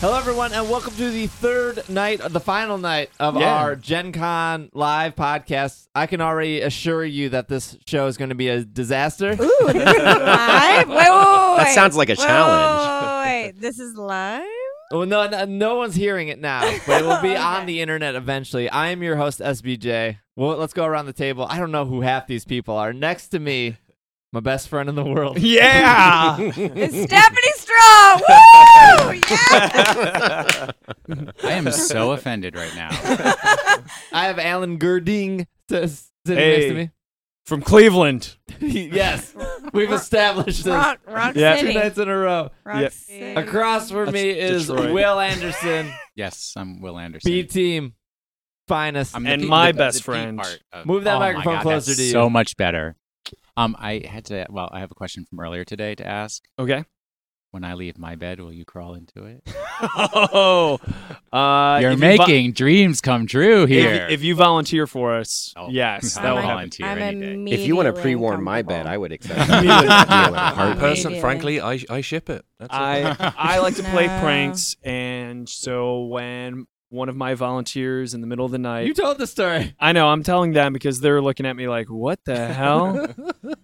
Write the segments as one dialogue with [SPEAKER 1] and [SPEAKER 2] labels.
[SPEAKER 1] Hello, everyone, and welcome to the third night, the final night of
[SPEAKER 2] Yeah.
[SPEAKER 1] our Gen Con live podcast. I can already assure you that this show is going to be a disaster.
[SPEAKER 3] Ooh, this is live? Wait, wait, wait,
[SPEAKER 2] That
[SPEAKER 3] wait.
[SPEAKER 2] sounds like a
[SPEAKER 3] Wait,
[SPEAKER 2] challenge.
[SPEAKER 3] Wait, wait, wait. this is live?
[SPEAKER 1] Well, no, no, no one's hearing it now, but it will be on
[SPEAKER 3] Okay.
[SPEAKER 1] the internet eventually. I am your host, SBJ. Well, let's go around the table. I don't know who half these people are. Next to me, my best friend in the world.
[SPEAKER 2] Yeah.
[SPEAKER 3] It's Stephanie Strong. Woo! Yes!
[SPEAKER 4] I am so offended right now.
[SPEAKER 1] I have Alan Gerding to, sitting next
[SPEAKER 5] from Cleveland.
[SPEAKER 1] to me. yes, we've established this
[SPEAKER 3] Rock, rock
[SPEAKER 5] Yeah.
[SPEAKER 1] two
[SPEAKER 3] City.
[SPEAKER 1] nights in a row.
[SPEAKER 3] Rock
[SPEAKER 5] Yeah.
[SPEAKER 3] City.
[SPEAKER 1] Across from
[SPEAKER 5] That's
[SPEAKER 1] me is
[SPEAKER 5] Detroit.
[SPEAKER 1] Will Anderson,
[SPEAKER 4] yes, I'm Will Anderson.
[SPEAKER 1] B team, finest.
[SPEAKER 4] I'm the
[SPEAKER 5] And
[SPEAKER 4] P-
[SPEAKER 5] my
[SPEAKER 4] the- the
[SPEAKER 5] best
[SPEAKER 4] P
[SPEAKER 5] friend.
[SPEAKER 4] part of-
[SPEAKER 1] Move that
[SPEAKER 4] Oh my
[SPEAKER 1] microphone
[SPEAKER 4] God,
[SPEAKER 1] closer
[SPEAKER 4] that's
[SPEAKER 1] to you.
[SPEAKER 4] So much better. Um, I had to. Well, I have a question from earlier today to ask.
[SPEAKER 5] Okay.
[SPEAKER 4] When I leave my bed, will you crawl into it?
[SPEAKER 5] Oh, uh,
[SPEAKER 4] You're
[SPEAKER 5] if you vo-
[SPEAKER 4] making dreams come true
[SPEAKER 5] if-
[SPEAKER 4] here.
[SPEAKER 5] If, you volunteer for us,
[SPEAKER 4] Oh,
[SPEAKER 5] yes,
[SPEAKER 4] I'm
[SPEAKER 5] that will
[SPEAKER 4] a
[SPEAKER 5] happen.
[SPEAKER 4] volunteer
[SPEAKER 3] I'm
[SPEAKER 4] any day.
[SPEAKER 3] immediately
[SPEAKER 2] if you want to pre-warm my bed, I would accept that.
[SPEAKER 5] Me neither.
[SPEAKER 2] Deal with it.
[SPEAKER 6] I'm a
[SPEAKER 3] Hard
[SPEAKER 6] person,
[SPEAKER 3] Maybe.
[SPEAKER 6] frankly, I, I ship it. That's it.
[SPEAKER 5] I I like to play
[SPEAKER 3] No.
[SPEAKER 5] pranks, and so when one of my volunteers in the middle of the night,
[SPEAKER 1] you told the story.
[SPEAKER 5] I know I'm telling them because they're looking at me like, "What the hell?"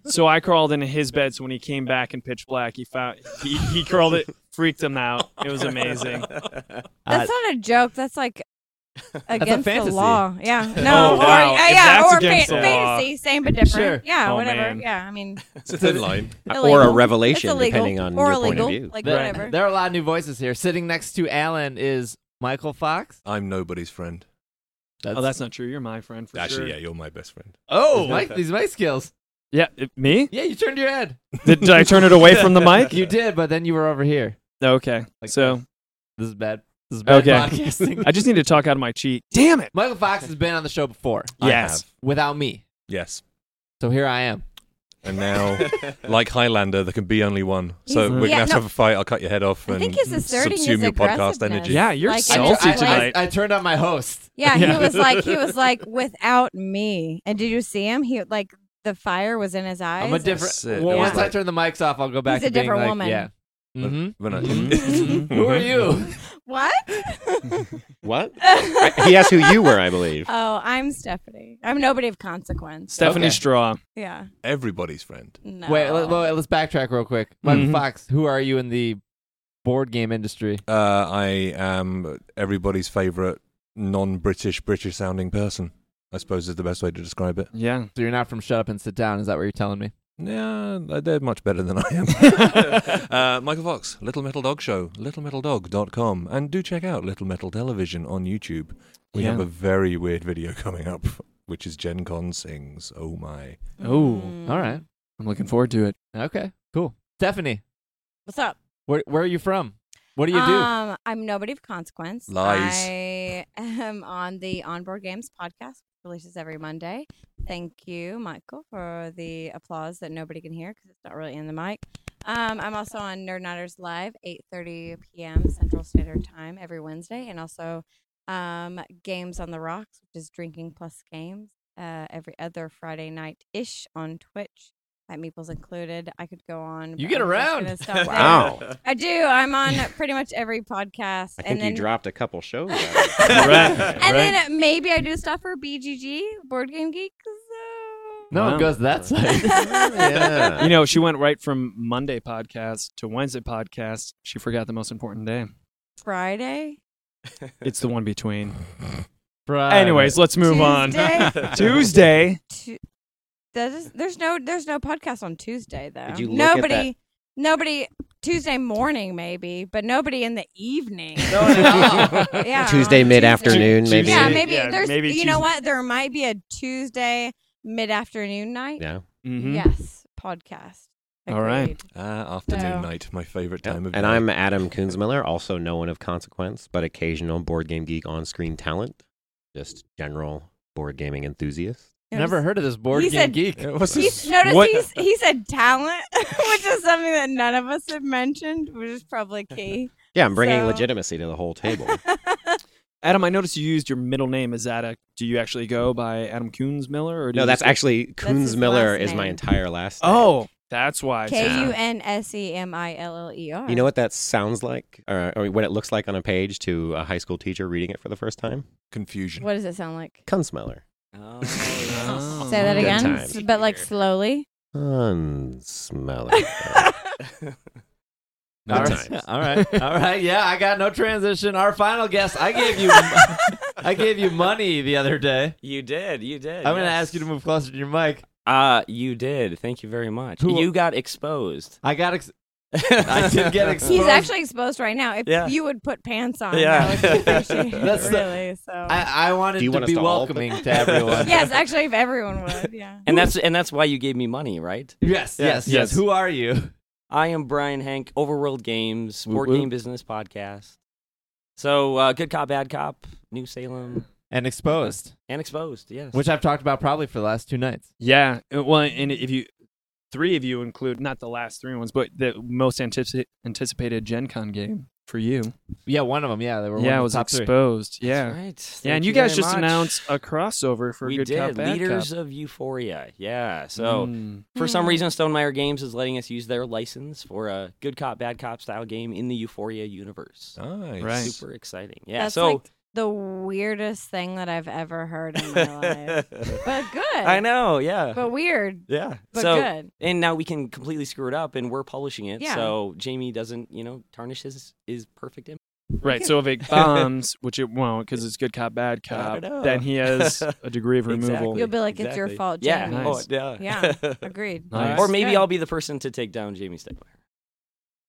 [SPEAKER 5] so I crawled into his bed. So when he came back in pitch black, he found he, he crawled it, freaked him out. It was amazing.
[SPEAKER 3] That's not a joke. That's like against the
[SPEAKER 1] fantasy.
[SPEAKER 3] law. Yeah. No.
[SPEAKER 5] Oh, wow.
[SPEAKER 3] Or,
[SPEAKER 5] If
[SPEAKER 3] yeah, yeah,
[SPEAKER 5] that's
[SPEAKER 3] or
[SPEAKER 5] against the law.
[SPEAKER 3] fantasy. Same but different.
[SPEAKER 1] Sure.
[SPEAKER 3] Yeah,
[SPEAKER 5] Oh,
[SPEAKER 3] whatever.
[SPEAKER 5] man.
[SPEAKER 3] Yeah, I mean,
[SPEAKER 6] It's a thin line.
[SPEAKER 2] or a
[SPEAKER 3] illegal. It's
[SPEAKER 2] revelation,
[SPEAKER 3] illegal.
[SPEAKER 2] depending on
[SPEAKER 3] or
[SPEAKER 2] your
[SPEAKER 3] illegal.
[SPEAKER 2] point of view.
[SPEAKER 3] Like,
[SPEAKER 1] There-
[SPEAKER 3] whatever.
[SPEAKER 1] There are a lot of new voices here. Sitting next to Alan is Michael Fox.
[SPEAKER 6] I'm nobody's friend.
[SPEAKER 5] oh, that's not true. You're my friend for
[SPEAKER 6] Actually, yeah,
[SPEAKER 5] sure.
[SPEAKER 6] you're my best friend.
[SPEAKER 1] Oh, these mic skills.
[SPEAKER 5] Yeah, it- me?
[SPEAKER 1] Yeah, you turned your head.
[SPEAKER 5] Did, did I turn it away from the mic?
[SPEAKER 1] You did, but then you were over here.
[SPEAKER 5] Okay.
[SPEAKER 1] Like
[SPEAKER 5] so
[SPEAKER 1] This is bad. This is bad
[SPEAKER 5] Okay.
[SPEAKER 1] podcasting.
[SPEAKER 5] I just need to talk out of my cheek. Damn it.
[SPEAKER 1] Michael Fox has been on the show before
[SPEAKER 6] I
[SPEAKER 5] Yes.
[SPEAKER 6] have.
[SPEAKER 1] without me,
[SPEAKER 6] Yes.
[SPEAKER 1] so here I am.
[SPEAKER 6] And now, like Highlander, there can be only one. So
[SPEAKER 3] He's-
[SPEAKER 6] we're
[SPEAKER 3] Yeah,
[SPEAKER 6] gonna have to
[SPEAKER 3] no.
[SPEAKER 6] have a fight. I'll cut your head off
[SPEAKER 3] I
[SPEAKER 6] and
[SPEAKER 3] think he's asserting
[SPEAKER 6] subsume
[SPEAKER 3] his
[SPEAKER 6] your podcast
[SPEAKER 3] aggressiveness.
[SPEAKER 6] energy.
[SPEAKER 5] Yeah, you're
[SPEAKER 3] Like, I-
[SPEAKER 5] salty
[SPEAKER 1] I, I-
[SPEAKER 5] tonight.
[SPEAKER 1] I turned on my host.
[SPEAKER 3] Yeah,
[SPEAKER 5] Yeah.
[SPEAKER 3] he was like, he was like, without me. And did you see him? He like the fire was in his eyes.
[SPEAKER 1] I'm a different.
[SPEAKER 6] That's it.
[SPEAKER 1] Well,
[SPEAKER 3] Yeah.
[SPEAKER 1] once I turn the mics off, I'll go back
[SPEAKER 3] He's a
[SPEAKER 1] to being
[SPEAKER 3] different
[SPEAKER 1] like,
[SPEAKER 3] woman.
[SPEAKER 1] Yeah.
[SPEAKER 6] But-
[SPEAKER 1] Mhm.
[SPEAKER 6] When I-
[SPEAKER 1] Mhm.
[SPEAKER 3] Mm-hmm.
[SPEAKER 1] Who are you?
[SPEAKER 3] What?
[SPEAKER 2] What?
[SPEAKER 3] he
[SPEAKER 2] he asked who you were, I believe.
[SPEAKER 3] Oh, I'm Stephanie. I'm nobody of consequence.
[SPEAKER 5] Stephanie
[SPEAKER 1] Okay.
[SPEAKER 5] Straw.
[SPEAKER 3] Yeah.
[SPEAKER 6] Everybody's friend.
[SPEAKER 3] No.
[SPEAKER 1] Wait, let, us backtrack real quick. Michael
[SPEAKER 5] Mhm.
[SPEAKER 1] Fox, who are you in the board game industry?
[SPEAKER 6] Uh, I am everybody's favorite non-British, British-sounding person. I suppose is the best way to describe it.
[SPEAKER 5] Yeah.
[SPEAKER 1] So you're not from Shut Up and Sit Down. Is that what you're telling me?
[SPEAKER 6] Yeah, uh, they're much better than I am. uh, Michael Fox, Little Metal Dog Show, littlemetaldog.com. And do check out Little Metal Television on YouTube. We
[SPEAKER 5] Yeah.
[SPEAKER 6] have a very weird video coming up, which is Gen Con Sings. Oh my.
[SPEAKER 5] Oh,
[SPEAKER 3] Mm.
[SPEAKER 1] All right.
[SPEAKER 5] I'm looking forward to it.
[SPEAKER 1] Okay. Cool. Stephanie,
[SPEAKER 3] What's up?
[SPEAKER 1] where where are you from? What do you do?
[SPEAKER 3] Um, I'm nobody of consequence.
[SPEAKER 6] Lies.
[SPEAKER 3] I am on the Onboard Games podcast, releases every Monday. Thank you, Michael, for the applause that nobody can hear because it's not really in the mic. Um, I'm also on Nerd Nighters Live, 8.30 p.m. Central Standard Time every Wednesday, and also um, Games on the Rocks, which is Drinking Plus Games, uh, every other Friday night-ish on Twitch. At Meeples included, I could go on.
[SPEAKER 1] You
[SPEAKER 3] but
[SPEAKER 1] get
[SPEAKER 3] I'm just
[SPEAKER 1] around.
[SPEAKER 3] gonna stop there.
[SPEAKER 2] Wow.
[SPEAKER 3] I do. I'm on pretty much every podcast.
[SPEAKER 2] I think
[SPEAKER 3] then,
[SPEAKER 2] you dropped a couple shows.
[SPEAKER 3] Right,
[SPEAKER 5] right.
[SPEAKER 3] And then maybe I do stuff for BGG, Board Game Geeks.
[SPEAKER 1] no one
[SPEAKER 5] Wow.
[SPEAKER 1] goes that side.
[SPEAKER 2] yeah.
[SPEAKER 5] You know, she went right from Monday podcast to Wednesday podcast. She forgot the most important day.
[SPEAKER 3] Friday.
[SPEAKER 5] It's the one between.
[SPEAKER 1] Right.
[SPEAKER 5] Anyways, let's move on.
[SPEAKER 3] Tuesday.
[SPEAKER 5] Tuesday.
[SPEAKER 3] Tu- that is- there's no there's no podcast on Tuesday though.
[SPEAKER 2] Did you look at
[SPEAKER 3] nobody nobody Tuesday morning maybe, but nobody in the evening. yeah.
[SPEAKER 2] Tuesday
[SPEAKER 3] on
[SPEAKER 2] mid-afternoon,
[SPEAKER 5] Tuesday.
[SPEAKER 2] maybe.
[SPEAKER 3] Yeah, maybe
[SPEAKER 5] Yeah,
[SPEAKER 3] there's
[SPEAKER 5] maybe
[SPEAKER 3] you know
[SPEAKER 5] Tues-
[SPEAKER 3] what? There might be a Tuesday mid afternoon night.
[SPEAKER 2] Yeah.
[SPEAKER 5] Mhm.
[SPEAKER 2] Mm-hmm.
[SPEAKER 3] Yes, podcast.
[SPEAKER 5] All right.
[SPEAKER 3] Agreed.
[SPEAKER 6] Ah,
[SPEAKER 3] So-
[SPEAKER 6] afternoon night, my favorite
[SPEAKER 2] Yeah.
[SPEAKER 6] time of
[SPEAKER 2] And
[SPEAKER 6] day.
[SPEAKER 2] I'm Adam Kunzmiller, also no one of consequence, but occasional board game geek on screen talent, just general board gaming enthusiast.
[SPEAKER 1] Never heard of this board
[SPEAKER 3] He
[SPEAKER 1] game
[SPEAKER 3] said-
[SPEAKER 1] geek.
[SPEAKER 6] Yeah, what's
[SPEAKER 3] He's,
[SPEAKER 6] this?
[SPEAKER 3] notice
[SPEAKER 6] What-
[SPEAKER 3] he's, he said talent, which is something that none of us have mentioned, which is probably key.
[SPEAKER 2] Yeah, I'm bringing
[SPEAKER 3] So-
[SPEAKER 2] legitimacy to the whole table.
[SPEAKER 5] Adam, I noticed you used your middle name as Zadok. Do you actually go by Adam Coons Miller or do
[SPEAKER 2] no,
[SPEAKER 5] you
[SPEAKER 2] that's
[SPEAKER 5] just-
[SPEAKER 2] actually
[SPEAKER 3] That's his
[SPEAKER 2] Kunzmiller
[SPEAKER 3] last
[SPEAKER 2] is my
[SPEAKER 3] name.
[SPEAKER 2] entire last name.
[SPEAKER 5] Oh, That's why.
[SPEAKER 3] K U N S E M I L L E R.
[SPEAKER 2] You know what that sounds like, or, or what it looks like on a page to a high school teacher reading it for the first time?
[SPEAKER 6] Confusion.
[SPEAKER 3] What does it sound like?
[SPEAKER 2] Cum smeller.
[SPEAKER 6] Oh.
[SPEAKER 3] Say that
[SPEAKER 2] Good
[SPEAKER 3] again,
[SPEAKER 2] times.
[SPEAKER 3] s- but like slowly.
[SPEAKER 2] Cum smeller.
[SPEAKER 1] All
[SPEAKER 2] Good
[SPEAKER 1] right.
[SPEAKER 2] times.
[SPEAKER 1] All right. All right. Yeah, I got no transition. Our final guest. I gave you I gave you money the other day.
[SPEAKER 7] You did. You did.
[SPEAKER 1] I'm going to
[SPEAKER 7] yes.
[SPEAKER 1] ask you to move closer to your mic.
[SPEAKER 7] Uh, you did. Thank you very much.
[SPEAKER 1] Who-
[SPEAKER 7] You got exposed.
[SPEAKER 1] I got ex- I did get exposed.
[SPEAKER 3] He's actually exposed right now. If
[SPEAKER 7] Yeah.
[SPEAKER 3] you would put pants on,
[SPEAKER 7] Yeah.
[SPEAKER 3] yeah. I would appreciate it.
[SPEAKER 1] That's the-
[SPEAKER 3] really. So
[SPEAKER 1] I, I wanted
[SPEAKER 2] Do you
[SPEAKER 1] to
[SPEAKER 2] want us
[SPEAKER 1] be
[SPEAKER 2] to all put-
[SPEAKER 1] welcoming to everyone.
[SPEAKER 3] yes, actually, if everyone would, yeah.
[SPEAKER 7] And that's and that's why you gave me money, right?
[SPEAKER 1] Yes, yes, yes,
[SPEAKER 5] Yes.
[SPEAKER 1] Who are you?
[SPEAKER 7] I am Brian Hank, Overworld Games, Board
[SPEAKER 1] Woo-woo.
[SPEAKER 7] Game Business Podcast. So, uh, Good Cop, Bad Cop, New Salem,
[SPEAKER 1] And exposed,
[SPEAKER 7] and Exposed, yes.
[SPEAKER 1] which I've talked about probably for the last two nights.
[SPEAKER 5] Yeah. uh, Well, and if you, three of you include not the last three ones, but the most antici- anticipated Gen Con game for you.
[SPEAKER 1] Yeah, one of them. Yeah, they were. one
[SPEAKER 5] yeah,
[SPEAKER 1] of
[SPEAKER 5] it
[SPEAKER 1] the
[SPEAKER 5] was
[SPEAKER 1] top three.
[SPEAKER 5] exposed. Yeah.
[SPEAKER 7] That's right.
[SPEAKER 5] Yeah,
[SPEAKER 7] Thank
[SPEAKER 5] and you, guys
[SPEAKER 7] very
[SPEAKER 5] just
[SPEAKER 7] much.
[SPEAKER 5] announced a crossover for
[SPEAKER 7] we
[SPEAKER 5] Good
[SPEAKER 7] did
[SPEAKER 5] Cop Bad
[SPEAKER 7] Leaders
[SPEAKER 5] Cop.
[SPEAKER 7] of Euphoria. Yeah. So,
[SPEAKER 5] Mm.
[SPEAKER 7] for some
[SPEAKER 3] Hmm.
[SPEAKER 7] reason, Stonemeyer Games is letting us use their license for a Good Cop, Bad Cop style game in the Euphoria universe.
[SPEAKER 6] Oh, Nice.
[SPEAKER 5] Right.
[SPEAKER 7] Super exciting. Yeah.
[SPEAKER 3] That's
[SPEAKER 7] so,
[SPEAKER 3] like the weirdest thing that I've ever heard in my life. But good.
[SPEAKER 7] I know. Yeah.
[SPEAKER 3] But weird.
[SPEAKER 7] yeah.
[SPEAKER 3] But
[SPEAKER 7] so,
[SPEAKER 3] good.
[SPEAKER 7] and now we can completely screw it up and we're publishing it
[SPEAKER 3] Yeah.
[SPEAKER 7] so jamie doesn't you know tarnish his his perfect image
[SPEAKER 5] Right. So if it bombs, which it won't because it's Good Cop Bad
[SPEAKER 7] I
[SPEAKER 5] Cop,
[SPEAKER 7] don't know.
[SPEAKER 5] then he has a degree of removal.
[SPEAKER 7] Exactly.
[SPEAKER 3] You'll be like, "It's your fault,
[SPEAKER 7] yeah
[SPEAKER 3] Jamie."
[SPEAKER 5] Nice.
[SPEAKER 7] oh, yeah,
[SPEAKER 3] Yeah. Agreed.
[SPEAKER 5] Nice.
[SPEAKER 7] or maybe
[SPEAKER 3] Good.
[SPEAKER 7] i'll be the person to take down jamie stegmeyer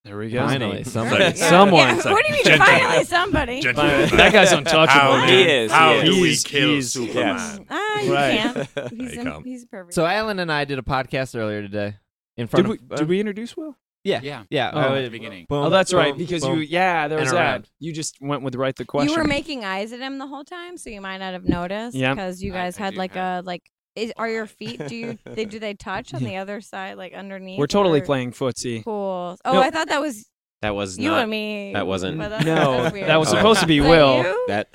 [SPEAKER 5] There we go.
[SPEAKER 1] Finally, somebody.
[SPEAKER 3] Yeah.
[SPEAKER 5] Someone.
[SPEAKER 3] Yeah. What do you mean?
[SPEAKER 6] Gentlemen.
[SPEAKER 3] Finally, somebody.
[SPEAKER 5] That guy's untouchable.
[SPEAKER 7] How
[SPEAKER 5] man.
[SPEAKER 7] do- is, how do
[SPEAKER 5] we kill
[SPEAKER 7] Superman?
[SPEAKER 3] Ah, you
[SPEAKER 5] Right.
[SPEAKER 3] can't. He's,
[SPEAKER 6] you
[SPEAKER 3] in,
[SPEAKER 6] come.
[SPEAKER 3] he's perfect.
[SPEAKER 1] So Alan and I did a podcast earlier today in front
[SPEAKER 5] Did we,
[SPEAKER 1] of. uh,
[SPEAKER 5] did we introduce Will?
[SPEAKER 1] Yeah.
[SPEAKER 4] Yeah.
[SPEAKER 1] Yeah.
[SPEAKER 5] Oh.
[SPEAKER 1] I
[SPEAKER 4] At
[SPEAKER 1] would-
[SPEAKER 4] the beginning.
[SPEAKER 1] boom,
[SPEAKER 5] Oh, that's
[SPEAKER 1] boom,
[SPEAKER 5] right. Because
[SPEAKER 1] boom.
[SPEAKER 5] you, yeah, there
[SPEAKER 1] And
[SPEAKER 5] was
[SPEAKER 1] around.
[SPEAKER 5] that. You just went with right the question.
[SPEAKER 3] You were making eyes at him the whole time, so you might not have noticed.
[SPEAKER 5] Yeah.
[SPEAKER 3] because you
[SPEAKER 4] I-
[SPEAKER 3] guys
[SPEAKER 4] I
[SPEAKER 3] had
[SPEAKER 4] do
[SPEAKER 3] like
[SPEAKER 4] have-
[SPEAKER 3] a like. Is, are your feet? Do you? They, do they touch on
[SPEAKER 5] Yeah.
[SPEAKER 3] the other side, like underneath?
[SPEAKER 5] We're totally
[SPEAKER 3] or-
[SPEAKER 5] playing footsie.
[SPEAKER 3] Cool. Oh,
[SPEAKER 5] No.
[SPEAKER 3] I thought that was
[SPEAKER 2] That was
[SPEAKER 3] you
[SPEAKER 2] not.
[SPEAKER 3] and me.
[SPEAKER 2] that wasn't-
[SPEAKER 3] But that's-
[SPEAKER 5] No,
[SPEAKER 3] that's weird.
[SPEAKER 5] that was
[SPEAKER 2] Oh.
[SPEAKER 5] supposed to be
[SPEAKER 3] Is that
[SPEAKER 5] Will.
[SPEAKER 3] you?
[SPEAKER 2] That.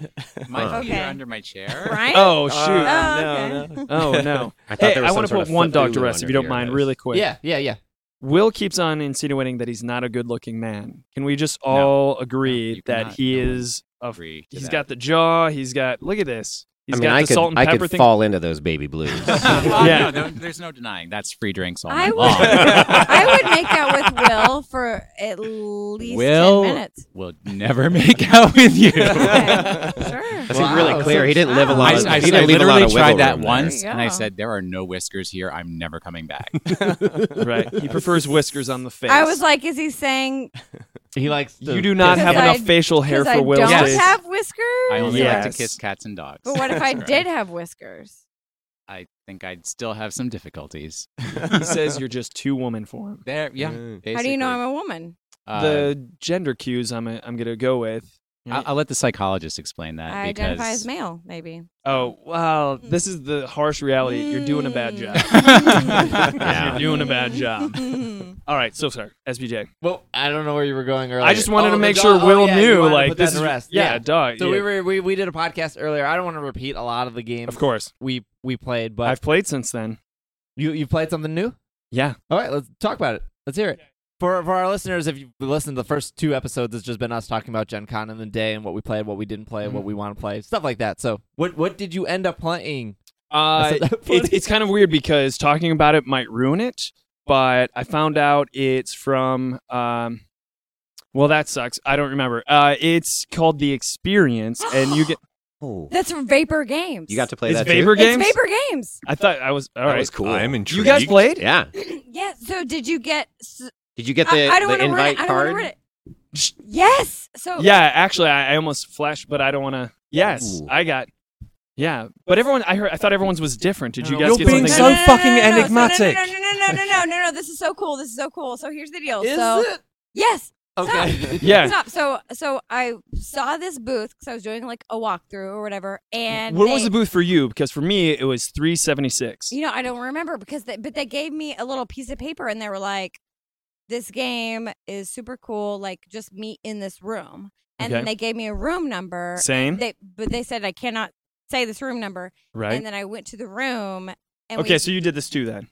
[SPEAKER 4] My
[SPEAKER 2] Uh,
[SPEAKER 4] feet
[SPEAKER 3] Okay.
[SPEAKER 4] are under my chair.
[SPEAKER 3] Brian?
[SPEAKER 5] Oh
[SPEAKER 7] Uh,
[SPEAKER 5] shoot!
[SPEAKER 3] Oh,
[SPEAKER 7] no, no.
[SPEAKER 5] Oh no!
[SPEAKER 2] I thought
[SPEAKER 5] Hey,
[SPEAKER 2] there
[SPEAKER 5] I
[SPEAKER 2] was some
[SPEAKER 5] want to
[SPEAKER 2] sort
[SPEAKER 5] put
[SPEAKER 2] of
[SPEAKER 5] one dog to
[SPEAKER 2] Cthulhu
[SPEAKER 5] rest if
[SPEAKER 2] under
[SPEAKER 5] you don't
[SPEAKER 2] your
[SPEAKER 5] mind,
[SPEAKER 2] nose.
[SPEAKER 5] really quick.
[SPEAKER 1] Yeah. Yeah. Yeah.
[SPEAKER 5] Will keeps on insinuating that he's not a good-looking man. Can we just all agree
[SPEAKER 4] No, you
[SPEAKER 5] that
[SPEAKER 4] cannot.
[SPEAKER 5] he
[SPEAKER 4] No one
[SPEAKER 5] is a
[SPEAKER 4] Agree to
[SPEAKER 5] Oh, He's
[SPEAKER 4] that.
[SPEAKER 5] got the jaw. He's got look at this. He's
[SPEAKER 2] I mean,
[SPEAKER 5] got
[SPEAKER 2] I
[SPEAKER 5] the
[SPEAKER 2] could,
[SPEAKER 5] salt and
[SPEAKER 2] I
[SPEAKER 5] pepper
[SPEAKER 2] could
[SPEAKER 5] thing.
[SPEAKER 2] fall into those baby blues.
[SPEAKER 4] Well,
[SPEAKER 5] Yeah.
[SPEAKER 4] no, no, there's no denying that's free drinks all
[SPEAKER 3] I
[SPEAKER 4] night
[SPEAKER 3] would-
[SPEAKER 4] long.
[SPEAKER 3] I would make out with Will for at least
[SPEAKER 4] Will-
[SPEAKER 3] ten minutes.
[SPEAKER 4] will never make out with you.
[SPEAKER 3] Okay. sure.
[SPEAKER 2] Let's
[SPEAKER 1] Wow.
[SPEAKER 2] be really clear. He didn't live a
[SPEAKER 3] Wow.
[SPEAKER 2] lot.
[SPEAKER 4] I,
[SPEAKER 2] Of,
[SPEAKER 4] I,
[SPEAKER 2] he
[SPEAKER 4] I
[SPEAKER 2] didn't leave a lot
[SPEAKER 4] literally
[SPEAKER 2] of
[SPEAKER 4] tried
[SPEAKER 2] wiggle
[SPEAKER 4] that
[SPEAKER 2] room there.
[SPEAKER 4] once,
[SPEAKER 3] There you
[SPEAKER 4] and I
[SPEAKER 3] go.
[SPEAKER 4] said, "There are no whiskers here. I'm never coming back."
[SPEAKER 5] Right. He prefers whiskers on the face.
[SPEAKER 3] I was like, is he saying
[SPEAKER 1] He likes. To
[SPEAKER 5] you do not
[SPEAKER 3] Because
[SPEAKER 5] have enough
[SPEAKER 3] I-
[SPEAKER 5] facial hair
[SPEAKER 3] because
[SPEAKER 5] for
[SPEAKER 3] I
[SPEAKER 5] Will's
[SPEAKER 3] don't
[SPEAKER 5] taste.
[SPEAKER 3] have whiskers?
[SPEAKER 4] I only like
[SPEAKER 5] Yes.
[SPEAKER 4] to kiss cats and dogs.
[SPEAKER 3] but what if I
[SPEAKER 4] That's
[SPEAKER 3] did
[SPEAKER 4] right.
[SPEAKER 3] have whiskers?
[SPEAKER 4] I think I'd still have some difficulties.
[SPEAKER 5] he says you're just too woman for him.
[SPEAKER 4] There, yeah.
[SPEAKER 2] Mm.
[SPEAKER 4] Basically.
[SPEAKER 3] How do you know I'm a woman?
[SPEAKER 4] Uh,
[SPEAKER 5] the gender cues I'm I'm gonna go with.
[SPEAKER 4] I'll, I'll let the psychologist explain that.
[SPEAKER 3] I
[SPEAKER 4] because...
[SPEAKER 3] identify as male, maybe.
[SPEAKER 5] Oh wow,
[SPEAKER 1] Hmm.
[SPEAKER 5] this is the harsh reality. You're doing a
[SPEAKER 3] Hmm.
[SPEAKER 5] bad job.
[SPEAKER 4] Yeah.
[SPEAKER 5] You're doing a bad job.
[SPEAKER 3] Mm.
[SPEAKER 5] All right, so sorry, SBJ.
[SPEAKER 1] Well, I don't know where you were going earlier.
[SPEAKER 5] I just wanted
[SPEAKER 1] Oh,
[SPEAKER 5] to
[SPEAKER 1] the
[SPEAKER 5] make
[SPEAKER 1] dog-
[SPEAKER 5] sure
[SPEAKER 1] oh,
[SPEAKER 5] Will
[SPEAKER 1] yeah, you
[SPEAKER 5] knew
[SPEAKER 1] wanted to
[SPEAKER 5] like
[SPEAKER 1] put that
[SPEAKER 5] this
[SPEAKER 1] to
[SPEAKER 5] is
[SPEAKER 1] rest.
[SPEAKER 5] yeah, dog.
[SPEAKER 1] So
[SPEAKER 5] yeah.
[SPEAKER 1] we were we, we did a podcast earlier. I don't want to repeat a lot of the games
[SPEAKER 5] of course.
[SPEAKER 1] we we played, but
[SPEAKER 5] I've played since then.
[SPEAKER 1] you you played something new.
[SPEAKER 5] Yeah.
[SPEAKER 1] All right, let's talk about it. Let's hear it. For for our listeners, if you listened to the first two episodes, it's just been us talking about Gen Con and the day and what we played, what we didn't play, what we want to play, stuff like that. So what what did you end up playing?
[SPEAKER 5] Uh,
[SPEAKER 1] I said that
[SPEAKER 5] it,
[SPEAKER 1] funny.
[SPEAKER 5] it's kind of weird because talking about it might ruin it, but I found out it's from. Um, well, that sucks. I don't remember. Uh, it's called The Experience, and you get
[SPEAKER 2] Oh.
[SPEAKER 3] That's from Vapor Games.
[SPEAKER 2] You got to play
[SPEAKER 5] it's
[SPEAKER 2] that
[SPEAKER 5] Vapor
[SPEAKER 2] too.
[SPEAKER 5] Games.
[SPEAKER 3] It's Vapor Games.
[SPEAKER 5] I thought I was all
[SPEAKER 2] That
[SPEAKER 5] right.
[SPEAKER 2] was cool.
[SPEAKER 6] I'm intrigued.
[SPEAKER 5] you guys played?
[SPEAKER 2] Yeah.
[SPEAKER 3] yeah. So did you get? s-
[SPEAKER 2] Did you get the,
[SPEAKER 3] I, I don't
[SPEAKER 2] the
[SPEAKER 3] wanna ruin
[SPEAKER 2] invite
[SPEAKER 3] it. I don't wanna
[SPEAKER 2] card?
[SPEAKER 3] ruin it. Yes. So
[SPEAKER 5] Yeah, actually, I, I almost flashed, but I don't want to. Yes,
[SPEAKER 2] Ooh.
[SPEAKER 5] I got. Yeah, but everyone, I heard, I thought everyone's was different. Did you
[SPEAKER 1] No,
[SPEAKER 5] guys
[SPEAKER 1] you're
[SPEAKER 5] get
[SPEAKER 1] being
[SPEAKER 5] something?
[SPEAKER 1] so-
[SPEAKER 6] fucking
[SPEAKER 3] No,
[SPEAKER 6] enigmatic.
[SPEAKER 3] no, no, no, no, no, no, no, no, no. This is so cool. This is so cool. So here's the deal.
[SPEAKER 1] Is
[SPEAKER 3] so
[SPEAKER 1] it
[SPEAKER 3] yes.
[SPEAKER 1] okay?
[SPEAKER 5] yeah,
[SPEAKER 3] Stop. So so I saw this booth because I was doing like a walkthrough or whatever, and
[SPEAKER 5] what
[SPEAKER 3] they,
[SPEAKER 5] was the booth for you? Because for me, it was three seventy six.
[SPEAKER 3] You know, I don't remember because they, but they gave me a little piece of paper and they were like, "This game is super cool. Like, just meet in this room." And then
[SPEAKER 5] Okay.
[SPEAKER 3] they gave me a room number.
[SPEAKER 5] Same,
[SPEAKER 3] They but they said I cannot say this room number.
[SPEAKER 5] right?
[SPEAKER 3] And then I went to the room. And
[SPEAKER 5] Okay,
[SPEAKER 3] we,
[SPEAKER 5] so you did this too then.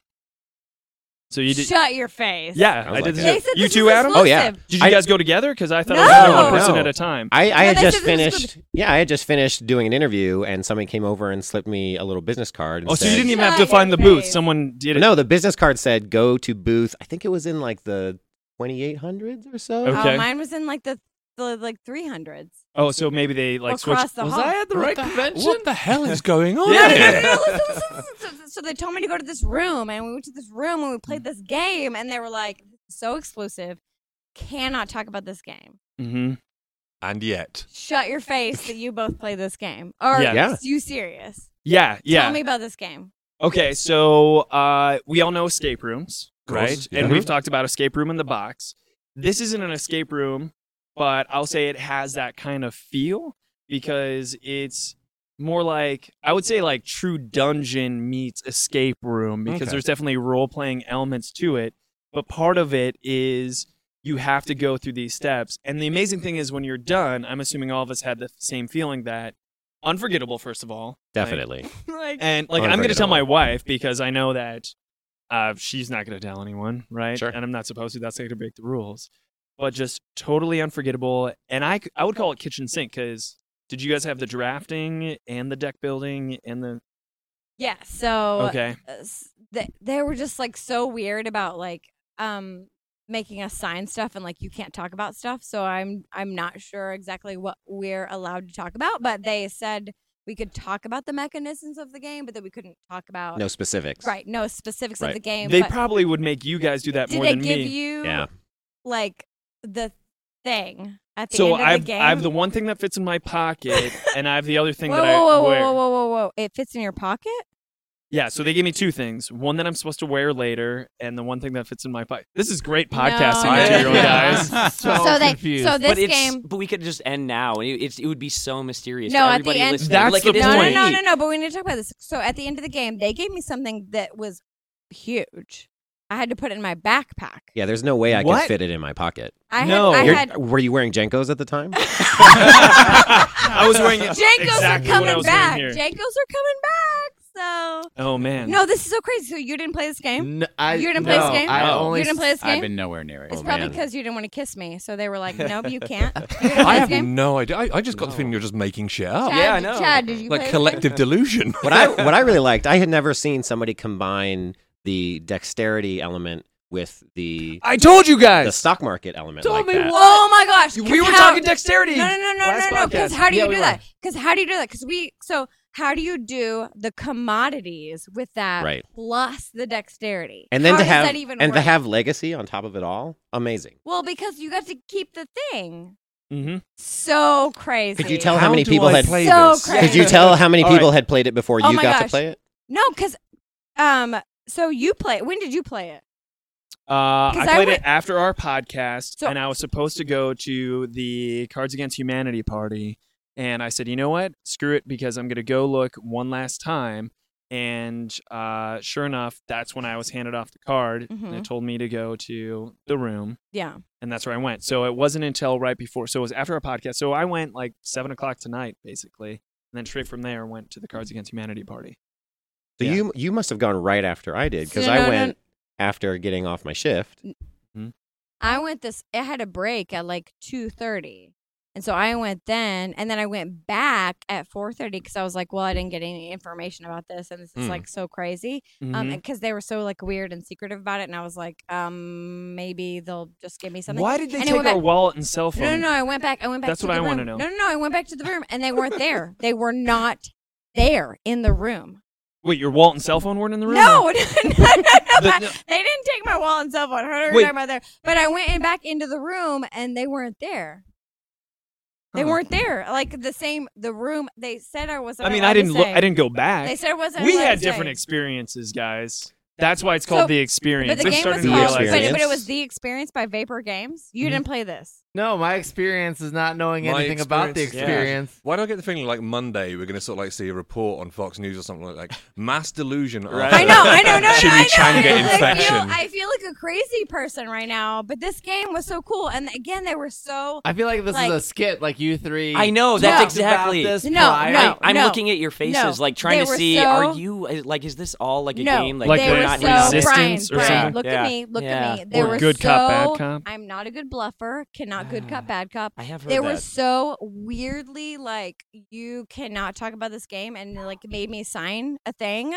[SPEAKER 5] So you did.
[SPEAKER 3] Shut your face.
[SPEAKER 5] yeah,
[SPEAKER 2] Sounds
[SPEAKER 5] I did.
[SPEAKER 2] like
[SPEAKER 5] the
[SPEAKER 2] it.
[SPEAKER 5] show.
[SPEAKER 3] They said
[SPEAKER 5] you
[SPEAKER 3] this
[SPEAKER 5] two,
[SPEAKER 3] is
[SPEAKER 5] Adam.
[SPEAKER 2] Oh, yeah.
[SPEAKER 3] exclusive.
[SPEAKER 5] Did you
[SPEAKER 2] I-
[SPEAKER 5] guys go together? Because I thought it was only one
[SPEAKER 2] No.
[SPEAKER 5] person
[SPEAKER 2] No.
[SPEAKER 5] at a time.
[SPEAKER 2] I, I
[SPEAKER 3] No,
[SPEAKER 2] had
[SPEAKER 3] they
[SPEAKER 2] just
[SPEAKER 3] said this was
[SPEAKER 2] finished. Yeah, I had just finished doing an interview, and somebody came over and slipped me a little business card. And
[SPEAKER 5] Oh, so
[SPEAKER 2] said-
[SPEAKER 5] you didn't even have to
[SPEAKER 3] Shut
[SPEAKER 5] find the
[SPEAKER 3] your
[SPEAKER 5] booth.
[SPEAKER 3] face.
[SPEAKER 5] Someone did it.
[SPEAKER 2] No, the business card said go to booth. I think it was in like the 2800s or so.
[SPEAKER 5] Okay.
[SPEAKER 3] Oh, mine was in like the, the like 300s.
[SPEAKER 5] Oh, so maybe they
[SPEAKER 3] Like
[SPEAKER 5] like switched.
[SPEAKER 3] across the
[SPEAKER 1] Was
[SPEAKER 3] hall.
[SPEAKER 1] I at the right convention?
[SPEAKER 6] What the hell is going on?
[SPEAKER 3] No, no, no,
[SPEAKER 6] here?
[SPEAKER 3] no, no, listen, listen, listen. So- So they told me to go to this room, and we went to this room and we played this game, and they were like, "So exclusive, cannot talk about this game.
[SPEAKER 5] hmm
[SPEAKER 6] And yet,
[SPEAKER 3] Shut your face that you both play this game." Or
[SPEAKER 5] Yeah.
[SPEAKER 2] Yeah.
[SPEAKER 3] you serious?
[SPEAKER 5] Yeah, yeah.
[SPEAKER 3] Tell me about this game.
[SPEAKER 5] Okay, so uh, we all know escape rooms,
[SPEAKER 6] Of course,
[SPEAKER 5] right?
[SPEAKER 6] yeah.
[SPEAKER 5] And we've talked about escape room in the box. This isn't an escape room, but I'll say it has that kind of feel because it's more like I would say like true dungeon meets escape room because
[SPEAKER 6] Okay.
[SPEAKER 5] there's definitely role playing elements to it, but part of it is you have to go through these steps. And the amazing thing is when you're done, I'm assuming all of us had the same feeling that unforgettable first of all. like,
[SPEAKER 2] Definitely.
[SPEAKER 3] like,
[SPEAKER 5] and like I'm gonna tell
[SPEAKER 2] Unforgettable.
[SPEAKER 5] my wife because I know that uh, she's not gonna tell anyone, right?
[SPEAKER 2] Sure.
[SPEAKER 5] And I'm not supposed to. That's gonna break the rules. But just totally unforgettable. And I c- I would call it kitchen sink because did you guys have the drafting and the deck building and the
[SPEAKER 3] yeah. So
[SPEAKER 5] okay
[SPEAKER 3] uh, s- they, they were just like so weird about like um making us sign stuff and like you can't talk about stuff so i'm i'm not sure exactly what we're allowed to talk about but they said we could talk about the mechanisms of the game but that we couldn't talk about
[SPEAKER 2] No specifics.
[SPEAKER 3] right no specifics of
[SPEAKER 2] Right.
[SPEAKER 3] the game
[SPEAKER 5] they
[SPEAKER 3] but
[SPEAKER 5] probably would make you guys do that
[SPEAKER 3] did
[SPEAKER 5] more
[SPEAKER 3] they
[SPEAKER 5] than
[SPEAKER 3] give
[SPEAKER 5] me.
[SPEAKER 3] you
[SPEAKER 2] Yeah.
[SPEAKER 3] like the thing at the
[SPEAKER 5] so
[SPEAKER 3] end of
[SPEAKER 5] I have
[SPEAKER 3] the game
[SPEAKER 5] I have the one thing that fits in my pocket and I have the other thing
[SPEAKER 3] whoa,
[SPEAKER 5] that
[SPEAKER 3] whoa,
[SPEAKER 5] I
[SPEAKER 3] whoa,
[SPEAKER 5] wear.
[SPEAKER 3] whoa, whoa, whoa, whoa! It fits in your pocket.
[SPEAKER 5] Yeah, so they gave me two things: one that I'm supposed to wear later, and the one thing that fits in my pocket. This is great podcasting
[SPEAKER 3] No.
[SPEAKER 5] material,
[SPEAKER 7] Yeah.
[SPEAKER 5] guys.
[SPEAKER 1] So
[SPEAKER 3] so they,
[SPEAKER 1] confused.
[SPEAKER 3] so this
[SPEAKER 7] but it's,
[SPEAKER 3] game.
[SPEAKER 7] But we could just end now, and it, it's, it would be so mysterious.
[SPEAKER 3] No,
[SPEAKER 7] to
[SPEAKER 3] at the
[SPEAKER 7] everybody
[SPEAKER 3] end-
[SPEAKER 7] listening.
[SPEAKER 5] That's
[SPEAKER 7] like,
[SPEAKER 5] the
[SPEAKER 7] it is
[SPEAKER 3] no,
[SPEAKER 7] to
[SPEAKER 5] point.
[SPEAKER 3] no, no,
[SPEAKER 7] me.
[SPEAKER 3] no, no. But we need to talk about this. So at the end of the game, they gave me something that was huge. I had to put it in my backpack.
[SPEAKER 2] Yeah, there's no way I
[SPEAKER 5] What?
[SPEAKER 2] could fit it in my pocket.
[SPEAKER 3] I
[SPEAKER 5] No.
[SPEAKER 3] had, I
[SPEAKER 2] You're-
[SPEAKER 3] had
[SPEAKER 2] were you wearing Jenkos at the time?
[SPEAKER 5] I was wearing it.
[SPEAKER 3] Jankos
[SPEAKER 5] exactly
[SPEAKER 3] are
[SPEAKER 5] what I
[SPEAKER 3] coming
[SPEAKER 5] was wearing
[SPEAKER 3] back.
[SPEAKER 5] here.
[SPEAKER 3] Jankos are coming back.
[SPEAKER 5] oh
[SPEAKER 3] So
[SPEAKER 5] man.
[SPEAKER 3] no, this is so crazy. So you didn't play this game.
[SPEAKER 1] N- I,
[SPEAKER 3] You didn't
[SPEAKER 1] no,
[SPEAKER 3] play this game?
[SPEAKER 1] I
[SPEAKER 4] No.
[SPEAKER 1] only
[SPEAKER 3] you didn't play this game.
[SPEAKER 4] I've been nowhere near it.
[SPEAKER 3] it's
[SPEAKER 2] Oh,
[SPEAKER 3] probably
[SPEAKER 2] man.
[SPEAKER 3] because you didn't want to kiss me, so they were like, "Nope, you can't." You didn't
[SPEAKER 6] I
[SPEAKER 3] play this
[SPEAKER 6] have
[SPEAKER 3] game.
[SPEAKER 6] no idea. I, I just got the feeling you're just making shit up.
[SPEAKER 5] oh,
[SPEAKER 3] Chad,
[SPEAKER 7] Yeah, I know.
[SPEAKER 3] Chad, did you play
[SPEAKER 6] Like
[SPEAKER 3] this
[SPEAKER 6] collective delusion.
[SPEAKER 2] what I what I really liked, I had never seen somebody combine the dexterity element with the
[SPEAKER 5] I told you
[SPEAKER 2] the
[SPEAKER 5] guys.
[SPEAKER 2] stock market element
[SPEAKER 1] Told
[SPEAKER 2] like
[SPEAKER 1] me
[SPEAKER 3] game?
[SPEAKER 2] that.
[SPEAKER 3] Oh my gosh!
[SPEAKER 5] we were
[SPEAKER 3] How-
[SPEAKER 5] talking dexterity.
[SPEAKER 3] No, no, no, no,
[SPEAKER 5] Last
[SPEAKER 3] no, no. Because
[SPEAKER 5] podcast.
[SPEAKER 3] how do you
[SPEAKER 5] Yeah,
[SPEAKER 3] do
[SPEAKER 5] we were.
[SPEAKER 3] that? Because how do you do that? Because we so how do you do the commodities with that
[SPEAKER 2] Right.
[SPEAKER 3] plus the dexterity?
[SPEAKER 2] And then
[SPEAKER 3] How
[SPEAKER 2] to
[SPEAKER 3] does
[SPEAKER 2] have
[SPEAKER 3] that even
[SPEAKER 2] and
[SPEAKER 3] work?
[SPEAKER 2] to have legacy on top of it all, amazing.
[SPEAKER 3] well, because you got to keep the thing.
[SPEAKER 5] Mm-hmm.
[SPEAKER 3] So crazy.
[SPEAKER 2] Could you tell how many people
[SPEAKER 6] I
[SPEAKER 2] had-
[SPEAKER 6] play
[SPEAKER 3] So
[SPEAKER 6] this?
[SPEAKER 3] crazy.
[SPEAKER 2] Could you tell how many
[SPEAKER 5] All right.
[SPEAKER 2] people had played it before
[SPEAKER 3] Oh
[SPEAKER 2] you
[SPEAKER 3] my
[SPEAKER 2] got
[SPEAKER 3] gosh.
[SPEAKER 2] to play it?
[SPEAKER 3] No, because um. So you play. When did you play it?
[SPEAKER 5] Uh, I
[SPEAKER 3] 'Cause
[SPEAKER 5] played
[SPEAKER 3] I
[SPEAKER 5] it
[SPEAKER 3] went-
[SPEAKER 5] after our podcast,
[SPEAKER 3] So-
[SPEAKER 5] and I was supposed to go to the Cards Against Humanity party, and I said, you know what? Screw it, because I'm gonna go look one last time. And uh, sure enough, that's when I was handed off the card, and it
[SPEAKER 3] Mhm.
[SPEAKER 5] told me to go to the room.
[SPEAKER 3] Yeah.
[SPEAKER 5] and that's where I went. So it wasn't until right before. So it was after our podcast. So I went like seven o'clock tonight, basically, and then straight from there went to the Cards Against Humanity party.
[SPEAKER 2] So
[SPEAKER 5] Yeah.
[SPEAKER 2] you you must have gone right after I did because
[SPEAKER 3] No, no,
[SPEAKER 2] I
[SPEAKER 3] no.
[SPEAKER 2] went after getting off my shift.
[SPEAKER 3] I went this. I had a break at like two thirty, and so I went then, and then I went back at four thirty because I was like, "Well, I didn't get any information about this, and this is
[SPEAKER 6] Hmm.
[SPEAKER 3] like so crazy." Um,
[SPEAKER 5] Mhm.
[SPEAKER 3] because they were so like weird and secretive about it, and I was like, "Um, maybe they'll just give me something."
[SPEAKER 5] Why did they
[SPEAKER 3] and it
[SPEAKER 5] take
[SPEAKER 3] went
[SPEAKER 5] our
[SPEAKER 3] back-
[SPEAKER 5] wallet and cell phone?
[SPEAKER 3] No, no, no. I went back. I went back.
[SPEAKER 5] That's
[SPEAKER 3] to
[SPEAKER 5] what
[SPEAKER 3] the
[SPEAKER 5] I wanna know.
[SPEAKER 3] room. No, no, no. I went back to the room, and they weren't there. they were not there in the room.
[SPEAKER 5] Wait, your wallet and cell phone weren't in the room?
[SPEAKER 3] No, no, no, no, no.
[SPEAKER 5] The-
[SPEAKER 3] They didn't take my wallet and cell phone. I don't
[SPEAKER 5] Wait.
[SPEAKER 3] know about there. But I went in back into the room and they weren't there. They
[SPEAKER 5] Huh.
[SPEAKER 3] weren't there. Like the same the room they said I wasn't.
[SPEAKER 5] I mean,
[SPEAKER 3] allowed
[SPEAKER 5] I
[SPEAKER 3] to
[SPEAKER 5] didn't look.
[SPEAKER 3] say.
[SPEAKER 5] I didn't go
[SPEAKER 3] They
[SPEAKER 5] back.
[SPEAKER 3] said I wasn't.
[SPEAKER 5] We
[SPEAKER 3] allowed
[SPEAKER 5] had
[SPEAKER 3] to
[SPEAKER 5] different
[SPEAKER 3] say.
[SPEAKER 5] experiences, guys. That's why it's called
[SPEAKER 3] So-
[SPEAKER 5] the experience.
[SPEAKER 3] But the
[SPEAKER 5] I'm
[SPEAKER 3] game was
[SPEAKER 5] starting
[SPEAKER 2] The
[SPEAKER 5] to
[SPEAKER 3] called.
[SPEAKER 5] realize.
[SPEAKER 3] But,
[SPEAKER 2] Experience.
[SPEAKER 3] but it was the experience by Vapor Games.
[SPEAKER 5] Mm-hmm.
[SPEAKER 3] You didn't play this.
[SPEAKER 1] No, my experience is not knowing
[SPEAKER 6] My
[SPEAKER 1] anything about the
[SPEAKER 6] experience-
[SPEAKER 7] yeah.
[SPEAKER 1] experience.
[SPEAKER 6] Why do I get the feeling like Monday we're going to sort of like see a report on Fox News or something like, like mass delusion?
[SPEAKER 7] Right.
[SPEAKER 3] I
[SPEAKER 6] after-
[SPEAKER 3] know. I know. No, no, I know.
[SPEAKER 6] Chimichanga
[SPEAKER 3] I feel,
[SPEAKER 6] infection.
[SPEAKER 3] I feel like a crazy person right now. But this game was so cool. And again, they were so.
[SPEAKER 1] I feel like this
[SPEAKER 3] Like-
[SPEAKER 1] is a skit. Like you three.
[SPEAKER 7] I know.
[SPEAKER 1] talked
[SPEAKER 7] That's
[SPEAKER 1] about
[SPEAKER 7] exactly.
[SPEAKER 1] this
[SPEAKER 3] No,
[SPEAKER 1] prior.
[SPEAKER 3] no.
[SPEAKER 7] I, am
[SPEAKER 3] no.
[SPEAKER 7] looking at your faces,
[SPEAKER 3] No.
[SPEAKER 7] like trying
[SPEAKER 3] They
[SPEAKER 7] to
[SPEAKER 3] were
[SPEAKER 7] see.
[SPEAKER 3] so-
[SPEAKER 7] Are you uh, like? Is this all like a
[SPEAKER 3] no,
[SPEAKER 7] game?
[SPEAKER 5] Like
[SPEAKER 3] they
[SPEAKER 5] the
[SPEAKER 3] were
[SPEAKER 7] not
[SPEAKER 3] so
[SPEAKER 7] hate it.
[SPEAKER 5] Resistance
[SPEAKER 3] Brian,
[SPEAKER 5] or
[SPEAKER 3] Brian,
[SPEAKER 5] something?
[SPEAKER 3] look at
[SPEAKER 7] Yeah.
[SPEAKER 3] me, look
[SPEAKER 7] Yeah.
[SPEAKER 3] at me. They
[SPEAKER 5] or
[SPEAKER 3] were
[SPEAKER 5] good
[SPEAKER 3] so,
[SPEAKER 5] cop, bad cop.
[SPEAKER 3] I'm not a good bluffer. Cannot good
[SPEAKER 7] Ah.
[SPEAKER 3] cop, bad cop.
[SPEAKER 7] I have heard
[SPEAKER 3] They
[SPEAKER 7] that.
[SPEAKER 3] were so weirdly like you cannot talk about this game, and they, like made me sign a thing.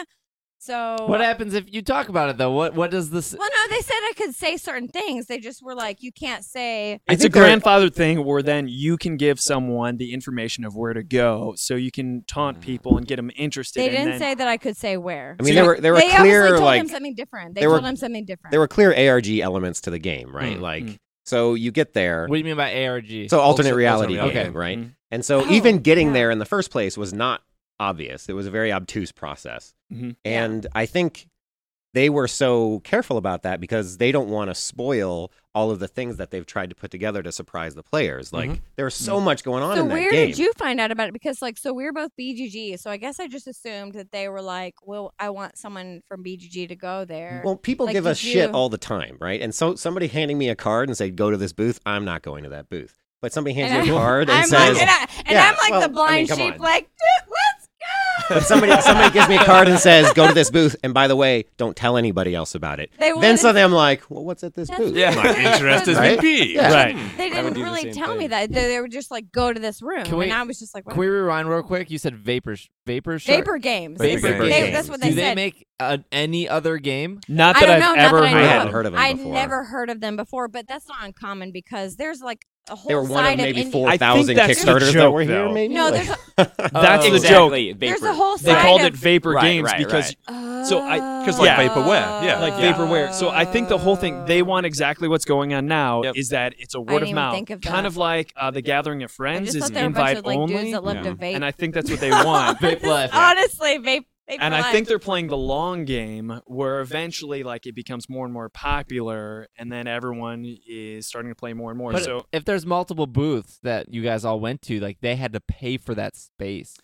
[SPEAKER 3] So
[SPEAKER 1] What happens if you talk about it though? What what does this?
[SPEAKER 3] Well, no, they said I could say certain things. They just were like, you can't say.
[SPEAKER 7] I
[SPEAKER 5] It's a
[SPEAKER 7] think they're-
[SPEAKER 5] grandfather thing where then you can give someone the information of where to go, so you can taunt
[SPEAKER 7] Mm.
[SPEAKER 5] people and get them interested.
[SPEAKER 3] They
[SPEAKER 5] and
[SPEAKER 3] didn't
[SPEAKER 5] then-
[SPEAKER 3] say that I could say where.
[SPEAKER 2] I mean,
[SPEAKER 5] So
[SPEAKER 2] there
[SPEAKER 5] you-
[SPEAKER 2] were there were
[SPEAKER 3] they obviously
[SPEAKER 2] clear
[SPEAKER 3] told
[SPEAKER 2] like
[SPEAKER 3] him something different. They
[SPEAKER 2] there were-
[SPEAKER 3] told him something different.
[SPEAKER 2] there were clear ARG elements to the game, right?
[SPEAKER 5] Mm,
[SPEAKER 2] Like
[SPEAKER 5] mm.
[SPEAKER 2] so you get there.
[SPEAKER 1] What do you mean by ARG?
[SPEAKER 2] So alternate
[SPEAKER 6] Alternate
[SPEAKER 2] reality,
[SPEAKER 6] reality.
[SPEAKER 2] game,
[SPEAKER 1] Okay.
[SPEAKER 2] right?
[SPEAKER 5] Mm.
[SPEAKER 2] And so
[SPEAKER 3] Oh,
[SPEAKER 2] even getting
[SPEAKER 3] yeah.
[SPEAKER 2] there in the first place was not obvious. It was a very obtuse process.
[SPEAKER 5] Mhm.
[SPEAKER 3] Yeah.
[SPEAKER 2] And I think they were so careful about that because they don't want to spoil all of the things that they've tried to put together to surprise the players. Like there's so much going on
[SPEAKER 3] Mm-hmm. so
[SPEAKER 2] in that
[SPEAKER 3] where
[SPEAKER 2] game.
[SPEAKER 3] did you find out about it? Because like, so we were both BGG. So I guess I just assumed that they were like, well, I want someone from BGG to go there.
[SPEAKER 2] well, people
[SPEAKER 3] like,
[SPEAKER 2] give
[SPEAKER 3] did
[SPEAKER 2] us shit
[SPEAKER 3] you-
[SPEAKER 2] all the time, right? And so somebody handing me a card and said, "Go to this booth." I'm not going to that booth. But somebody hands
[SPEAKER 3] And
[SPEAKER 2] you a
[SPEAKER 3] I-
[SPEAKER 2] card and
[SPEAKER 3] I'm
[SPEAKER 2] says,
[SPEAKER 3] like, and, I, and
[SPEAKER 2] yeah,
[SPEAKER 3] I'm like
[SPEAKER 2] well, I
[SPEAKER 3] the
[SPEAKER 2] mean,
[SPEAKER 3] blind
[SPEAKER 2] come
[SPEAKER 3] sheep,
[SPEAKER 2] on.
[SPEAKER 3] like, dude, let's go.
[SPEAKER 2] But somebody somebody gives me a card and says, "Go to this booth," and by the way, don't tell anybody else about it.
[SPEAKER 3] They
[SPEAKER 2] then
[SPEAKER 3] wouldn't-
[SPEAKER 2] suddenly I'm like, "Well, what's at this
[SPEAKER 3] That's-
[SPEAKER 2] booth?"
[SPEAKER 3] Yeah.
[SPEAKER 8] My interest is
[SPEAKER 2] Right?
[SPEAKER 8] in pee.
[SPEAKER 2] Yeah.
[SPEAKER 5] Right.
[SPEAKER 3] They
[SPEAKER 7] I
[SPEAKER 3] didn't
[SPEAKER 7] would do the
[SPEAKER 3] really
[SPEAKER 7] same
[SPEAKER 3] tell me
[SPEAKER 7] thing.
[SPEAKER 3] that. They, they were just like, go to this room,
[SPEAKER 1] Can we-
[SPEAKER 3] and I was just like, what?
[SPEAKER 1] Can we rewind real quick? You said vapor sh- vapor shark.
[SPEAKER 3] Vapor games.
[SPEAKER 6] Vapor
[SPEAKER 3] They-
[SPEAKER 2] games.
[SPEAKER 3] they- That's what
[SPEAKER 1] Do
[SPEAKER 3] they
[SPEAKER 1] they
[SPEAKER 3] said.
[SPEAKER 1] make uh, any other game?
[SPEAKER 5] Not
[SPEAKER 3] I
[SPEAKER 5] that
[SPEAKER 3] don't
[SPEAKER 5] I've
[SPEAKER 3] know, not
[SPEAKER 5] ever
[SPEAKER 3] that I
[SPEAKER 2] I
[SPEAKER 3] know.
[SPEAKER 2] hadn't heard of them
[SPEAKER 3] I'd
[SPEAKER 2] before.
[SPEAKER 3] never heard of them before, but that's not uncommon because there's like a whole
[SPEAKER 2] They were one
[SPEAKER 3] side
[SPEAKER 2] of maybe
[SPEAKER 3] indie-
[SPEAKER 2] four thousand
[SPEAKER 5] that's the
[SPEAKER 2] Kickstarters that
[SPEAKER 5] joke,
[SPEAKER 2] were here.
[SPEAKER 5] though.
[SPEAKER 2] Maybe
[SPEAKER 3] No,
[SPEAKER 2] Like-
[SPEAKER 3] there's a,
[SPEAKER 5] That's
[SPEAKER 1] Oh.
[SPEAKER 5] the joke.
[SPEAKER 7] exactly.
[SPEAKER 3] there's
[SPEAKER 7] vapor.
[SPEAKER 3] a whole
[SPEAKER 5] They
[SPEAKER 3] side
[SPEAKER 5] called
[SPEAKER 3] of
[SPEAKER 5] it vapor
[SPEAKER 7] Right,
[SPEAKER 5] games
[SPEAKER 7] right,
[SPEAKER 5] because
[SPEAKER 7] right.
[SPEAKER 5] So I-
[SPEAKER 6] 'cause, like, vaporware, yeah.
[SPEAKER 5] like
[SPEAKER 3] Oh.
[SPEAKER 6] Yeah.
[SPEAKER 5] vaporware. So I think the whole thing they want exactly what's going on now
[SPEAKER 8] Yep.
[SPEAKER 5] is that it's a word
[SPEAKER 3] didn't
[SPEAKER 5] of
[SPEAKER 3] even
[SPEAKER 5] mouth,
[SPEAKER 3] think of
[SPEAKER 5] kind
[SPEAKER 3] that.
[SPEAKER 5] of like uh, the Gathering of
[SPEAKER 3] I
[SPEAKER 5] Friends
[SPEAKER 3] just
[SPEAKER 5] is
[SPEAKER 3] thought there were a
[SPEAKER 5] invite
[SPEAKER 3] bunch of like
[SPEAKER 5] only,
[SPEAKER 3] dudes that loved
[SPEAKER 2] Yeah.
[SPEAKER 3] to vape.
[SPEAKER 5] and I think that's what they want.
[SPEAKER 1] Vape life.
[SPEAKER 3] Honestly, vape. vape
[SPEAKER 5] and
[SPEAKER 3] for
[SPEAKER 5] I
[SPEAKER 3] life.
[SPEAKER 5] think they're playing the long game, where eventually, like, it becomes more and more popular, and then everyone is starting to play more and more.
[SPEAKER 1] But
[SPEAKER 5] so
[SPEAKER 1] if there's multiple booths that you guys all went to, like they had to pay for that space.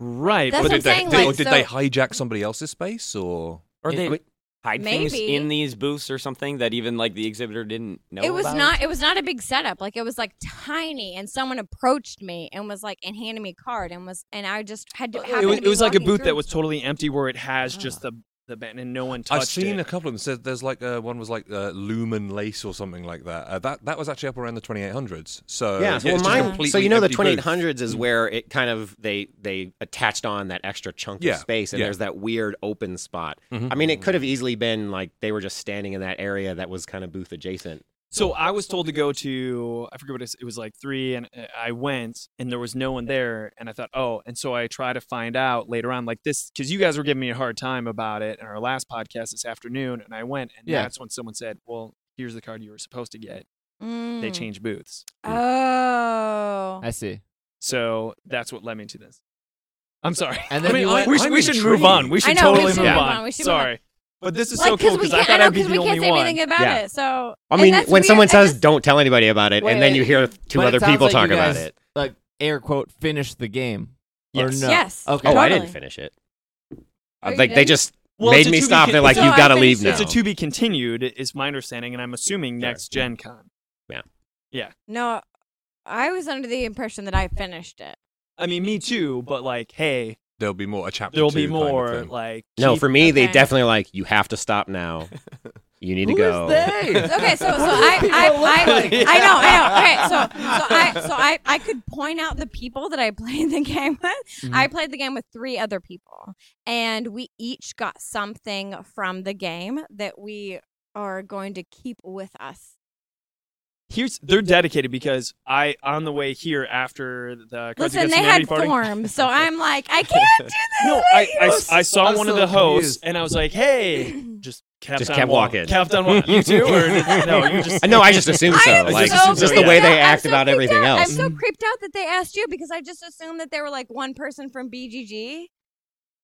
[SPEAKER 5] right,
[SPEAKER 3] That's
[SPEAKER 5] but
[SPEAKER 3] what
[SPEAKER 6] did
[SPEAKER 3] I'm
[SPEAKER 6] they,
[SPEAKER 3] saying,
[SPEAKER 6] did,
[SPEAKER 3] like,
[SPEAKER 6] or did
[SPEAKER 3] so-
[SPEAKER 6] they hijack somebody else's space or?
[SPEAKER 7] or they hide things
[SPEAKER 3] Maybe.
[SPEAKER 7] in these booths or something that even like the exhibitor didn't know.
[SPEAKER 3] it was
[SPEAKER 7] about.
[SPEAKER 3] not. It was not a big setup. Like it was like tiny, and someone approached me and was like and handed me a card and was and I just had to.
[SPEAKER 5] it
[SPEAKER 3] happened
[SPEAKER 5] was,
[SPEAKER 3] to
[SPEAKER 5] it
[SPEAKER 3] be
[SPEAKER 5] was like a
[SPEAKER 3] walking
[SPEAKER 5] booth
[SPEAKER 3] through.
[SPEAKER 5] that was totally empty, where it has just the the band and no one touched
[SPEAKER 6] I've seen
[SPEAKER 5] it.
[SPEAKER 6] a couple of them. So there's like uh, one was like uh, Lumen Lace or something like that. Uh, that that was actually up around the 2800s. So
[SPEAKER 2] yeah,
[SPEAKER 6] it's
[SPEAKER 2] well,
[SPEAKER 6] just a
[SPEAKER 2] mine.
[SPEAKER 6] completely
[SPEAKER 2] So you know, the
[SPEAKER 6] empty booth.
[SPEAKER 2] 2800s is where it kind of they they attached on that extra chunk
[SPEAKER 6] Yeah,
[SPEAKER 2] of space, and
[SPEAKER 6] yeah.
[SPEAKER 2] there's that weird open spot.
[SPEAKER 6] Mhm.
[SPEAKER 2] I mean, it could have easily been like they were just standing in that area that was kind of booth adjacent.
[SPEAKER 5] So I was told to go to I forget what it, is- it was like three, and uh, I went, and there was no one there, and I thought, oh, and so I try to find out later on, like this, because you guys were giving me a hard time about it in our last podcast this afternoon, and I went, and
[SPEAKER 1] Yeah.
[SPEAKER 5] that's when someone said, well, here's the card you were supposed to get. They
[SPEAKER 3] Mm.
[SPEAKER 5] changed booths,
[SPEAKER 3] Oh.
[SPEAKER 1] I see.
[SPEAKER 5] so that's what led me to this. I'm sorry.
[SPEAKER 1] And
[SPEAKER 5] I
[SPEAKER 1] then
[SPEAKER 5] mean,
[SPEAKER 1] you went-
[SPEAKER 5] we, should,
[SPEAKER 6] I'm
[SPEAKER 5] we should move on. We
[SPEAKER 3] I
[SPEAKER 5] should
[SPEAKER 3] know, we
[SPEAKER 5] totally
[SPEAKER 3] should
[SPEAKER 5] move
[SPEAKER 3] move
[SPEAKER 5] on.
[SPEAKER 3] on. We should move on.
[SPEAKER 5] Sorry, but this is
[SPEAKER 3] Like,
[SPEAKER 5] so cool
[SPEAKER 3] 'cause we
[SPEAKER 5] because I
[SPEAKER 3] can't-
[SPEAKER 5] thought
[SPEAKER 3] know,
[SPEAKER 5] I'd be
[SPEAKER 3] 'cause
[SPEAKER 5] the
[SPEAKER 3] we
[SPEAKER 5] only
[SPEAKER 3] can't say
[SPEAKER 5] one.
[SPEAKER 3] anything about
[SPEAKER 2] Yeah.
[SPEAKER 3] it. So
[SPEAKER 2] I
[SPEAKER 3] and
[SPEAKER 2] mean, when
[SPEAKER 3] that's weird.
[SPEAKER 2] someone
[SPEAKER 3] I
[SPEAKER 2] says
[SPEAKER 3] just-
[SPEAKER 2] "Don't tell anybody about it,"
[SPEAKER 1] Wait,
[SPEAKER 2] and then you
[SPEAKER 1] wait.
[SPEAKER 2] hear two
[SPEAKER 1] But it
[SPEAKER 2] other
[SPEAKER 1] sounds
[SPEAKER 2] people
[SPEAKER 1] like
[SPEAKER 2] talk
[SPEAKER 1] you
[SPEAKER 2] about
[SPEAKER 1] guys-
[SPEAKER 2] it.
[SPEAKER 1] Like air quote, finish the game.
[SPEAKER 5] Yes.
[SPEAKER 1] Or no?
[SPEAKER 3] yes.
[SPEAKER 1] Okay.
[SPEAKER 2] Oh, I
[SPEAKER 3] Totally.
[SPEAKER 2] didn't finish it.
[SPEAKER 3] Oh, you
[SPEAKER 2] like they
[SPEAKER 3] didn't?
[SPEAKER 2] just
[SPEAKER 5] Well, it's
[SPEAKER 2] made
[SPEAKER 5] a
[SPEAKER 2] me
[SPEAKER 5] to be
[SPEAKER 2] stop.
[SPEAKER 5] con-
[SPEAKER 2] They're like,
[SPEAKER 3] So
[SPEAKER 2] "You've
[SPEAKER 3] I
[SPEAKER 2] got to
[SPEAKER 3] finished
[SPEAKER 2] leave
[SPEAKER 3] it.
[SPEAKER 2] now."
[SPEAKER 5] It's a to be continued, is my understanding, and I'm assuming next Gen Con.
[SPEAKER 3] No, I was under the impression that I finished it.
[SPEAKER 5] I mean, me too, but like, hey,
[SPEAKER 6] There'll be more. A chapter.
[SPEAKER 5] there'll be
[SPEAKER 6] two kind of
[SPEAKER 5] more.
[SPEAKER 6] thing.
[SPEAKER 5] like,
[SPEAKER 2] No,
[SPEAKER 5] keep- uh,
[SPEAKER 2] for me, they
[SPEAKER 3] Okay.
[SPEAKER 2] definitely like you have to stop now. You need to
[SPEAKER 1] Who is
[SPEAKER 2] go.
[SPEAKER 1] they?
[SPEAKER 3] Okay, so so
[SPEAKER 1] What do these
[SPEAKER 3] I I,
[SPEAKER 1] people
[SPEAKER 3] I,
[SPEAKER 1] look like?
[SPEAKER 3] I know I know. Okay, so so I so I I could point out the people that I played the game with. I played the game with three other people, and we each got something from the game that we are going to keep with us.
[SPEAKER 5] here's they're dedicated because I on the way here after the Cards
[SPEAKER 3] Listen,
[SPEAKER 5] Against
[SPEAKER 3] they
[SPEAKER 5] Humanity
[SPEAKER 3] had
[SPEAKER 5] party.
[SPEAKER 3] forms, so I'm like, I can't do this.
[SPEAKER 5] No,
[SPEAKER 3] with
[SPEAKER 5] I,
[SPEAKER 3] you.
[SPEAKER 5] I, I saw
[SPEAKER 1] I'm
[SPEAKER 5] one of
[SPEAKER 1] so
[SPEAKER 5] the hosts,
[SPEAKER 1] confused.
[SPEAKER 5] and I was like, hey, just kept
[SPEAKER 2] Just
[SPEAKER 5] on
[SPEAKER 2] kept
[SPEAKER 5] walking.
[SPEAKER 2] walking.
[SPEAKER 5] kept on walking. You too, or no? You just
[SPEAKER 2] no, I just assume so.
[SPEAKER 3] I am
[SPEAKER 2] uh, Like
[SPEAKER 3] so
[SPEAKER 2] just the
[SPEAKER 3] creeped
[SPEAKER 2] way
[SPEAKER 3] out.
[SPEAKER 2] they
[SPEAKER 3] I'm
[SPEAKER 2] act
[SPEAKER 3] so
[SPEAKER 2] about
[SPEAKER 3] creeped
[SPEAKER 2] everything
[SPEAKER 3] out. I'm
[SPEAKER 2] else.
[SPEAKER 3] so creeped out that they asked you because I just assumed that they were like one person from BGG.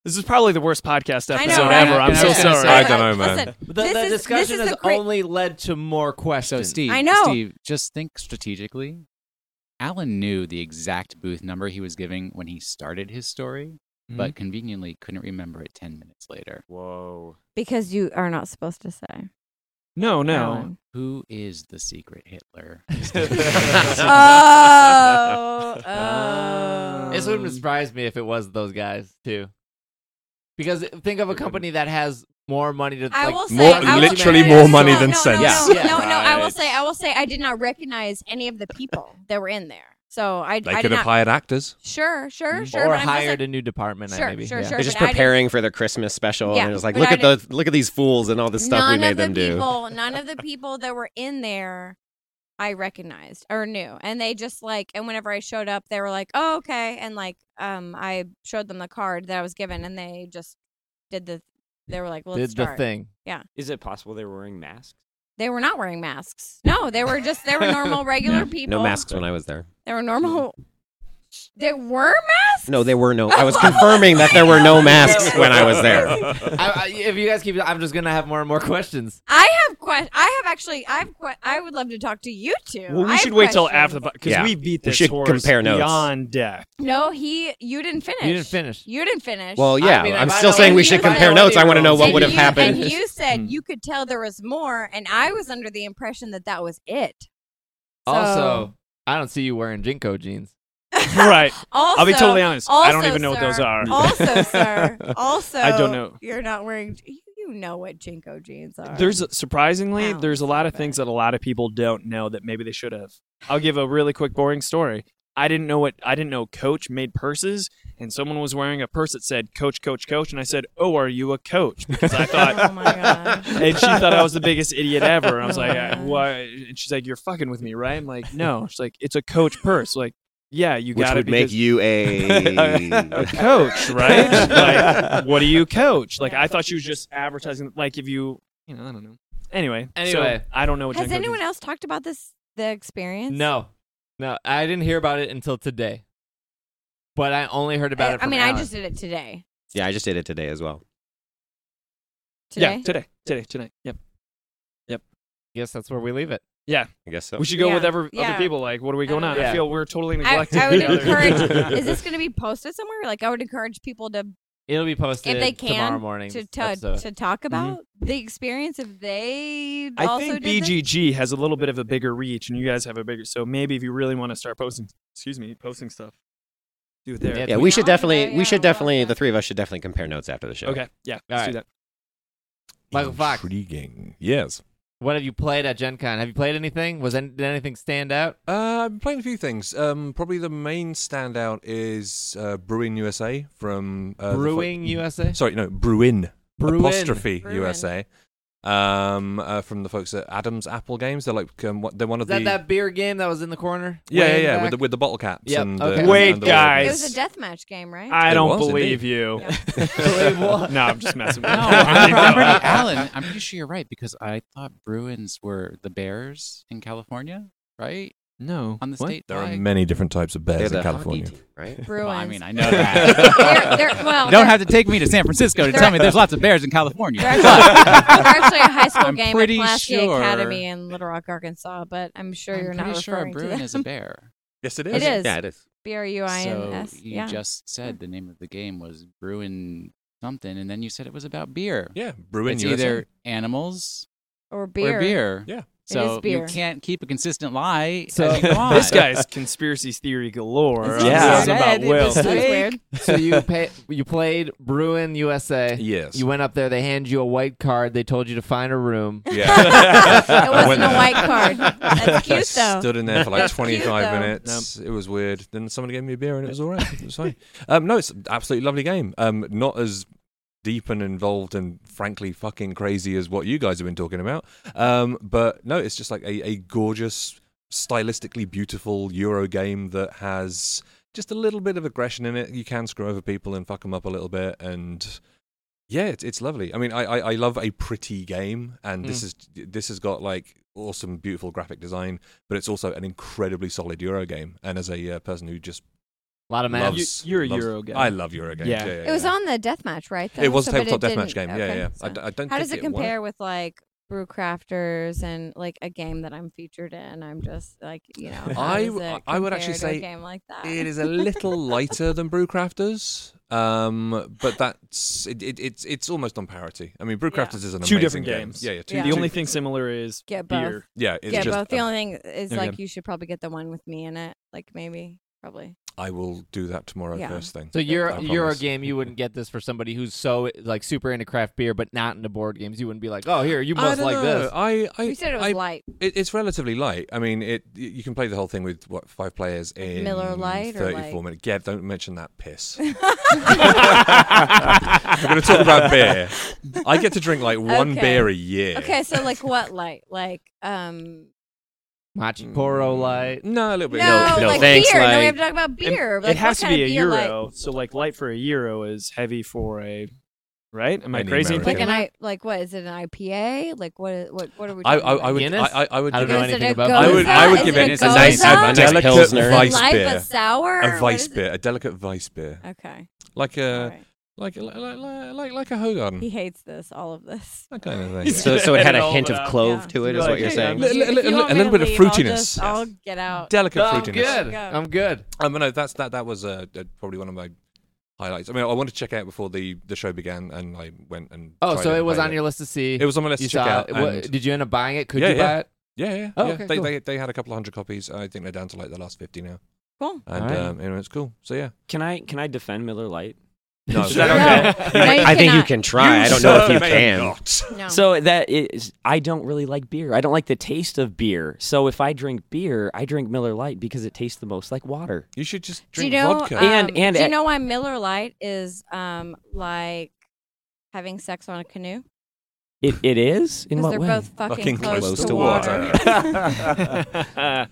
[SPEAKER 5] This is probably the worst podcast
[SPEAKER 3] I know,
[SPEAKER 5] episode
[SPEAKER 3] right?
[SPEAKER 5] ever. I'm
[SPEAKER 4] Yeah.
[SPEAKER 5] so
[SPEAKER 4] Yeah.
[SPEAKER 5] sorry.
[SPEAKER 6] I don't know, man.
[SPEAKER 3] Listen,
[SPEAKER 1] The,
[SPEAKER 3] this
[SPEAKER 1] the
[SPEAKER 3] is- this
[SPEAKER 1] discussion
[SPEAKER 3] is
[SPEAKER 1] has
[SPEAKER 3] the great-
[SPEAKER 1] only led to more
[SPEAKER 4] So
[SPEAKER 1] questions.
[SPEAKER 4] Steve,
[SPEAKER 3] I know.
[SPEAKER 4] Steve, just think strategically. Alan knew the exact booth number he was giving when he started his story,
[SPEAKER 2] Mm-hmm.
[SPEAKER 4] but conveniently couldn't remember it 10 minutes later.
[SPEAKER 7] Whoa.
[SPEAKER 3] because you are not supposed to say.
[SPEAKER 5] No, no.
[SPEAKER 3] Alan.
[SPEAKER 4] Who is the secret Hitler?
[SPEAKER 3] Oh, oh.
[SPEAKER 1] This wouldn't
[SPEAKER 5] Um,
[SPEAKER 1] surprise me if it was those guys too. Because think of a company that has more money to
[SPEAKER 3] I
[SPEAKER 1] like,
[SPEAKER 3] will say,
[SPEAKER 6] more-
[SPEAKER 3] I will
[SPEAKER 6] literally
[SPEAKER 3] say-
[SPEAKER 6] more money than
[SPEAKER 3] no,
[SPEAKER 6] sense.
[SPEAKER 3] No, no,
[SPEAKER 1] Yeah.
[SPEAKER 3] no, no, I will
[SPEAKER 6] Right.
[SPEAKER 3] say, I will say, I did not recognize any of the people that were in there. So I,
[SPEAKER 6] They
[SPEAKER 3] I
[SPEAKER 6] could
[SPEAKER 3] did
[SPEAKER 6] have
[SPEAKER 3] not.
[SPEAKER 6] hired actors.
[SPEAKER 3] Sure,
[SPEAKER 5] Mm.
[SPEAKER 3] sure, sure.
[SPEAKER 1] or
[SPEAKER 3] but I'm just
[SPEAKER 1] hired
[SPEAKER 3] like-
[SPEAKER 1] a new department. uh,
[SPEAKER 3] Sure,
[SPEAKER 1] maybe.
[SPEAKER 3] sure,
[SPEAKER 1] yeah.
[SPEAKER 3] sure.
[SPEAKER 2] They're just
[SPEAKER 3] but I didn't-
[SPEAKER 2] preparing for their Christmas special,
[SPEAKER 3] Yeah,
[SPEAKER 2] and it was like,
[SPEAKER 3] but
[SPEAKER 2] look
[SPEAKER 3] I
[SPEAKER 2] at the look at these fools and all the stuff we
[SPEAKER 3] none
[SPEAKER 2] made
[SPEAKER 3] of
[SPEAKER 2] them
[SPEAKER 3] the
[SPEAKER 2] do.
[SPEAKER 3] people, none of the people that were in there, I recognized or knew, and they just like, and whenever I showed up, they were like, "Oh, okay," and like, um, I showed them the card that I was given, and they just did the. They were like, "Well,
[SPEAKER 1] Did
[SPEAKER 3] let's
[SPEAKER 1] the
[SPEAKER 3] start."
[SPEAKER 1] thing.
[SPEAKER 7] Is it possible they were wearing masks?
[SPEAKER 3] They were not wearing masks. No, they were just they were normal, regular
[SPEAKER 2] Yeah.
[SPEAKER 3] people.
[SPEAKER 2] No masks when I was there.
[SPEAKER 3] They were normal. They were masks.
[SPEAKER 2] No, there were no. I was confirming that there were no masks when I was there.
[SPEAKER 1] I, I, if you guys keep, I'm just gonna have more and more questions.
[SPEAKER 3] I have que- I have actually. I have. Que- I would love to talk to you two.
[SPEAKER 5] Well,
[SPEAKER 3] I
[SPEAKER 5] we
[SPEAKER 3] have
[SPEAKER 5] should wait till after
[SPEAKER 3] questions.
[SPEAKER 5] the because
[SPEAKER 2] Yeah.
[SPEAKER 5] we beat
[SPEAKER 2] We
[SPEAKER 5] this
[SPEAKER 2] should
[SPEAKER 5] horse
[SPEAKER 2] compare notes.
[SPEAKER 5] beyond death.
[SPEAKER 3] No, he. You didn't finish.
[SPEAKER 1] You didn't finish.
[SPEAKER 3] You didn't finish.
[SPEAKER 2] Well,
[SPEAKER 1] I
[SPEAKER 2] yeah, I
[SPEAKER 1] mean,
[SPEAKER 2] am
[SPEAKER 1] if I
[SPEAKER 2] still
[SPEAKER 1] know
[SPEAKER 2] saying
[SPEAKER 3] what
[SPEAKER 2] we
[SPEAKER 3] you
[SPEAKER 2] should
[SPEAKER 3] know,
[SPEAKER 2] compare
[SPEAKER 3] I
[SPEAKER 2] notes. I
[SPEAKER 1] know
[SPEAKER 2] want to know what
[SPEAKER 1] you
[SPEAKER 2] would have
[SPEAKER 3] And you-
[SPEAKER 2] happened.
[SPEAKER 3] And you
[SPEAKER 4] Hmm.
[SPEAKER 3] said you could tell there was more, and I was under the impression that that was it. So-
[SPEAKER 1] Also, I don't see you wearing Jinko jeans.
[SPEAKER 5] right.
[SPEAKER 3] Also,
[SPEAKER 5] I'll be totally honest. I don't
[SPEAKER 3] also,
[SPEAKER 5] even know what those
[SPEAKER 3] sir-
[SPEAKER 5] are.
[SPEAKER 3] Also, sir. Also,
[SPEAKER 5] I don't know.
[SPEAKER 3] You're not wearing. You you know what Jinko jeans are.
[SPEAKER 5] There's surprisingly
[SPEAKER 3] Wow,
[SPEAKER 5] there's a lot of
[SPEAKER 3] okay.
[SPEAKER 5] things that a lot of people don't know that maybe they should have. I'll give a really quick boring story. I didn't know what I didn't know coach made purses and someone was wearing a purse that said coach coach coach and I said, "Oh, are you a coach?" because I thought
[SPEAKER 3] Oh my gosh.
[SPEAKER 5] and she thought I was the biggest idiot ever. And I was like,
[SPEAKER 3] Yeah.
[SPEAKER 5] "Why?" And she's like, "You're fucking with me, right?" I'm like, "No." She's like, "It's a coach purse." Like, "Yeah, you
[SPEAKER 2] Which
[SPEAKER 5] got
[SPEAKER 2] would
[SPEAKER 5] it
[SPEAKER 2] make
[SPEAKER 5] because-
[SPEAKER 2] you a.
[SPEAKER 5] a coach, right? like, what do you coach? Like, I thought she was just advertising. Like, if you, you know, I don't know. Anyway, so
[SPEAKER 1] Anyway.
[SPEAKER 5] I don't know what.
[SPEAKER 3] Has
[SPEAKER 5] Jenko
[SPEAKER 3] anyone
[SPEAKER 5] does.
[SPEAKER 3] else talked about this? The experience?
[SPEAKER 1] No, no, I didn't hear about it until today. But I only heard about
[SPEAKER 3] I,
[SPEAKER 1] it.
[SPEAKER 3] I
[SPEAKER 1] From
[SPEAKER 3] mean,
[SPEAKER 1] Alan.
[SPEAKER 3] I just did it today.
[SPEAKER 2] yeah, I just did it today as well.
[SPEAKER 3] Today.
[SPEAKER 5] Yeah, today, today, tonight. Yep.
[SPEAKER 1] guess that's where we leave it.
[SPEAKER 2] I guess so.
[SPEAKER 5] We should go
[SPEAKER 3] Yeah,
[SPEAKER 5] with ever,
[SPEAKER 3] yeah.
[SPEAKER 5] other people. Like, what are we
[SPEAKER 3] I
[SPEAKER 5] going
[SPEAKER 3] don't
[SPEAKER 5] on?
[SPEAKER 1] know.
[SPEAKER 5] I feel we're totally
[SPEAKER 3] I,
[SPEAKER 5] neglecting.
[SPEAKER 3] I would
[SPEAKER 5] the other-
[SPEAKER 3] encourage. is this going to be posted somewhere? Like, I would encourage people to
[SPEAKER 1] It'll be posted
[SPEAKER 3] If they can,
[SPEAKER 1] tomorrow morning.
[SPEAKER 3] to to, to talk about the experience if they
[SPEAKER 5] Mm-hmm. I
[SPEAKER 3] also
[SPEAKER 5] think
[SPEAKER 3] did this?
[SPEAKER 5] BGG has a little bit of a bigger reach, and you guys have a bigger. So maybe if you really want to start posting, excuse me, posting stuff, do it there.
[SPEAKER 1] Yeah,
[SPEAKER 2] Yeah, we should
[SPEAKER 3] Yeah,
[SPEAKER 2] definitely.
[SPEAKER 3] yeah,
[SPEAKER 2] We
[SPEAKER 3] I
[SPEAKER 2] should
[SPEAKER 3] love
[SPEAKER 2] definitely.
[SPEAKER 3] that.
[SPEAKER 2] The three of us should definitely compare notes after the show.
[SPEAKER 5] Okay. Yeah. let's
[SPEAKER 1] right.
[SPEAKER 5] do that.
[SPEAKER 1] Michael Fox.
[SPEAKER 6] Intriguing. Yes.
[SPEAKER 1] What have you played at Gen Con? Have you played anything? Was any, did anything stand out?
[SPEAKER 6] Uh, I've been playing a few things. Um, probably the main standout is uh, Brewing USA from uh, the fo-
[SPEAKER 1] Brewing USA.
[SPEAKER 6] Sorry, no, Bruin.
[SPEAKER 1] Bruin.
[SPEAKER 6] Apostrophe
[SPEAKER 3] Bruin.
[SPEAKER 6] USA. Um, uh, from the folks at Adams Apple Games. They're like um, what, they're one of
[SPEAKER 1] Is that
[SPEAKER 6] the
[SPEAKER 1] that beer game that was in the corner?
[SPEAKER 6] yeah yeah
[SPEAKER 1] Way
[SPEAKER 6] yeah
[SPEAKER 1] back?
[SPEAKER 6] with the, with the bottle caps
[SPEAKER 1] Yep,
[SPEAKER 6] and
[SPEAKER 1] okay.
[SPEAKER 6] the,
[SPEAKER 5] Wait,
[SPEAKER 6] and the
[SPEAKER 5] guys.
[SPEAKER 3] It
[SPEAKER 6] labels.
[SPEAKER 3] was a death game, right?
[SPEAKER 5] I
[SPEAKER 6] It
[SPEAKER 5] don't
[SPEAKER 6] was
[SPEAKER 5] believe
[SPEAKER 6] indeed.
[SPEAKER 5] you.
[SPEAKER 1] Believe what?
[SPEAKER 5] no, I'm just messing with you.
[SPEAKER 4] No, I'm,
[SPEAKER 5] No.
[SPEAKER 4] I'm
[SPEAKER 3] E.
[SPEAKER 4] pretty, Alan. I'm pretty sure you're right because I thought Bruins were the Bears in California, right?
[SPEAKER 5] No.
[SPEAKER 4] Oh, On the
[SPEAKER 5] What?
[SPEAKER 4] state
[SPEAKER 6] There are
[SPEAKER 4] flag.
[SPEAKER 6] many different types of
[SPEAKER 2] They're
[SPEAKER 6] bears
[SPEAKER 2] the
[SPEAKER 6] in California.
[SPEAKER 2] hockey team, right?
[SPEAKER 3] Bruins.
[SPEAKER 4] Well, I mean, I know that.
[SPEAKER 3] they're, they're, well,
[SPEAKER 4] You don't
[SPEAKER 3] they're-
[SPEAKER 4] have to take me to San Francisco to
[SPEAKER 3] They're-
[SPEAKER 4] tell me there's lots of bears in California.
[SPEAKER 3] They're
[SPEAKER 4] But
[SPEAKER 3] they're actually a high school
[SPEAKER 4] I'm
[SPEAKER 3] game at
[SPEAKER 4] pretty
[SPEAKER 3] Pulaski
[SPEAKER 4] sure-
[SPEAKER 3] Academy in Little Rock, Arkansas, but I'm sure you're
[SPEAKER 4] I'm
[SPEAKER 3] not
[SPEAKER 4] pretty sure a
[SPEAKER 3] referring to
[SPEAKER 4] Bruin
[SPEAKER 3] that.
[SPEAKER 4] is a bear.
[SPEAKER 6] Yes,
[SPEAKER 3] It is.
[SPEAKER 2] Yeah, it is.
[SPEAKER 3] B R U I N
[SPEAKER 4] So
[SPEAKER 3] S.
[SPEAKER 4] you
[SPEAKER 3] Yeah.
[SPEAKER 4] just said the name of the game was Bruin something, and then you said it was about beer.
[SPEAKER 6] Yeah, Bruin
[SPEAKER 4] it's
[SPEAKER 6] USA.
[SPEAKER 4] either animals
[SPEAKER 3] Or beer.
[SPEAKER 4] or beer.
[SPEAKER 6] Yeah.
[SPEAKER 4] So
[SPEAKER 3] beer.
[SPEAKER 4] you can't keep a consistent lie.
[SPEAKER 1] So-
[SPEAKER 4] as you go on.
[SPEAKER 5] This guy's conspiracy theory galore.
[SPEAKER 3] This is
[SPEAKER 5] This
[SPEAKER 1] Yeah.
[SPEAKER 5] is about
[SPEAKER 4] It was
[SPEAKER 5] Will.
[SPEAKER 3] That's weird.
[SPEAKER 1] so you pay, you played Bruin USA.
[SPEAKER 6] Yes.
[SPEAKER 1] You went up there. They hand you a white card. They told you to find a room.
[SPEAKER 6] yeah.
[SPEAKER 3] it wasn't a
[SPEAKER 6] When-
[SPEAKER 3] white card. That's cute though.
[SPEAKER 6] Stood in there for like
[SPEAKER 3] That's cute,
[SPEAKER 6] 25
[SPEAKER 3] though.
[SPEAKER 6] minutes. It was weird. Then someone gave me a beer and it was all right. It was fine. Um, no, it's an absolutely lovely game. Um, not as deep and involved and frankly fucking crazy as what you guys have been talking about. Um, but no, it's just like a, a gorgeous, stylistically beautiful Euro game that has just a little bit of aggression in it. You can screw over people and fuck them up a little bit and. Yeah, it's, it's lovely. I mean, I, I, I love a pretty game, and
[SPEAKER 3] Mm.
[SPEAKER 6] this is this has got like awesome, beautiful graphic design, but it's also an incredibly solid Euro game. And as a uh, person who just
[SPEAKER 1] A lot of maps.
[SPEAKER 6] loves,
[SPEAKER 5] You- you're a
[SPEAKER 6] loves-
[SPEAKER 5] Euro game.
[SPEAKER 6] I love Euro games.
[SPEAKER 5] Yeah.
[SPEAKER 6] Yeah, yeah,
[SPEAKER 3] It was
[SPEAKER 6] yeah.
[SPEAKER 3] on the deathmatch, right? Though?
[SPEAKER 6] It was a
[SPEAKER 3] So, but
[SPEAKER 6] tabletop
[SPEAKER 3] didn't-
[SPEAKER 6] deathmatch game. yeah,
[SPEAKER 3] okay,
[SPEAKER 6] yeah.
[SPEAKER 3] so-
[SPEAKER 6] I, d- I don't.
[SPEAKER 3] How does
[SPEAKER 6] think
[SPEAKER 3] it
[SPEAKER 6] won.
[SPEAKER 3] compare with like Brew Crafters and like a game that I'm featured in? I'm just like, you know, how
[SPEAKER 6] I
[SPEAKER 3] does
[SPEAKER 6] w-
[SPEAKER 3] it
[SPEAKER 6] I would
[SPEAKER 3] compare
[SPEAKER 6] actually
[SPEAKER 3] to
[SPEAKER 6] say
[SPEAKER 3] a game like that.
[SPEAKER 6] It is a little lighter than Brewcrafters, um, but that's it, it, it's it's almost on parity. I mean, Brewcrafters is an
[SPEAKER 5] Two
[SPEAKER 6] amazing
[SPEAKER 5] different
[SPEAKER 6] game.
[SPEAKER 5] games.
[SPEAKER 6] Yeah, yeah. Two,
[SPEAKER 3] Yeah.
[SPEAKER 5] The
[SPEAKER 6] two-
[SPEAKER 5] only thing similar is
[SPEAKER 3] Get both.
[SPEAKER 5] beer.
[SPEAKER 6] yeah, it's
[SPEAKER 3] yeah,
[SPEAKER 6] just
[SPEAKER 3] both. The
[SPEAKER 6] a-
[SPEAKER 3] only thing is
[SPEAKER 5] Okay.
[SPEAKER 3] like you should probably get the one with me in it. Like maybe, probably.
[SPEAKER 6] I will do that tomorrow
[SPEAKER 3] Yeah.
[SPEAKER 6] first thing.
[SPEAKER 1] So you're
[SPEAKER 6] I
[SPEAKER 1] you're a
[SPEAKER 6] promise.
[SPEAKER 1] game you wouldn't get this for somebody who's so like super into craft beer but not into board games. You wouldn't be like, oh here you
[SPEAKER 6] I
[SPEAKER 1] must
[SPEAKER 6] don't
[SPEAKER 1] like
[SPEAKER 6] know.
[SPEAKER 1] this.
[SPEAKER 6] I, I,
[SPEAKER 3] You said it was
[SPEAKER 6] I-
[SPEAKER 3] light.
[SPEAKER 6] it- it's relatively light. I mean, it y- you can play the whole thing with what five players in
[SPEAKER 3] Miller Lite or
[SPEAKER 6] 34
[SPEAKER 3] like-
[SPEAKER 6] minutes. Yeah, don't mention that piss. We're going to talk about beer. I get to drink like one
[SPEAKER 3] Okay.
[SPEAKER 6] beer a year.
[SPEAKER 3] Okay, so like what light? Like um
[SPEAKER 1] Machikoro light.
[SPEAKER 6] No, a little
[SPEAKER 3] no,
[SPEAKER 6] bit.
[SPEAKER 7] no,
[SPEAKER 3] like
[SPEAKER 7] thanks,
[SPEAKER 3] beer. no, we
[SPEAKER 7] like-
[SPEAKER 3] have to talk about
[SPEAKER 5] And
[SPEAKER 3] beer.
[SPEAKER 5] it
[SPEAKER 3] Like,
[SPEAKER 5] has
[SPEAKER 3] what
[SPEAKER 5] to be a
[SPEAKER 3] kind of beer light?
[SPEAKER 5] euro. So like light for a euro is heavy for a, right? Am I
[SPEAKER 6] Any
[SPEAKER 5] crazy?
[SPEAKER 6] American.
[SPEAKER 3] Like an
[SPEAKER 5] Thinking
[SPEAKER 3] I like what is it an IPA? Like what is, what what are we
[SPEAKER 6] I,
[SPEAKER 3] talking
[SPEAKER 6] I, I
[SPEAKER 3] about?
[SPEAKER 6] would.
[SPEAKER 1] Guinness?
[SPEAKER 6] I, I, I would.
[SPEAKER 1] I don't
[SPEAKER 6] give
[SPEAKER 1] know
[SPEAKER 6] it-
[SPEAKER 3] Is it
[SPEAKER 1] anything
[SPEAKER 3] a
[SPEAKER 1] about
[SPEAKER 3] goza?
[SPEAKER 6] I would. I would
[SPEAKER 3] Is
[SPEAKER 6] give
[SPEAKER 3] it
[SPEAKER 6] it,
[SPEAKER 3] a
[SPEAKER 6] a nice,
[SPEAKER 3] goza?
[SPEAKER 6] a
[SPEAKER 7] Is it a
[SPEAKER 6] delicate
[SPEAKER 7] Pilsner?
[SPEAKER 3] Is it
[SPEAKER 6] vice
[SPEAKER 3] light
[SPEAKER 6] beer,
[SPEAKER 3] but sour?
[SPEAKER 6] a
[SPEAKER 3] What
[SPEAKER 6] vice
[SPEAKER 3] is it?
[SPEAKER 6] beer, Uh, a delicate vice beer,
[SPEAKER 3] Okay.
[SPEAKER 6] like
[SPEAKER 3] all
[SPEAKER 6] a
[SPEAKER 3] right.
[SPEAKER 6] like like like like, like a Hogarden,
[SPEAKER 3] He hates this, all of this.
[SPEAKER 6] that kind of thing.
[SPEAKER 5] He's-
[SPEAKER 2] So, so it had
[SPEAKER 5] It
[SPEAKER 2] a
[SPEAKER 5] all
[SPEAKER 2] hint
[SPEAKER 5] went
[SPEAKER 2] of
[SPEAKER 5] out.
[SPEAKER 2] clove
[SPEAKER 3] Yeah.
[SPEAKER 2] to it,
[SPEAKER 5] You're
[SPEAKER 2] is what
[SPEAKER 5] like,
[SPEAKER 2] you're
[SPEAKER 5] "Hey,
[SPEAKER 2] saying?
[SPEAKER 5] I'm
[SPEAKER 6] Li-
[SPEAKER 3] If
[SPEAKER 6] li-
[SPEAKER 3] you- if
[SPEAKER 6] little-
[SPEAKER 3] you want
[SPEAKER 6] a
[SPEAKER 3] me
[SPEAKER 6] little
[SPEAKER 3] to
[SPEAKER 6] bit of
[SPEAKER 3] leave, I'll
[SPEAKER 6] fruitiness.
[SPEAKER 3] just- I'll get out.
[SPEAKER 6] Delicate
[SPEAKER 1] I'm
[SPEAKER 6] fruitiness.
[SPEAKER 1] Oh, good.
[SPEAKER 3] Go.
[SPEAKER 1] I'm good.
[SPEAKER 6] Um, no, that's that. That was uh, uh, probably one of my highlights. I mean, I wanted to check out before the, the show began, and I went and.
[SPEAKER 1] Oh,
[SPEAKER 6] tried
[SPEAKER 1] so
[SPEAKER 6] and
[SPEAKER 1] it was
[SPEAKER 6] played
[SPEAKER 1] on your list to see.
[SPEAKER 6] It was on my list
[SPEAKER 1] you
[SPEAKER 6] to check
[SPEAKER 1] saw
[SPEAKER 6] out.
[SPEAKER 1] it. What-
[SPEAKER 6] and-
[SPEAKER 1] did you end up buying it? Could
[SPEAKER 6] Yeah,
[SPEAKER 1] you
[SPEAKER 6] yeah.
[SPEAKER 1] buy it?
[SPEAKER 6] yeah, yeah.
[SPEAKER 1] Oh,
[SPEAKER 6] yeah.
[SPEAKER 1] okay,
[SPEAKER 6] they,
[SPEAKER 1] cool.
[SPEAKER 6] they they had a couple of hundred copies. I think they're down to like the last fifty now,
[SPEAKER 3] Cool.
[SPEAKER 6] and
[SPEAKER 1] Alright.
[SPEAKER 6] um, you know, it's cool. So yeah,
[SPEAKER 7] Can I can I defend Miller Lite?
[SPEAKER 6] No.
[SPEAKER 7] Is that
[SPEAKER 3] No,
[SPEAKER 7] okay?
[SPEAKER 3] you
[SPEAKER 2] I think you
[SPEAKER 3] cannot.
[SPEAKER 2] can try. I don't know if you can.
[SPEAKER 3] No.
[SPEAKER 7] So that is, I don't really like beer. I don't like the taste of beer. So if I drink beer, I drink Miller Lite because it tastes the most like water.
[SPEAKER 6] You should just
[SPEAKER 3] do you
[SPEAKER 6] drink
[SPEAKER 3] know?
[SPEAKER 6] vodka.
[SPEAKER 3] um,
[SPEAKER 7] And- and-
[SPEAKER 3] do you know why Miller Lite is um like having sex on a canoe?
[SPEAKER 7] It it is in
[SPEAKER 3] Because
[SPEAKER 7] what
[SPEAKER 3] they're
[SPEAKER 7] way?
[SPEAKER 3] both fucking,
[SPEAKER 6] Fucking
[SPEAKER 3] close,
[SPEAKER 6] close
[SPEAKER 3] to,
[SPEAKER 6] to
[SPEAKER 3] water.
[SPEAKER 6] water.
[SPEAKER 5] about-
[SPEAKER 7] and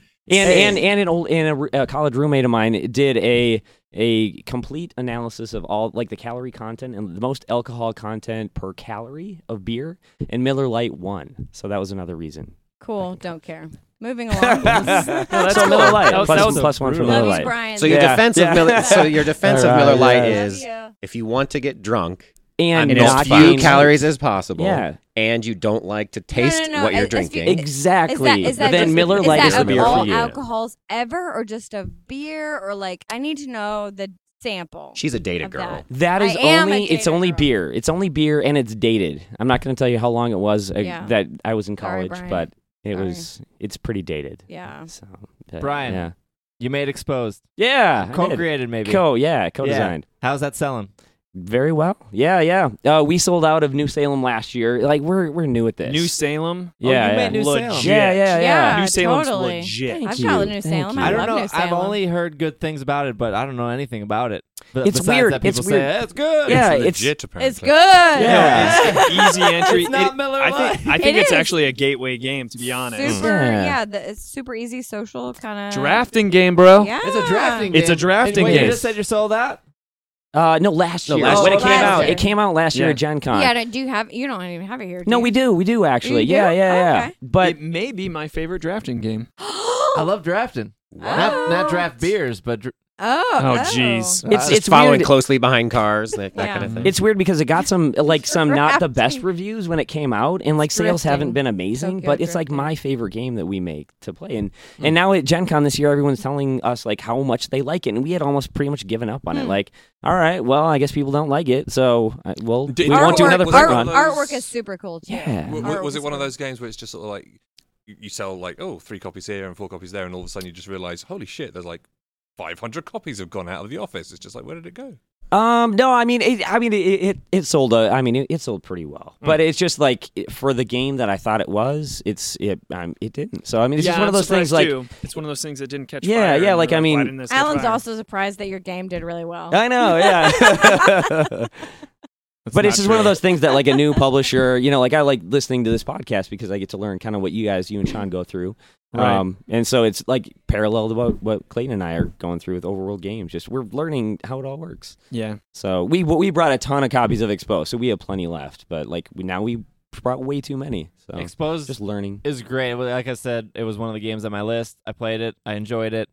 [SPEAKER 5] Hey.
[SPEAKER 7] and and an old and a, a college roommate of mine did a a complete analysis of all like the calorie content and the most alcohol content per calorie of beer, and Miller Lite won. So that was another reason.
[SPEAKER 3] cool. Don't care. Moving along. Love
[SPEAKER 5] that's
[SPEAKER 7] so
[SPEAKER 5] cool.
[SPEAKER 7] Miller Lite
[SPEAKER 5] That was-
[SPEAKER 7] plus,
[SPEAKER 5] that was
[SPEAKER 7] plus one for
[SPEAKER 5] brutal.
[SPEAKER 7] Miller
[SPEAKER 5] Love
[SPEAKER 3] you,
[SPEAKER 7] Lite.
[SPEAKER 3] Brian.
[SPEAKER 2] So your
[SPEAKER 7] Yeah.
[SPEAKER 2] defense
[SPEAKER 7] Yeah.
[SPEAKER 2] of Miller, so your defense of
[SPEAKER 7] Alright,
[SPEAKER 2] Miller Lite
[SPEAKER 7] yeah.
[SPEAKER 2] is if you want to get drunk
[SPEAKER 7] and
[SPEAKER 2] and
[SPEAKER 7] not
[SPEAKER 2] as few
[SPEAKER 7] being-
[SPEAKER 2] calories as possible,
[SPEAKER 7] Yeah,
[SPEAKER 2] and you don't like to taste
[SPEAKER 3] no,
[SPEAKER 2] what you're
[SPEAKER 3] as- as you-
[SPEAKER 2] drinking,
[SPEAKER 7] exactly.
[SPEAKER 3] Is that, is that
[SPEAKER 7] but then
[SPEAKER 3] just,
[SPEAKER 7] Miller
[SPEAKER 3] is
[SPEAKER 7] Lite
[SPEAKER 3] that
[SPEAKER 7] is the
[SPEAKER 3] of
[SPEAKER 7] beer
[SPEAKER 3] all
[SPEAKER 7] for you.
[SPEAKER 3] alcohols ever, or just of beer, or like I need to know the sample.
[SPEAKER 2] she's a data
[SPEAKER 3] Of
[SPEAKER 2] girl.
[SPEAKER 3] that.
[SPEAKER 7] That is
[SPEAKER 3] I am a
[SPEAKER 7] only it's
[SPEAKER 3] data
[SPEAKER 7] only
[SPEAKER 3] girl.
[SPEAKER 7] beer. It's only beer and it's dated. I'm not going to tell you how long it was uh,
[SPEAKER 3] Yeah.
[SPEAKER 7] that I was in
[SPEAKER 3] Sorry,
[SPEAKER 7] college,
[SPEAKER 3] Brian.
[SPEAKER 7] but it
[SPEAKER 3] Sorry.
[SPEAKER 7] was it's pretty dated.
[SPEAKER 3] Yeah.
[SPEAKER 7] So but,
[SPEAKER 1] Brian.
[SPEAKER 7] yeah,
[SPEAKER 1] You made exposed.
[SPEAKER 7] yeah, I did.
[SPEAKER 1] Co-created maybe.
[SPEAKER 7] co yeah, co-designed
[SPEAKER 1] How's that selling?
[SPEAKER 7] very well. Yeah, yeah. Uh, we sold out of New Salem last year. Like we're we're new at this.
[SPEAKER 5] New Salem. Oh,
[SPEAKER 7] Yeah, yeah.
[SPEAKER 1] New Salem.
[SPEAKER 5] legit.
[SPEAKER 7] yeah, yeah, yeah.
[SPEAKER 5] New Salem's
[SPEAKER 3] totally.
[SPEAKER 5] legit.
[SPEAKER 7] Thank
[SPEAKER 3] I've
[SPEAKER 7] you.
[SPEAKER 3] traveled to New
[SPEAKER 7] Thank
[SPEAKER 3] Salem.
[SPEAKER 7] you.
[SPEAKER 3] I
[SPEAKER 1] I don't
[SPEAKER 3] love
[SPEAKER 1] know.
[SPEAKER 3] New
[SPEAKER 1] I've
[SPEAKER 3] Salem.
[SPEAKER 1] only heard good things about it, but I don't know anything about it. But
[SPEAKER 7] It's
[SPEAKER 1] besides
[SPEAKER 7] weird.
[SPEAKER 1] That people
[SPEAKER 7] It's
[SPEAKER 1] say,
[SPEAKER 7] weird.
[SPEAKER 1] "Eh, it's good.
[SPEAKER 7] Yeah,
[SPEAKER 6] legit,
[SPEAKER 7] it's-
[SPEAKER 6] apparently.
[SPEAKER 3] It's good. Yeah.
[SPEAKER 5] It's easy entry.
[SPEAKER 1] It's not
[SPEAKER 5] It-
[SPEAKER 1] Miller
[SPEAKER 5] I
[SPEAKER 1] Lite.
[SPEAKER 5] think I think
[SPEAKER 3] It
[SPEAKER 5] it's
[SPEAKER 3] is.
[SPEAKER 5] actually a gateway game to be honest.
[SPEAKER 3] Super.
[SPEAKER 7] Yeah.
[SPEAKER 3] Yeah. the, it's super easy social kind of
[SPEAKER 5] Drafting game, bro.
[SPEAKER 3] Yeah.
[SPEAKER 1] It's a drafting.
[SPEAKER 5] It's a
[SPEAKER 1] game.
[SPEAKER 5] drafting
[SPEAKER 1] Wait,
[SPEAKER 5] game.
[SPEAKER 1] You just said you sold out.
[SPEAKER 7] Uh, no, last
[SPEAKER 2] No,
[SPEAKER 7] year
[SPEAKER 2] last
[SPEAKER 7] when
[SPEAKER 2] year.
[SPEAKER 7] it came
[SPEAKER 3] Last
[SPEAKER 7] out.
[SPEAKER 3] year.
[SPEAKER 7] It came out last year
[SPEAKER 5] Yeah.
[SPEAKER 7] at Gen Con.
[SPEAKER 3] Yeah. Do you have? You don't even have it here. Do
[SPEAKER 7] no,
[SPEAKER 3] you?
[SPEAKER 7] we do, we do actually.
[SPEAKER 3] You
[SPEAKER 7] yeah,
[SPEAKER 3] do?
[SPEAKER 7] yeah, yeah.
[SPEAKER 3] Okay.
[SPEAKER 7] But
[SPEAKER 5] it may be my favorite drafting game.
[SPEAKER 1] I love drafting. Not not draft beers, but dr-
[SPEAKER 3] Oh.
[SPEAKER 5] Oh, jeez.
[SPEAKER 7] it's
[SPEAKER 2] Just
[SPEAKER 7] it's
[SPEAKER 2] uh, following
[SPEAKER 7] weird.
[SPEAKER 2] closely behind cars, that, that
[SPEAKER 3] Yeah.
[SPEAKER 2] kind of thing.
[SPEAKER 7] It's weird because it got some like some not the best
[SPEAKER 3] Drafting.
[SPEAKER 7] reviews when it came out, and like sales haven't
[SPEAKER 3] Drifting.
[SPEAKER 7] been amazing.
[SPEAKER 3] Tokyo
[SPEAKER 7] but it's like
[SPEAKER 3] drifting.
[SPEAKER 7] my favorite game that we make to play, and
[SPEAKER 5] Hmm.
[SPEAKER 7] and now at Gen Con this year, everyone's telling us like how much they like it, and we had almost pretty much given up on it.
[SPEAKER 3] Hmm.
[SPEAKER 7] Like, all right, well, I guess people don't like it, so uh, well,
[SPEAKER 6] Did-
[SPEAKER 7] we won't do
[SPEAKER 6] Artwork-
[SPEAKER 7] another
[SPEAKER 6] was that
[SPEAKER 7] print
[SPEAKER 3] Art,
[SPEAKER 6] one
[SPEAKER 7] run.
[SPEAKER 6] of those-
[SPEAKER 3] artwork is super cool too.
[SPEAKER 7] Yeah.
[SPEAKER 6] W-
[SPEAKER 3] Or
[SPEAKER 6] w- was
[SPEAKER 3] was
[SPEAKER 6] it one
[SPEAKER 3] it-
[SPEAKER 6] of those games where it's just sort of like you you sell like oh three copies here and four copies there, and all of a sudden you just realize holy shit, there's like 500 copies have gone out of the office. It's just like where did it go?
[SPEAKER 7] Um, no, I mean, it, I mean, it, it, it sold. Uh, I mean, it, it sold pretty well,
[SPEAKER 5] Hmm.
[SPEAKER 7] but it's just like it- for the game that I thought it was, it's it, um, it didn't. So I mean, it's just
[SPEAKER 5] Yeah,
[SPEAKER 7] one of
[SPEAKER 5] I'm
[SPEAKER 7] those things.
[SPEAKER 5] surprised,
[SPEAKER 7] Like,
[SPEAKER 5] too. it's one of those things that didn't catch
[SPEAKER 7] Yeah,
[SPEAKER 5] fire.
[SPEAKER 7] yeah,
[SPEAKER 5] and
[SPEAKER 7] like,
[SPEAKER 5] you're
[SPEAKER 7] I mean-
[SPEAKER 5] why didn't this catch
[SPEAKER 3] Alan's
[SPEAKER 5] fire?
[SPEAKER 3] also surprised that your game did really well.
[SPEAKER 7] I know, yeah. but it's just one of those things that like a new publisher, you know, like I like listening to this podcast because I get to learn kind of what you guys, you and Sean go through.
[SPEAKER 5] Right.
[SPEAKER 7] Um, and so it's like parallel to what, what Clayton and I are going through with Overworld Games. Just we're learning how it all works.
[SPEAKER 5] Yeah.
[SPEAKER 7] So we we brought a ton of copies of Expo, so we have plenty left. But like we, now we brought way too many. So
[SPEAKER 1] exposed
[SPEAKER 7] Oh. just learning.
[SPEAKER 1] is great. Well, Like I said, it was one of the games on my list. I played it. I enjoyed it.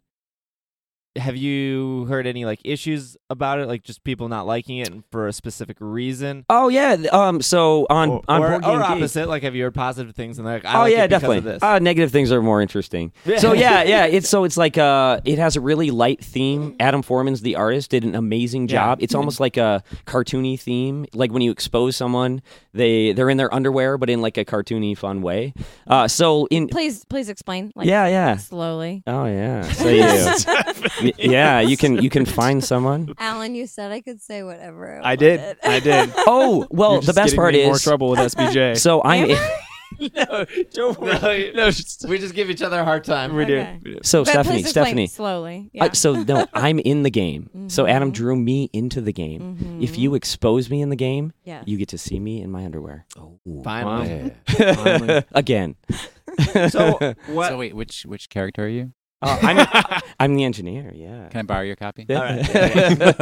[SPEAKER 1] Have you heard any like issues about it? Like just people not liking it for a specific reason?
[SPEAKER 7] Oh yeah. th- Um. So on
[SPEAKER 1] or,
[SPEAKER 7] on
[SPEAKER 1] or,
[SPEAKER 7] Board Game
[SPEAKER 1] or
[SPEAKER 7] Geek-
[SPEAKER 1] opposite? Like have you heard positive things and they're like, I
[SPEAKER 7] oh
[SPEAKER 1] like
[SPEAKER 7] yeah,
[SPEAKER 1] it because
[SPEAKER 7] definitely.
[SPEAKER 1] Of this.
[SPEAKER 7] Uh, negative things are more interesting. So yeah, yeah. It's so it's like uh, it has a really light theme. Adam Foreman's the artist did an amazing
[SPEAKER 1] Yeah.
[SPEAKER 7] job.
[SPEAKER 5] Mm-hmm.
[SPEAKER 7] It's almost like a cartoony theme. Like when you expose someone, they they're in their underwear, but in like a cartoony, fun way. Uh, so in
[SPEAKER 3] Please, please explain. Like,
[SPEAKER 7] yeah, yeah.
[SPEAKER 3] Slowly.
[SPEAKER 7] Oh yeah. So you. Y- yeah, you can you can find someone.
[SPEAKER 3] Alan, you said I could say whatever.
[SPEAKER 5] I did. I did.
[SPEAKER 7] Oh well,
[SPEAKER 5] You're
[SPEAKER 7] the
[SPEAKER 5] just
[SPEAKER 7] best
[SPEAKER 5] getting
[SPEAKER 7] part
[SPEAKER 5] me in more
[SPEAKER 7] is
[SPEAKER 5] trouble eh? with SBJ.
[SPEAKER 7] so I'm
[SPEAKER 5] no, don't worry. No, just,
[SPEAKER 1] We just give each other a hard time.
[SPEAKER 5] we do.
[SPEAKER 3] Okay.
[SPEAKER 5] We do.
[SPEAKER 7] so
[SPEAKER 3] But
[SPEAKER 7] Stephanie
[SPEAKER 3] please explain
[SPEAKER 7] Stephanie.
[SPEAKER 3] Slowly.
[SPEAKER 7] I-
[SPEAKER 3] Yeah.
[SPEAKER 7] so no, I'm in the game. So Adam
[SPEAKER 3] Mhm.
[SPEAKER 7] drew me into the game. If
[SPEAKER 3] Mhm.
[SPEAKER 7] you expose me in the game,
[SPEAKER 3] Yes.
[SPEAKER 7] you get to see me in my underwear
[SPEAKER 1] Finally.
[SPEAKER 5] Finally.
[SPEAKER 7] again.
[SPEAKER 2] So what?
[SPEAKER 4] So wait, which which character are you?
[SPEAKER 7] Uh, I'm I'm the engineer. Yeah.
[SPEAKER 4] Can I borrow your copy?
[SPEAKER 7] Yeah.
[SPEAKER 4] Nice.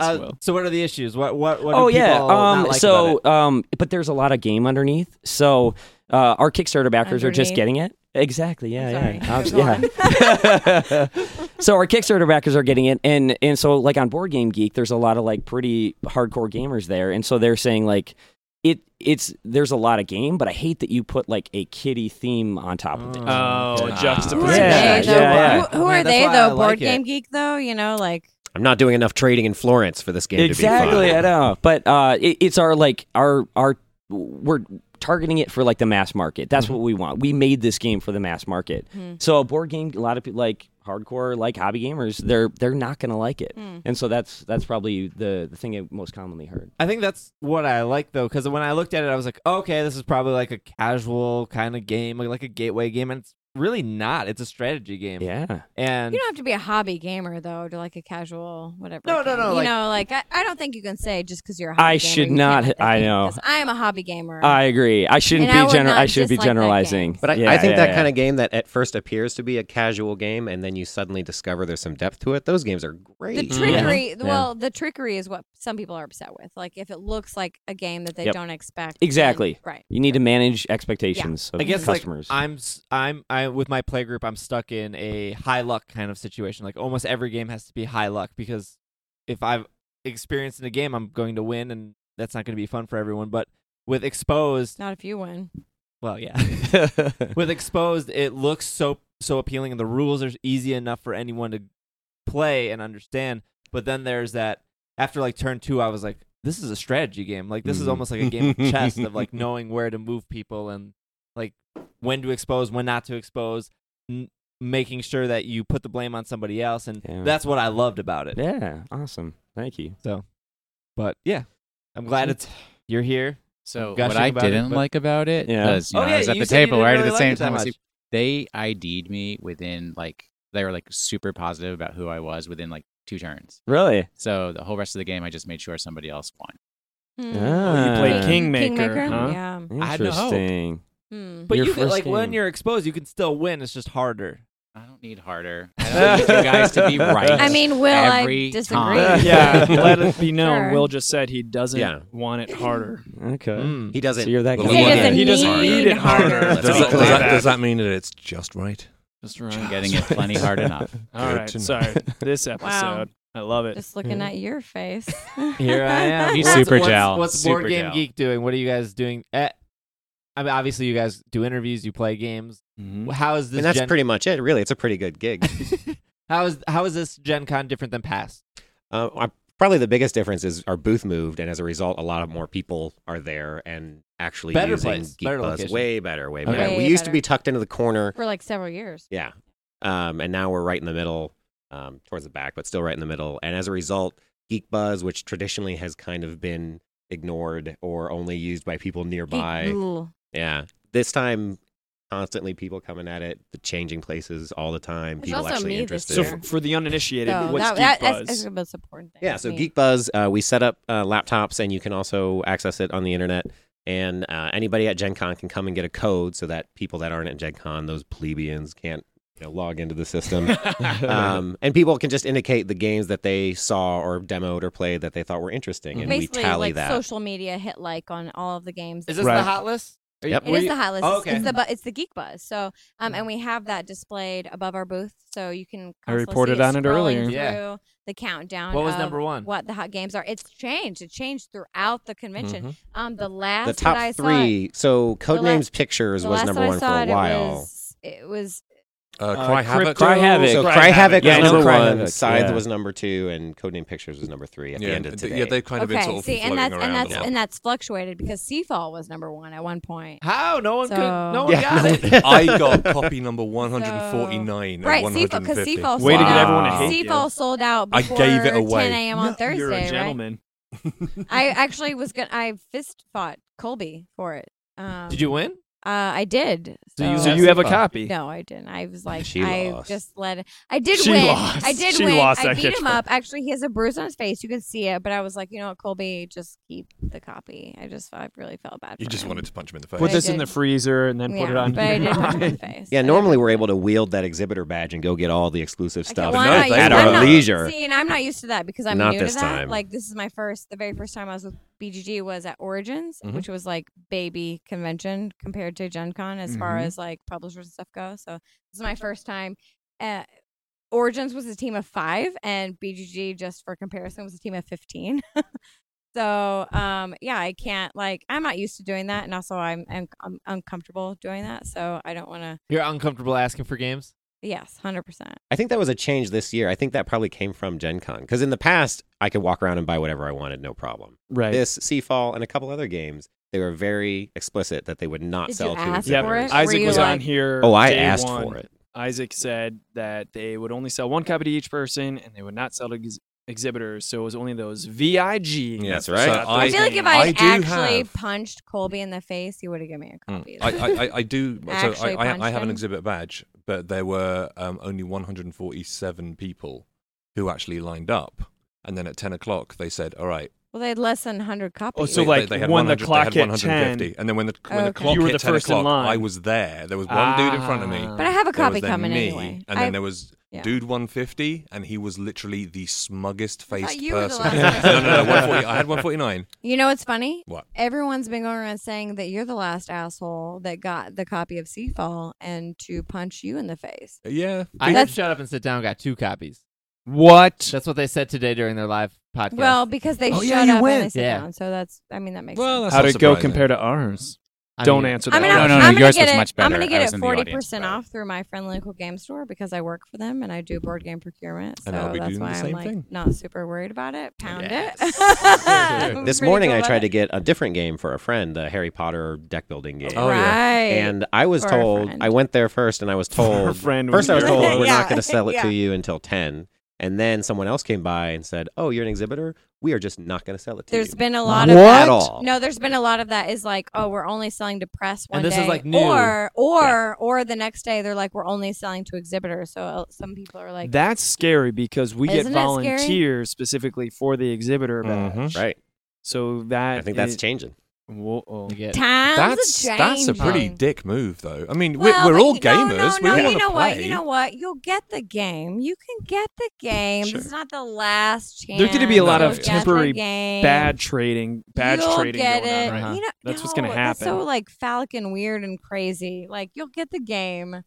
[SPEAKER 1] Uh,
[SPEAKER 4] Will.
[SPEAKER 1] so what are the issues? What what what?
[SPEAKER 7] oh
[SPEAKER 1] do
[SPEAKER 7] yeah.
[SPEAKER 1] people not
[SPEAKER 7] Um.
[SPEAKER 1] like about
[SPEAKER 7] so
[SPEAKER 1] it?
[SPEAKER 7] um. But there's a lot of game underneath. So uh, our Kickstarter backers are just
[SPEAKER 3] Underneath?
[SPEAKER 7] getting it. Exactly. Yeah.
[SPEAKER 3] I'm sorry.
[SPEAKER 7] yeah. Abs-
[SPEAKER 3] Go on.
[SPEAKER 7] yeah. so our Kickstarter backers are getting it, and and so like on Board Game Geek, there's a lot of like pretty hardcore gamers there, and so they're saying like. It, it's there's a lot of game, but I hate that you put like a kitty theme on top of it.
[SPEAKER 5] Oh,
[SPEAKER 4] Ah.
[SPEAKER 3] Who are
[SPEAKER 5] juxtaposition.
[SPEAKER 7] Yeah,
[SPEAKER 3] they though?
[SPEAKER 7] yeah,
[SPEAKER 3] Who, who
[SPEAKER 1] yeah.
[SPEAKER 3] are
[SPEAKER 1] Man, that's
[SPEAKER 3] they
[SPEAKER 1] why I
[SPEAKER 3] though?
[SPEAKER 1] like
[SPEAKER 3] Board
[SPEAKER 1] it.
[SPEAKER 3] game geek though, you know, like
[SPEAKER 2] I'm not doing enough trading in Florence for this game to be
[SPEAKER 7] exactly
[SPEAKER 2] fun.
[SPEAKER 7] i know but uh it, it's our like our our we're targeting it for like the mass market that's what we want we made this game for the mass market so a board game a lot of people like hardcore like hobby gamers they're they're not gonna like it and so that's that's probably the the thing i most commonly heard
[SPEAKER 1] I think that's what I like though, because when I looked at it, I was like, okay, this is probably like a casual kind of game, like, like a gateway game, and it's really not. It's a strategy game.
[SPEAKER 7] yeah
[SPEAKER 1] And
[SPEAKER 3] you don't have to be a hobby gamer though to like a casual whatever.
[SPEAKER 1] No, no,
[SPEAKER 3] game.
[SPEAKER 1] no,
[SPEAKER 3] You
[SPEAKER 1] like-
[SPEAKER 3] know, like I, I don't think you can say just because you're a hobby
[SPEAKER 7] I
[SPEAKER 3] gamer,
[SPEAKER 7] should
[SPEAKER 3] you can't
[SPEAKER 7] not-
[SPEAKER 3] like that
[SPEAKER 7] I
[SPEAKER 3] game,
[SPEAKER 7] know.
[SPEAKER 3] 'cause I am a hobby gamer.
[SPEAKER 7] i agree i shouldn't
[SPEAKER 3] And I
[SPEAKER 7] be
[SPEAKER 3] would
[SPEAKER 7] general
[SPEAKER 3] not
[SPEAKER 7] i should be
[SPEAKER 3] dislike that game.
[SPEAKER 7] generalizing
[SPEAKER 2] But I,
[SPEAKER 7] Yeah,
[SPEAKER 2] I think
[SPEAKER 7] yeah,
[SPEAKER 2] that
[SPEAKER 7] yeah.
[SPEAKER 2] kind of game that at first appears to be a casual game, and then you suddenly discover there's some depth to it. Those games are
[SPEAKER 3] the
[SPEAKER 1] Mm-hmm.
[SPEAKER 2] great.
[SPEAKER 3] trickery,
[SPEAKER 7] Yeah.
[SPEAKER 3] well, the trickery is what some people are upset with. Like if it looks like a game that they
[SPEAKER 7] Yep.
[SPEAKER 3] don't expect,
[SPEAKER 7] Exactly.
[SPEAKER 3] then- right?
[SPEAKER 7] you need to manage expectations of
[SPEAKER 1] I guess
[SPEAKER 7] customers
[SPEAKER 1] like I'm s- I'm I with my play group I'm stuck in a high luck kind of situation. Like almost every game has to be high luck because if I've experienced in a game I'm going to win and that's not going to be fun for everyone. But with exposed,
[SPEAKER 3] Not if you win.
[SPEAKER 1] well yeah. with exposed it looks so so appealing and the rules are easy enough for anyone to play and understand. But then there's that after like turn 2 I was like this is a strategy game. Like this is
[SPEAKER 4] Mm-hmm.
[SPEAKER 2] Mhm.
[SPEAKER 1] almost like a game of chess of like knowing where to move people and like when to expose, when not to expose, n- making sure that you put the blame on somebody else, and
[SPEAKER 7] Yeah.
[SPEAKER 1] that's what I loved about it.
[SPEAKER 7] yeah awesome thank you
[SPEAKER 1] But yeah, I'm glad it's you're here.
[SPEAKER 4] So
[SPEAKER 1] Gushing
[SPEAKER 4] what I
[SPEAKER 1] about it,
[SPEAKER 4] didn't
[SPEAKER 1] but-
[SPEAKER 4] like about it
[SPEAKER 7] Yeah.
[SPEAKER 4] was you know,
[SPEAKER 1] Oh, yeah,
[SPEAKER 4] I was at
[SPEAKER 1] you
[SPEAKER 4] the
[SPEAKER 1] said you
[SPEAKER 4] table
[SPEAKER 1] didn't
[SPEAKER 4] right
[SPEAKER 1] really
[SPEAKER 4] at the
[SPEAKER 1] like
[SPEAKER 4] same
[SPEAKER 1] it that
[SPEAKER 4] time. as
[SPEAKER 1] much.
[SPEAKER 4] you- They ID'd me within like they were like super positive about who I was within like two turns.
[SPEAKER 7] really
[SPEAKER 4] So the whole rest of the game, I just made sure somebody else won.
[SPEAKER 3] Hmm.
[SPEAKER 7] Ah.
[SPEAKER 5] Oh, You played
[SPEAKER 7] Uh,
[SPEAKER 5] Kingmaker, huh?
[SPEAKER 3] Yeah.
[SPEAKER 7] interesting
[SPEAKER 4] I had no hope.
[SPEAKER 3] Hmm.
[SPEAKER 1] But
[SPEAKER 7] Your
[SPEAKER 1] you can,
[SPEAKER 7] first
[SPEAKER 1] like when
[SPEAKER 7] game.
[SPEAKER 1] you're exposed, you can still win. It's just harder.
[SPEAKER 4] I don't need harder. I don't need you guys to be right.
[SPEAKER 3] I mean, will
[SPEAKER 4] Every
[SPEAKER 3] I disagree?
[SPEAKER 4] time.
[SPEAKER 5] yeah, let it be known.
[SPEAKER 3] Sure.
[SPEAKER 5] Will just said he doesn't
[SPEAKER 2] Yeah.
[SPEAKER 5] want it harder.
[SPEAKER 7] okay
[SPEAKER 1] Mm.
[SPEAKER 2] He doesn't.
[SPEAKER 7] So you're that
[SPEAKER 2] Well,
[SPEAKER 7] guy.
[SPEAKER 2] he
[SPEAKER 3] He
[SPEAKER 2] won.
[SPEAKER 3] doesn't,
[SPEAKER 5] He doesn't
[SPEAKER 3] need,
[SPEAKER 5] need it harder.
[SPEAKER 3] harder.
[SPEAKER 5] Let's
[SPEAKER 6] does,
[SPEAKER 5] be
[SPEAKER 6] that, does,
[SPEAKER 5] clear.
[SPEAKER 6] that, does that mean that it's just right?
[SPEAKER 4] just wrong, getting it plenty hard enough.
[SPEAKER 5] All
[SPEAKER 6] Good
[SPEAKER 5] right,
[SPEAKER 6] to know.
[SPEAKER 5] sorry. This episode, I love it.
[SPEAKER 3] Just looking at your face.
[SPEAKER 1] Here I am.
[SPEAKER 4] He's
[SPEAKER 1] What's-
[SPEAKER 4] super
[SPEAKER 1] what's,
[SPEAKER 4] gel.
[SPEAKER 1] What's
[SPEAKER 4] Super
[SPEAKER 1] board game
[SPEAKER 4] gel.
[SPEAKER 1] geek doing? What are you guys doing? Eh, I mean, obviously, you guys do interviews. You play games. How is this?
[SPEAKER 2] And that's
[SPEAKER 1] Gen-
[SPEAKER 2] pretty much it. Really, it's a pretty good gig.
[SPEAKER 1] how is how is this Gen Con different than past?
[SPEAKER 2] Uh, our- probably the biggest difference is our booth moved, and as a result, a lot of more people are there and actually
[SPEAKER 1] Better
[SPEAKER 2] using
[SPEAKER 1] place,
[SPEAKER 2] Geek
[SPEAKER 1] better
[SPEAKER 2] Buzz.
[SPEAKER 1] location.
[SPEAKER 2] Way better, way
[SPEAKER 4] Okay.
[SPEAKER 2] better. we
[SPEAKER 3] Way
[SPEAKER 2] used to
[SPEAKER 3] better.
[SPEAKER 2] be tucked into the corner.
[SPEAKER 3] For like several years.
[SPEAKER 2] Yeah. Um, and now we're right in the middle, um, towards the back, but still right in the middle. And as a result, Geek Buzz, which traditionally has kind of been ignored or only used by people nearby,
[SPEAKER 3] Ooh.
[SPEAKER 2] yeah, this time constantly people coming at it, the changing places all the time,
[SPEAKER 3] It's
[SPEAKER 2] people
[SPEAKER 3] also
[SPEAKER 2] actually
[SPEAKER 3] me this
[SPEAKER 2] interested.
[SPEAKER 5] So
[SPEAKER 3] There.
[SPEAKER 5] for, for the uninitiated,
[SPEAKER 3] So
[SPEAKER 5] what's
[SPEAKER 3] that,
[SPEAKER 5] Geek
[SPEAKER 3] that,
[SPEAKER 5] Buzz?
[SPEAKER 3] that's, that's the most important thing.
[SPEAKER 2] Yeah,
[SPEAKER 3] to
[SPEAKER 2] so
[SPEAKER 3] me.
[SPEAKER 2] Geek Buzz, uh, we set up uh, laptops and you can also access it on the internet. And uh, anybody at Gen Con can come and get a code so that people that aren't at Gen Con, those plebeians, can't you know, log into the system. um, and people can just indicate the games that they saw or demoed or played that they thought were interesting. And
[SPEAKER 3] Basically,
[SPEAKER 2] we tally
[SPEAKER 3] like
[SPEAKER 2] that.
[SPEAKER 3] social media hit like on all of the games.
[SPEAKER 1] Is
[SPEAKER 3] that
[SPEAKER 1] this
[SPEAKER 5] Right.
[SPEAKER 1] the hot list? Are you-
[SPEAKER 2] Yep.
[SPEAKER 3] It
[SPEAKER 1] were
[SPEAKER 3] is
[SPEAKER 1] you-
[SPEAKER 3] the hot list.
[SPEAKER 1] Oh,
[SPEAKER 3] It's-
[SPEAKER 1] okay.
[SPEAKER 3] It's the bu- it's the geek buzz. So um, and we have that displayed above our booth, so you can.
[SPEAKER 5] I
[SPEAKER 3] constantly
[SPEAKER 5] reported
[SPEAKER 3] see
[SPEAKER 5] on it
[SPEAKER 3] scrolling
[SPEAKER 5] earlier.
[SPEAKER 1] Yeah.
[SPEAKER 3] through The countdown.
[SPEAKER 1] What was
[SPEAKER 3] of
[SPEAKER 1] number one?
[SPEAKER 3] uh, What the hot games are? It's changed. It changed throughout the convention. Um, the last
[SPEAKER 2] Mm-hmm. the
[SPEAKER 3] that I
[SPEAKER 2] top
[SPEAKER 3] saw,
[SPEAKER 2] three. So
[SPEAKER 3] The la-
[SPEAKER 2] Codenames Pictures
[SPEAKER 3] the
[SPEAKER 2] was
[SPEAKER 3] last
[SPEAKER 2] number
[SPEAKER 3] that I
[SPEAKER 2] one for
[SPEAKER 3] saw
[SPEAKER 2] a
[SPEAKER 3] it,
[SPEAKER 2] while.
[SPEAKER 3] It was, it was
[SPEAKER 6] Uh,
[SPEAKER 5] Uh,
[SPEAKER 6] Cry Havoc.
[SPEAKER 5] Crypto-
[SPEAKER 7] Cry Havoc.
[SPEAKER 2] So
[SPEAKER 5] Cry
[SPEAKER 2] Cry Havoc
[SPEAKER 7] Yeah, I
[SPEAKER 2] was
[SPEAKER 7] know
[SPEAKER 2] number
[SPEAKER 7] Cry
[SPEAKER 2] one,
[SPEAKER 7] Havoc,
[SPEAKER 2] Scythe
[SPEAKER 7] yeah.
[SPEAKER 2] was number two, and Codename Pictures was number three at
[SPEAKER 6] yeah,
[SPEAKER 2] the end of
[SPEAKER 6] th-
[SPEAKER 2] today.
[SPEAKER 6] yeah, they've kind of been sort
[SPEAKER 3] okay,
[SPEAKER 6] of
[SPEAKER 3] see, and
[SPEAKER 6] floating
[SPEAKER 3] that's
[SPEAKER 6] around.
[SPEAKER 3] and that's
[SPEAKER 6] a lot.
[SPEAKER 3] and that's fluctuated because Seafall was number one at one point.
[SPEAKER 1] How? No one could. No one
[SPEAKER 2] Yeah.
[SPEAKER 1] got it.
[SPEAKER 6] I got copy number 149
[SPEAKER 3] Right,
[SPEAKER 6] of
[SPEAKER 3] Seafall, because
[SPEAKER 6] 150.
[SPEAKER 3] Seafall
[SPEAKER 5] Way
[SPEAKER 3] sold
[SPEAKER 5] to get
[SPEAKER 3] out.
[SPEAKER 5] everyone to hate you.
[SPEAKER 3] Seafall sold out
[SPEAKER 6] I
[SPEAKER 3] before
[SPEAKER 6] gave it away.
[SPEAKER 3] 10 a.m. on Thursday,
[SPEAKER 5] You're a
[SPEAKER 3] right?
[SPEAKER 5] gentleman.
[SPEAKER 3] I actually was gonna. I fist fought Colby for it. Um,
[SPEAKER 1] Did you win?
[SPEAKER 3] Uh, I did.
[SPEAKER 1] So you-
[SPEAKER 5] So
[SPEAKER 1] Oh,
[SPEAKER 5] you have a
[SPEAKER 1] Seafall.
[SPEAKER 5] copy.
[SPEAKER 3] No, I didn't. I was like,
[SPEAKER 2] She
[SPEAKER 3] I
[SPEAKER 2] lost.
[SPEAKER 3] just let it. I did
[SPEAKER 5] She
[SPEAKER 3] win.
[SPEAKER 5] lost.
[SPEAKER 3] I did
[SPEAKER 5] She
[SPEAKER 3] win.
[SPEAKER 5] lost
[SPEAKER 3] I
[SPEAKER 5] that
[SPEAKER 3] beat
[SPEAKER 5] catch
[SPEAKER 3] him up. Actually, he has a bruise on his face. You can see it, but I was like, you know what, Colby, just keep the copy. I just, I really felt bad.
[SPEAKER 6] You
[SPEAKER 3] for
[SPEAKER 6] just
[SPEAKER 3] him.
[SPEAKER 6] wanted to punch him in the face.
[SPEAKER 5] Put
[SPEAKER 3] I
[SPEAKER 5] this in
[SPEAKER 3] did.
[SPEAKER 5] the freezer and then
[SPEAKER 3] yeah,
[SPEAKER 5] put it on.
[SPEAKER 3] But I
[SPEAKER 5] your
[SPEAKER 3] did punch him in
[SPEAKER 5] mind.
[SPEAKER 3] the face.
[SPEAKER 2] yeah,
[SPEAKER 3] I did.
[SPEAKER 2] normally we're able to wield that exhibitor badge and go get all the exclusive
[SPEAKER 3] I can't-
[SPEAKER 2] stuff
[SPEAKER 3] well,
[SPEAKER 6] No,
[SPEAKER 3] I'm not
[SPEAKER 6] they
[SPEAKER 2] at
[SPEAKER 3] used- I'm
[SPEAKER 2] our
[SPEAKER 3] not-
[SPEAKER 2] leisure.
[SPEAKER 3] See, and I'm not used to that because I'm
[SPEAKER 2] Not
[SPEAKER 3] new
[SPEAKER 2] this
[SPEAKER 3] to that.
[SPEAKER 2] time.
[SPEAKER 3] Like this is my first, the very first time I was with BGG was at Origins,
[SPEAKER 2] Mm-hmm.
[SPEAKER 6] Mhm.
[SPEAKER 3] which was like baby convention compared to Gen Con as far
[SPEAKER 2] Mm-hmm.
[SPEAKER 5] Mhm.
[SPEAKER 3] as like publishers and stuff go. So this is my first time. Uh, Origins was a team of five, and BGG, just for comparison, was a team of fifteen. so um, yeah, I can't like I'm not used to doing that, and also I'm, I'm, I'm uncomfortable doing that. So I don't want to.
[SPEAKER 1] You're uncomfortable asking for games.
[SPEAKER 3] Yes, hundred percent.
[SPEAKER 2] I think that was a change this year. I think that probably came from Gen Con. Because in the past, I could walk around and buy whatever I wanted, no problem.
[SPEAKER 5] Right.
[SPEAKER 2] This, Seafall, and a couple other games, they were very explicit that they would not
[SPEAKER 3] Did
[SPEAKER 2] sell
[SPEAKER 3] you
[SPEAKER 2] to
[SPEAKER 3] ask
[SPEAKER 5] Yep.
[SPEAKER 3] for
[SPEAKER 2] exhibitors.
[SPEAKER 3] it? Were
[SPEAKER 5] Isaac
[SPEAKER 3] you
[SPEAKER 5] was on
[SPEAKER 3] like-
[SPEAKER 5] here.
[SPEAKER 2] Oh, I
[SPEAKER 5] day
[SPEAKER 2] asked
[SPEAKER 5] one.
[SPEAKER 2] for it.
[SPEAKER 5] Isaac said that they would only sell one copy to each person and they would not sell to ex- exhibitors. So it was only those VIG.
[SPEAKER 6] Yeah,
[SPEAKER 2] That's right.
[SPEAKER 6] so
[SPEAKER 5] Got
[SPEAKER 6] I-
[SPEAKER 5] those
[SPEAKER 3] I feel like if
[SPEAKER 5] things.
[SPEAKER 3] I,
[SPEAKER 6] I
[SPEAKER 3] had
[SPEAKER 6] do
[SPEAKER 3] actually
[SPEAKER 6] have-
[SPEAKER 3] punched Colby in the face, he would have given me a
[SPEAKER 6] Mm.
[SPEAKER 3] copy. of
[SPEAKER 6] I,
[SPEAKER 3] that.
[SPEAKER 6] I, I- I do. So I,
[SPEAKER 3] Actually
[SPEAKER 6] I, I
[SPEAKER 3] punched
[SPEAKER 6] have an
[SPEAKER 3] him.
[SPEAKER 6] exhibit badge, but there were um, only 147 people who actually lined up. And then at 10 o'clock, they said, "All right."
[SPEAKER 3] well, they had less than 100 copies.
[SPEAKER 5] Oh, so
[SPEAKER 6] they,
[SPEAKER 5] like
[SPEAKER 6] they, they had
[SPEAKER 5] when the
[SPEAKER 6] 100
[SPEAKER 5] clock
[SPEAKER 6] they had
[SPEAKER 5] hit
[SPEAKER 6] 150,
[SPEAKER 5] 10.
[SPEAKER 6] and then when the when the
[SPEAKER 3] Okay.
[SPEAKER 6] clock
[SPEAKER 5] You were
[SPEAKER 6] hit
[SPEAKER 5] the
[SPEAKER 6] 10
[SPEAKER 5] first in
[SPEAKER 6] o'clock,
[SPEAKER 5] line.
[SPEAKER 6] I was there. There was one dude in front of me.
[SPEAKER 5] Ah.
[SPEAKER 3] but I have a
[SPEAKER 6] There was
[SPEAKER 3] copy
[SPEAKER 6] then
[SPEAKER 3] coming
[SPEAKER 6] me,
[SPEAKER 3] anyway.
[SPEAKER 6] And
[SPEAKER 3] I,
[SPEAKER 6] then there was
[SPEAKER 3] yeah.
[SPEAKER 6] dude 150, and he was literally the smuggest
[SPEAKER 3] I thought
[SPEAKER 6] faced
[SPEAKER 3] you were the
[SPEAKER 6] person.
[SPEAKER 3] last
[SPEAKER 6] no, no,
[SPEAKER 3] person.
[SPEAKER 6] no, 140. I had 149.
[SPEAKER 3] you know what's funny?
[SPEAKER 6] What?
[SPEAKER 3] Everyone's been going around saying that you're the last asshole that got the copy of Seafall and to punch you in the face.
[SPEAKER 6] Yeah,
[SPEAKER 1] I
[SPEAKER 3] That's-
[SPEAKER 1] just shut up and sit down. Got two copies.
[SPEAKER 5] What?
[SPEAKER 1] That's what they said today during their live podcast.
[SPEAKER 3] Well, because they
[SPEAKER 5] Oh,
[SPEAKER 3] shut
[SPEAKER 5] yeah, you
[SPEAKER 3] up
[SPEAKER 5] went.
[SPEAKER 3] and they sit
[SPEAKER 1] Yeah.
[SPEAKER 3] down. So that's, I mean, that makes
[SPEAKER 6] Well,
[SPEAKER 3] sense.
[SPEAKER 6] that's
[SPEAKER 5] How
[SPEAKER 6] not
[SPEAKER 5] did it go
[SPEAKER 6] surprising.
[SPEAKER 5] compare to ours?
[SPEAKER 1] I
[SPEAKER 5] Don't
[SPEAKER 1] mean,
[SPEAKER 5] answer
[SPEAKER 3] I'm
[SPEAKER 5] that.
[SPEAKER 3] gonna,
[SPEAKER 4] No, no, no,
[SPEAKER 3] I'm gonna
[SPEAKER 4] yours was
[SPEAKER 3] get it.
[SPEAKER 4] much
[SPEAKER 3] I'm
[SPEAKER 4] better.
[SPEAKER 3] gonna
[SPEAKER 4] I
[SPEAKER 3] get
[SPEAKER 4] was
[SPEAKER 3] it
[SPEAKER 4] in the audience
[SPEAKER 3] 40%
[SPEAKER 4] for that.
[SPEAKER 3] off through my friendly local game store because I work for them and I do board game procurement. So
[SPEAKER 6] And I'll be
[SPEAKER 3] that's
[SPEAKER 6] doing the
[SPEAKER 3] why I'm
[SPEAKER 6] same
[SPEAKER 3] like
[SPEAKER 6] thing.
[SPEAKER 3] not super worried about it.
[SPEAKER 4] Oh,
[SPEAKER 3] Pound
[SPEAKER 1] Yes.
[SPEAKER 3] it. I'm
[SPEAKER 2] This
[SPEAKER 3] pretty
[SPEAKER 2] morning,
[SPEAKER 3] cool
[SPEAKER 2] I
[SPEAKER 3] about
[SPEAKER 2] tried
[SPEAKER 3] it.
[SPEAKER 2] to get a different game for a friend, the Harry Potter deck building game.
[SPEAKER 6] Oh,
[SPEAKER 3] right.
[SPEAKER 6] yeah.
[SPEAKER 2] and I was
[SPEAKER 3] Or a
[SPEAKER 2] told
[SPEAKER 3] friend.
[SPEAKER 2] I went there first, and I was
[SPEAKER 5] Her
[SPEAKER 2] told
[SPEAKER 5] friend
[SPEAKER 2] first I was
[SPEAKER 5] you're
[SPEAKER 2] told
[SPEAKER 3] Yeah.
[SPEAKER 2] we're
[SPEAKER 3] Yeah.
[SPEAKER 2] not going to sell it
[SPEAKER 3] Yeah.
[SPEAKER 2] to you until ten, and then someone else came by and said, "Oh, you're an exhibitor. We are just not going to sell it to
[SPEAKER 3] There's
[SPEAKER 2] you."
[SPEAKER 3] been a lot of
[SPEAKER 2] What?
[SPEAKER 3] that.
[SPEAKER 2] At all.
[SPEAKER 3] No, there's been a lot of that. Is like, oh, we're only selling to press one
[SPEAKER 1] And this is,
[SPEAKER 3] day,
[SPEAKER 1] like, new.
[SPEAKER 3] or or or the next day they're like, we're only selling to exhibitors. So uh, some people are like,
[SPEAKER 5] That's scary because we get
[SPEAKER 3] Isn't it scary?
[SPEAKER 5] volunteers specifically for the exhibitor badge.
[SPEAKER 6] Mhm.
[SPEAKER 2] Mm-hmm. right.
[SPEAKER 5] So that
[SPEAKER 2] I think that's
[SPEAKER 5] is-
[SPEAKER 2] changing.
[SPEAKER 5] Whoa, oh.
[SPEAKER 1] you get-
[SPEAKER 3] times
[SPEAKER 6] That's
[SPEAKER 3] are
[SPEAKER 6] that's a pretty
[SPEAKER 3] changing."
[SPEAKER 6] dick move, though. I mean,
[SPEAKER 3] Well,
[SPEAKER 6] we're, we're
[SPEAKER 3] but
[SPEAKER 6] all
[SPEAKER 3] you- no, No,
[SPEAKER 6] gamers. we
[SPEAKER 3] no,
[SPEAKER 6] want
[SPEAKER 3] you
[SPEAKER 6] to
[SPEAKER 3] know
[SPEAKER 6] play.
[SPEAKER 3] what? You know what? You'll get the game. You can get the game. This is not the last chance.
[SPEAKER 5] There could be a
[SPEAKER 6] lot
[SPEAKER 3] You'll
[SPEAKER 6] of
[SPEAKER 3] get the
[SPEAKER 5] temporary
[SPEAKER 3] game.
[SPEAKER 5] Bad trading, badge
[SPEAKER 3] You'll
[SPEAKER 5] trading
[SPEAKER 3] get
[SPEAKER 5] going
[SPEAKER 3] it.
[SPEAKER 5] on right now.
[SPEAKER 3] You know,
[SPEAKER 5] That's what's
[SPEAKER 3] no,
[SPEAKER 5] gonna
[SPEAKER 3] That's so
[SPEAKER 5] happen.
[SPEAKER 3] like phallic and weird and crazy. Like you'll get the game.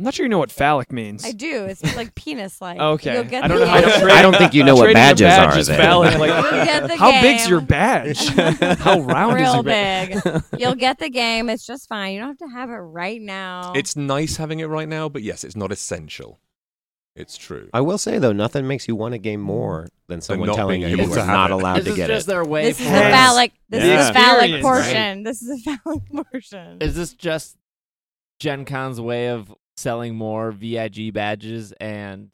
[SPEAKER 5] I'm not sure you know what phallic means.
[SPEAKER 3] I do. It's like penis like.
[SPEAKER 5] Okay.
[SPEAKER 3] You'll get
[SPEAKER 5] I don't
[SPEAKER 3] the
[SPEAKER 5] know how
[SPEAKER 3] game.
[SPEAKER 5] to
[SPEAKER 2] tra- I don't think you know what
[SPEAKER 5] Trading a
[SPEAKER 2] badges
[SPEAKER 5] badge
[SPEAKER 2] are
[SPEAKER 5] is
[SPEAKER 2] then.
[SPEAKER 5] valid, like,
[SPEAKER 3] You'll get the
[SPEAKER 5] how
[SPEAKER 3] game.
[SPEAKER 5] big's your badge? how round is
[SPEAKER 3] Real
[SPEAKER 5] your badge?
[SPEAKER 3] big. You'll get the game. It's just fine. You don't have to have it right now.
[SPEAKER 6] It's nice having it right now, but yes, it's not essential. It's true.
[SPEAKER 2] I will say though, nothing makes you want a game more than someone
[SPEAKER 6] not
[SPEAKER 2] telling
[SPEAKER 6] being
[SPEAKER 2] you
[SPEAKER 6] able
[SPEAKER 2] you
[SPEAKER 6] to
[SPEAKER 2] are
[SPEAKER 6] have
[SPEAKER 2] not
[SPEAKER 6] it.
[SPEAKER 2] allowed
[SPEAKER 1] this
[SPEAKER 2] to
[SPEAKER 1] is
[SPEAKER 2] get
[SPEAKER 1] just
[SPEAKER 2] it.
[SPEAKER 1] their way.
[SPEAKER 3] this is a
[SPEAKER 1] for us.
[SPEAKER 3] phallic. This is
[SPEAKER 5] Yeah.
[SPEAKER 3] a phallic
[SPEAKER 5] Experience, right?
[SPEAKER 3] portion. This is a phallic portion.
[SPEAKER 1] Is this just Gen Con's way of selling more VIG badges and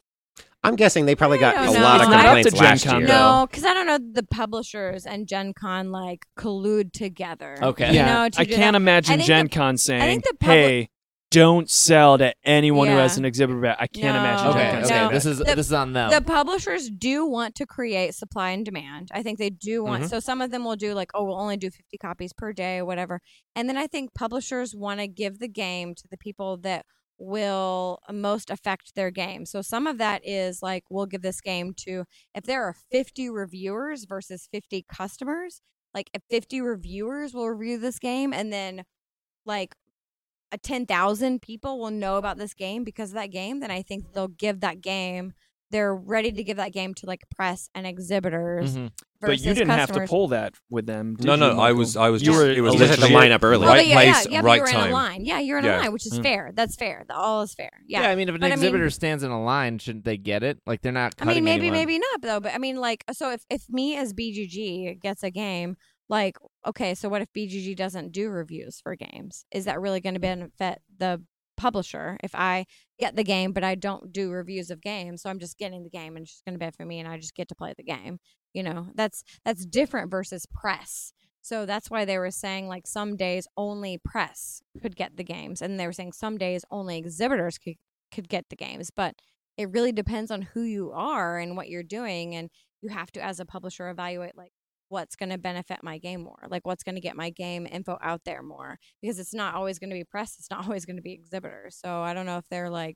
[SPEAKER 2] I'm guessing they probably
[SPEAKER 3] I
[SPEAKER 2] got
[SPEAKER 3] don't
[SPEAKER 2] a
[SPEAKER 3] know.
[SPEAKER 2] lot of
[SPEAKER 3] It's not up
[SPEAKER 2] complaints
[SPEAKER 5] to Gen
[SPEAKER 2] last
[SPEAKER 5] Con,
[SPEAKER 2] year.
[SPEAKER 5] though.
[SPEAKER 3] No, because I don't know the publishers and Gen Con like collude together.
[SPEAKER 1] Okay.
[SPEAKER 3] You
[SPEAKER 5] Yeah,
[SPEAKER 3] know, to
[SPEAKER 5] I
[SPEAKER 3] do
[SPEAKER 5] can't
[SPEAKER 3] that.
[SPEAKER 5] imagine
[SPEAKER 3] I think
[SPEAKER 5] Gen
[SPEAKER 3] the-
[SPEAKER 5] Con saying,
[SPEAKER 3] think the public-
[SPEAKER 5] "Hey, don't sell to anyone who
[SPEAKER 3] Yeah.
[SPEAKER 5] has an exhibitor badge." I can't
[SPEAKER 3] No.
[SPEAKER 5] imagine.
[SPEAKER 1] okay,
[SPEAKER 5] Gen Con
[SPEAKER 1] okay,
[SPEAKER 5] saying
[SPEAKER 3] No.
[SPEAKER 1] this
[SPEAKER 5] that.
[SPEAKER 1] is
[SPEAKER 3] Oh, The-
[SPEAKER 1] this is on them.
[SPEAKER 3] The publishers do want to create supply and demand. I think they do want.
[SPEAKER 2] Mm-hmm.
[SPEAKER 3] So some of them will do like, oh, we'll only do 50 copies per day or whatever. And then I think publishers want to give the game to the people that will most affect their game. So some of that is like, we'll give this game to if there are 50 reviewers versus 50 customers. Like if 50 reviewers will review this game, and then like a 10,000 people will know about this game because of that game, then I think they'll give that game. They're ready to give that game to like press and
[SPEAKER 1] Mhm.
[SPEAKER 3] exhibitors
[SPEAKER 5] Mm-hmm, But you
[SPEAKER 3] versus
[SPEAKER 5] didn't have to
[SPEAKER 3] customers.
[SPEAKER 5] pull that with them. Did
[SPEAKER 6] No, no,
[SPEAKER 5] you,
[SPEAKER 6] I
[SPEAKER 5] Michael?
[SPEAKER 6] was, uh, I was.
[SPEAKER 5] You
[SPEAKER 6] just,
[SPEAKER 5] were
[SPEAKER 6] it
[SPEAKER 5] a
[SPEAKER 6] was
[SPEAKER 2] You just had
[SPEAKER 5] legit-
[SPEAKER 2] to
[SPEAKER 6] literally
[SPEAKER 2] line up early.
[SPEAKER 3] Well,
[SPEAKER 6] Right
[SPEAKER 3] but yeah,
[SPEAKER 6] place,
[SPEAKER 3] yeah, yeah, but
[SPEAKER 6] right
[SPEAKER 3] you're in
[SPEAKER 6] time.
[SPEAKER 3] a line. Yeah, you're in
[SPEAKER 6] Yeah.
[SPEAKER 3] a line, which is
[SPEAKER 5] Mm.
[SPEAKER 3] fair. That's fair. The all is fair. Yeah.
[SPEAKER 1] I mean, if an
[SPEAKER 3] But I mean-
[SPEAKER 1] exhibitor stands in a line, shouldn't they get it? Like they're not.
[SPEAKER 3] I mean,
[SPEAKER 1] cutting
[SPEAKER 3] maybe,
[SPEAKER 1] anyone.
[SPEAKER 3] maybe not though. But I mean, like, so if if me as BGG gets a game, like, okay, so what if BGG doesn't do reviews for games? Is that really going to benefit the publisher if I get the game but I don't do reviews of games? So I'm just getting the game and it's just going to benefit me, and I just get to play the game. You know, that's that's different versus press. So that's why they were saying like some days only press could get the games, and they were saying some days only exhibitors could could get the games, but it really depends on who you are and what you're doing and you have to as a publisher evaluate like what's going to benefit my game more like what's going to get my game info out there more because it's not always going to be press it's not always going to be exhibitors so i don't know if they're like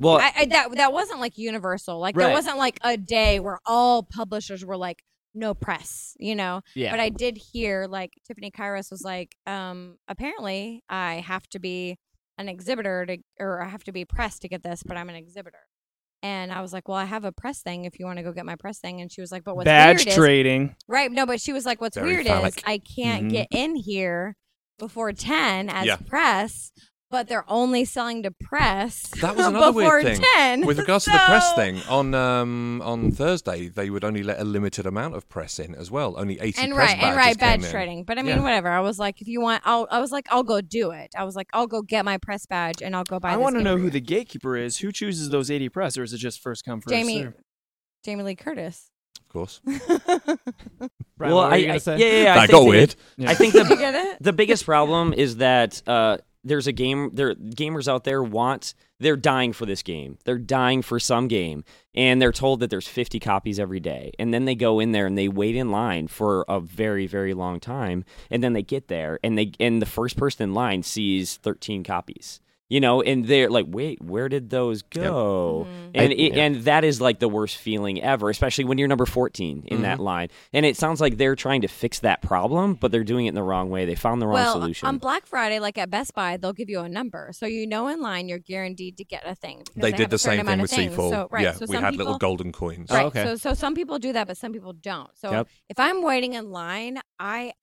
[SPEAKER 7] Well,
[SPEAKER 3] I, I that that wasn't like universal like
[SPEAKER 1] Right.
[SPEAKER 3] there wasn't like a day where all publishers were like no press you know
[SPEAKER 1] Yeah.
[SPEAKER 3] but I did hear like Tiffany Kairos was like, um, apparently I have to be an exhibitor to, or I have to be press to get this, but I'm an exhibitor. And I was like, well, I have a press thing if you want to go get my press thing. And she was like, but what's
[SPEAKER 5] badge
[SPEAKER 3] weird is,
[SPEAKER 5] trading.
[SPEAKER 3] right? No, but she was like, what's
[SPEAKER 2] Very
[SPEAKER 3] weird
[SPEAKER 2] phallic.
[SPEAKER 3] is I can't
[SPEAKER 5] Mhm.
[SPEAKER 3] get in here before 10 as
[SPEAKER 6] Mm-hmm. Yeah.
[SPEAKER 3] press, but they're only selling to press
[SPEAKER 6] That was another
[SPEAKER 3] before
[SPEAKER 6] weird thing.
[SPEAKER 3] 10.
[SPEAKER 6] With regards to the press
[SPEAKER 3] So-
[SPEAKER 6] thing, on um, on Thursday they would only let a limited amount of press in as well. Only eighty
[SPEAKER 3] and
[SPEAKER 6] press
[SPEAKER 3] right
[SPEAKER 6] badges
[SPEAKER 3] and right
[SPEAKER 6] came
[SPEAKER 3] badge
[SPEAKER 6] in.
[SPEAKER 3] trading but i mean
[SPEAKER 6] Yeah.
[SPEAKER 3] whatever i was like if you want i'll i was like i'll go do it i was like i'll go get my press badge and i'll go buy
[SPEAKER 5] I
[SPEAKER 3] want
[SPEAKER 5] want to know who the gatekeeper is. Who chooses those 80 press, or is it just first come, first
[SPEAKER 3] jamie
[SPEAKER 5] serve?
[SPEAKER 3] jamie lee curtis
[SPEAKER 6] Of course,
[SPEAKER 1] Brian,
[SPEAKER 7] well,
[SPEAKER 1] what were
[SPEAKER 7] I,
[SPEAKER 1] you gonna
[SPEAKER 7] I-
[SPEAKER 1] say?
[SPEAKER 7] yeah, yeah, yeah, I
[SPEAKER 6] that
[SPEAKER 7] think
[SPEAKER 6] got
[SPEAKER 7] the-
[SPEAKER 6] weird.
[SPEAKER 5] Yeah.
[SPEAKER 7] I think
[SPEAKER 3] did you
[SPEAKER 7] the
[SPEAKER 3] get it
[SPEAKER 7] the biggest problem is that uh, there's a game. There gamers out there want they're dying for this game. They're dying for some game, and they're told that there's 50 copies every day. And then they go in there and they wait in line for a very very long time, and then they get there and they and the first person in line sees 13 copies. You know, and they're like, "Wait, where did those go?"
[SPEAKER 3] Mhm.
[SPEAKER 7] And
[SPEAKER 2] I-
[SPEAKER 7] it,
[SPEAKER 2] yeah.
[SPEAKER 7] and that is like the worst feeling ever, especially when you're number 14 in
[SPEAKER 2] Mm-hmm.
[SPEAKER 7] that line. And it sounds like they're trying to fix that problem, but they're doing it in the wrong way. They found the wrong
[SPEAKER 3] well
[SPEAKER 7] solution.
[SPEAKER 3] on black friday like at best buy they'll give you a number so you know in line you're guaranteed to get a thing because
[SPEAKER 6] They,
[SPEAKER 3] have
[SPEAKER 6] did
[SPEAKER 3] a
[SPEAKER 6] the
[SPEAKER 3] certain
[SPEAKER 6] same
[SPEAKER 3] amount
[SPEAKER 6] thing
[SPEAKER 3] of
[SPEAKER 6] with Oh,
[SPEAKER 3] things.
[SPEAKER 6] C4.
[SPEAKER 3] so right
[SPEAKER 6] yeah,
[SPEAKER 3] so
[SPEAKER 6] we
[SPEAKER 3] some
[SPEAKER 6] had
[SPEAKER 3] people,
[SPEAKER 6] little golden coins.
[SPEAKER 5] Oh,
[SPEAKER 3] Right.
[SPEAKER 1] okay.
[SPEAKER 3] So so some people do that, but some people don't. So
[SPEAKER 7] Yep.
[SPEAKER 3] if I'm waiting in line, I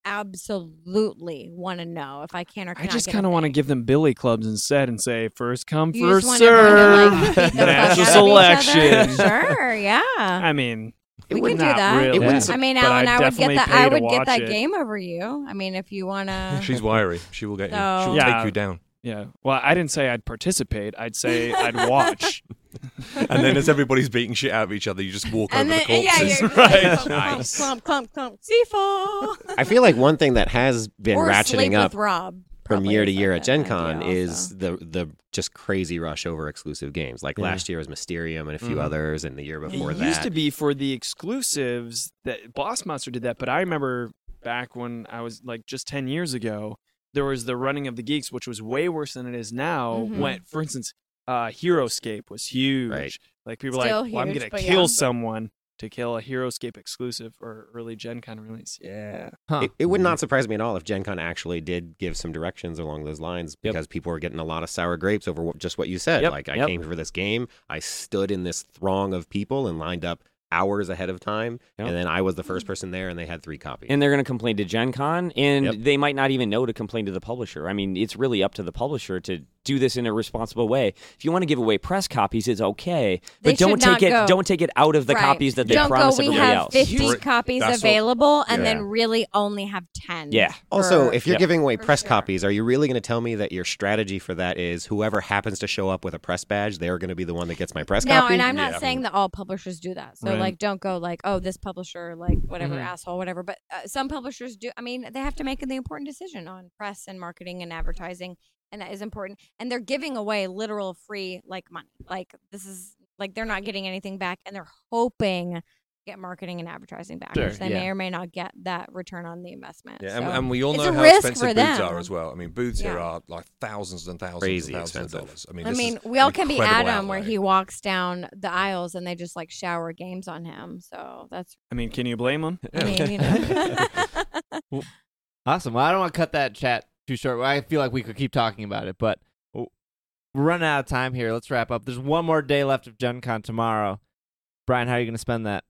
[SPEAKER 3] absolutely want to know if I can or
[SPEAKER 5] I
[SPEAKER 3] cannot.
[SPEAKER 5] just
[SPEAKER 3] kind
[SPEAKER 5] kind of want to give them billy clubs instead and say first come,
[SPEAKER 3] You
[SPEAKER 5] first
[SPEAKER 3] just want everyone to,
[SPEAKER 5] serve.
[SPEAKER 3] like, beat the fuck
[SPEAKER 5] That's a
[SPEAKER 3] out of each other?
[SPEAKER 5] selection.
[SPEAKER 3] Sure, yeah.
[SPEAKER 5] I mean, it
[SPEAKER 3] We
[SPEAKER 5] would
[SPEAKER 3] could do
[SPEAKER 5] not
[SPEAKER 3] that. It
[SPEAKER 5] Really.
[SPEAKER 2] wouldn't
[SPEAKER 3] I mean,
[SPEAKER 5] but
[SPEAKER 3] Alan,
[SPEAKER 5] I'd
[SPEAKER 3] I would get
[SPEAKER 5] definitely
[SPEAKER 3] that.
[SPEAKER 5] pay
[SPEAKER 3] I
[SPEAKER 5] to
[SPEAKER 3] would
[SPEAKER 5] watch
[SPEAKER 3] get that
[SPEAKER 5] it.
[SPEAKER 3] game over you. I mean, if you wanna,
[SPEAKER 6] She's wiry. She will get
[SPEAKER 3] Oh.
[SPEAKER 6] you. She will
[SPEAKER 5] So-
[SPEAKER 6] take you down.
[SPEAKER 5] Yeah. Well, I didn't say I'd participate. I'd say I'd watch.
[SPEAKER 6] And then as everybody's beating shit out of each other, you just walk
[SPEAKER 3] and
[SPEAKER 6] over
[SPEAKER 3] then
[SPEAKER 6] the
[SPEAKER 3] yeah,
[SPEAKER 6] corpses.
[SPEAKER 3] you're just
[SPEAKER 5] Right.
[SPEAKER 3] like, clump,
[SPEAKER 5] Nice.
[SPEAKER 3] clump, clump, clump, Seafall.
[SPEAKER 2] I feel like one thing that has been
[SPEAKER 3] Or Sleep
[SPEAKER 2] ratcheting up
[SPEAKER 3] with Rob
[SPEAKER 2] from
[SPEAKER 3] probably
[SPEAKER 2] year to
[SPEAKER 3] is
[SPEAKER 2] year
[SPEAKER 3] like
[SPEAKER 2] at
[SPEAKER 3] a- an
[SPEAKER 2] Gen Con
[SPEAKER 3] idea
[SPEAKER 2] is
[SPEAKER 3] also.
[SPEAKER 2] the the just crazy rush over exclusive games. Like
[SPEAKER 7] Yeah.
[SPEAKER 2] last year was Mysterium and a few
[SPEAKER 6] Mhm.
[SPEAKER 2] others, and the year before
[SPEAKER 5] it
[SPEAKER 2] that.
[SPEAKER 5] used to be for the exclusives that Boss Monster did that, but I remember back when I was like just 10 years ago, there was the running of the geeks, which was way worse than it is now.
[SPEAKER 3] Mhm.
[SPEAKER 5] When, for instance, uh, Heroescape was huge.
[SPEAKER 2] Right.
[SPEAKER 5] Like people were
[SPEAKER 3] Still
[SPEAKER 5] like, well, I'm
[SPEAKER 3] huge,
[SPEAKER 5] going to
[SPEAKER 3] but
[SPEAKER 5] kill
[SPEAKER 3] yeah.
[SPEAKER 5] someone to kill a Heroescape exclusive or early Gen Con release. Yeah.
[SPEAKER 1] Huh.
[SPEAKER 2] It, it would not surprise me at all if Gen Con actually did give some directions along those lines
[SPEAKER 7] Yep.
[SPEAKER 2] because people were getting a lot of sour grapes over what, just what you said.
[SPEAKER 7] Yep,
[SPEAKER 2] Like, I
[SPEAKER 7] yep.
[SPEAKER 2] came for this game, I stood in this throng of people and lined up hours ahead of time,
[SPEAKER 7] Yep.
[SPEAKER 2] and then I was the first person there, and they had three copies.
[SPEAKER 7] and they're going to complain to Gen Con, and
[SPEAKER 2] Yep.
[SPEAKER 7] they might not even know to complain to the publisher. I mean, it's really up to the publisher to do this in a responsible way. If you want to give away press copies, it's okay,
[SPEAKER 3] They
[SPEAKER 7] but don't
[SPEAKER 3] should not
[SPEAKER 7] take it
[SPEAKER 3] go.
[SPEAKER 7] don't take it out of the
[SPEAKER 3] Right.
[SPEAKER 7] copies that they
[SPEAKER 3] Don't
[SPEAKER 7] promise
[SPEAKER 3] go. We
[SPEAKER 7] everybody
[SPEAKER 3] have
[SPEAKER 7] else.
[SPEAKER 3] 50
[SPEAKER 6] Right.
[SPEAKER 3] copies
[SPEAKER 6] That's what-
[SPEAKER 3] available, and
[SPEAKER 7] Yeah.
[SPEAKER 3] then really only have 10.
[SPEAKER 7] Yeah.
[SPEAKER 2] Also,
[SPEAKER 3] for-
[SPEAKER 2] if you're
[SPEAKER 7] Yep.
[SPEAKER 2] giving away
[SPEAKER 3] For
[SPEAKER 2] press
[SPEAKER 3] sure.
[SPEAKER 2] copies, are you really going to tell me that your strategy for that is whoever happens to show up with a press badge, they're going to be the one that gets my press
[SPEAKER 3] no,
[SPEAKER 2] copy?
[SPEAKER 3] and I'm not
[SPEAKER 6] Yeah.
[SPEAKER 3] saying that all publishers do that. So
[SPEAKER 5] Right.
[SPEAKER 3] like, don't go like, oh, this publisher, like whatever
[SPEAKER 6] Mm-hmm.
[SPEAKER 1] Mhm.
[SPEAKER 3] asshole, whatever. But uh, some publishers do. I mean, they have to make the important decision on press and marketing and advertising, and that is important. And they're giving away literal free like money. Like this is like they're not getting anything back, and they're hoping to get marketing and advertising back,
[SPEAKER 1] Sure,
[SPEAKER 3] which they
[SPEAKER 1] yeah.
[SPEAKER 3] may or may not get that return on the investment.
[SPEAKER 6] Yeah, and,
[SPEAKER 3] So-
[SPEAKER 6] and we all
[SPEAKER 3] it's
[SPEAKER 6] know
[SPEAKER 3] a
[SPEAKER 6] how
[SPEAKER 3] risk
[SPEAKER 6] expensive
[SPEAKER 3] for
[SPEAKER 6] booths
[SPEAKER 3] them.
[SPEAKER 6] are as well. I mean, booths here
[SPEAKER 3] Yeah.
[SPEAKER 6] are like thousands and thousands
[SPEAKER 2] Crazy
[SPEAKER 6] and thousands of dollars.
[SPEAKER 2] expensive.
[SPEAKER 6] I mean,
[SPEAKER 3] I
[SPEAKER 6] this
[SPEAKER 3] mean,
[SPEAKER 6] is
[SPEAKER 3] we all
[SPEAKER 6] an
[SPEAKER 3] can be
[SPEAKER 6] incredible
[SPEAKER 3] Adam, where
[SPEAKER 6] outlay.
[SPEAKER 3] he walks down the aisles and they just like shower games on him. So that's,
[SPEAKER 5] I mean, can you blame them?
[SPEAKER 3] I mean, you know.
[SPEAKER 1] Awesome. Well, I don't want to cut that chat too short. I feel like we could keep talking about it, but we're running out of time here. Let's wrap up. There's one more day left of Gen Con tomorrow. Brian, how are you going to spend that?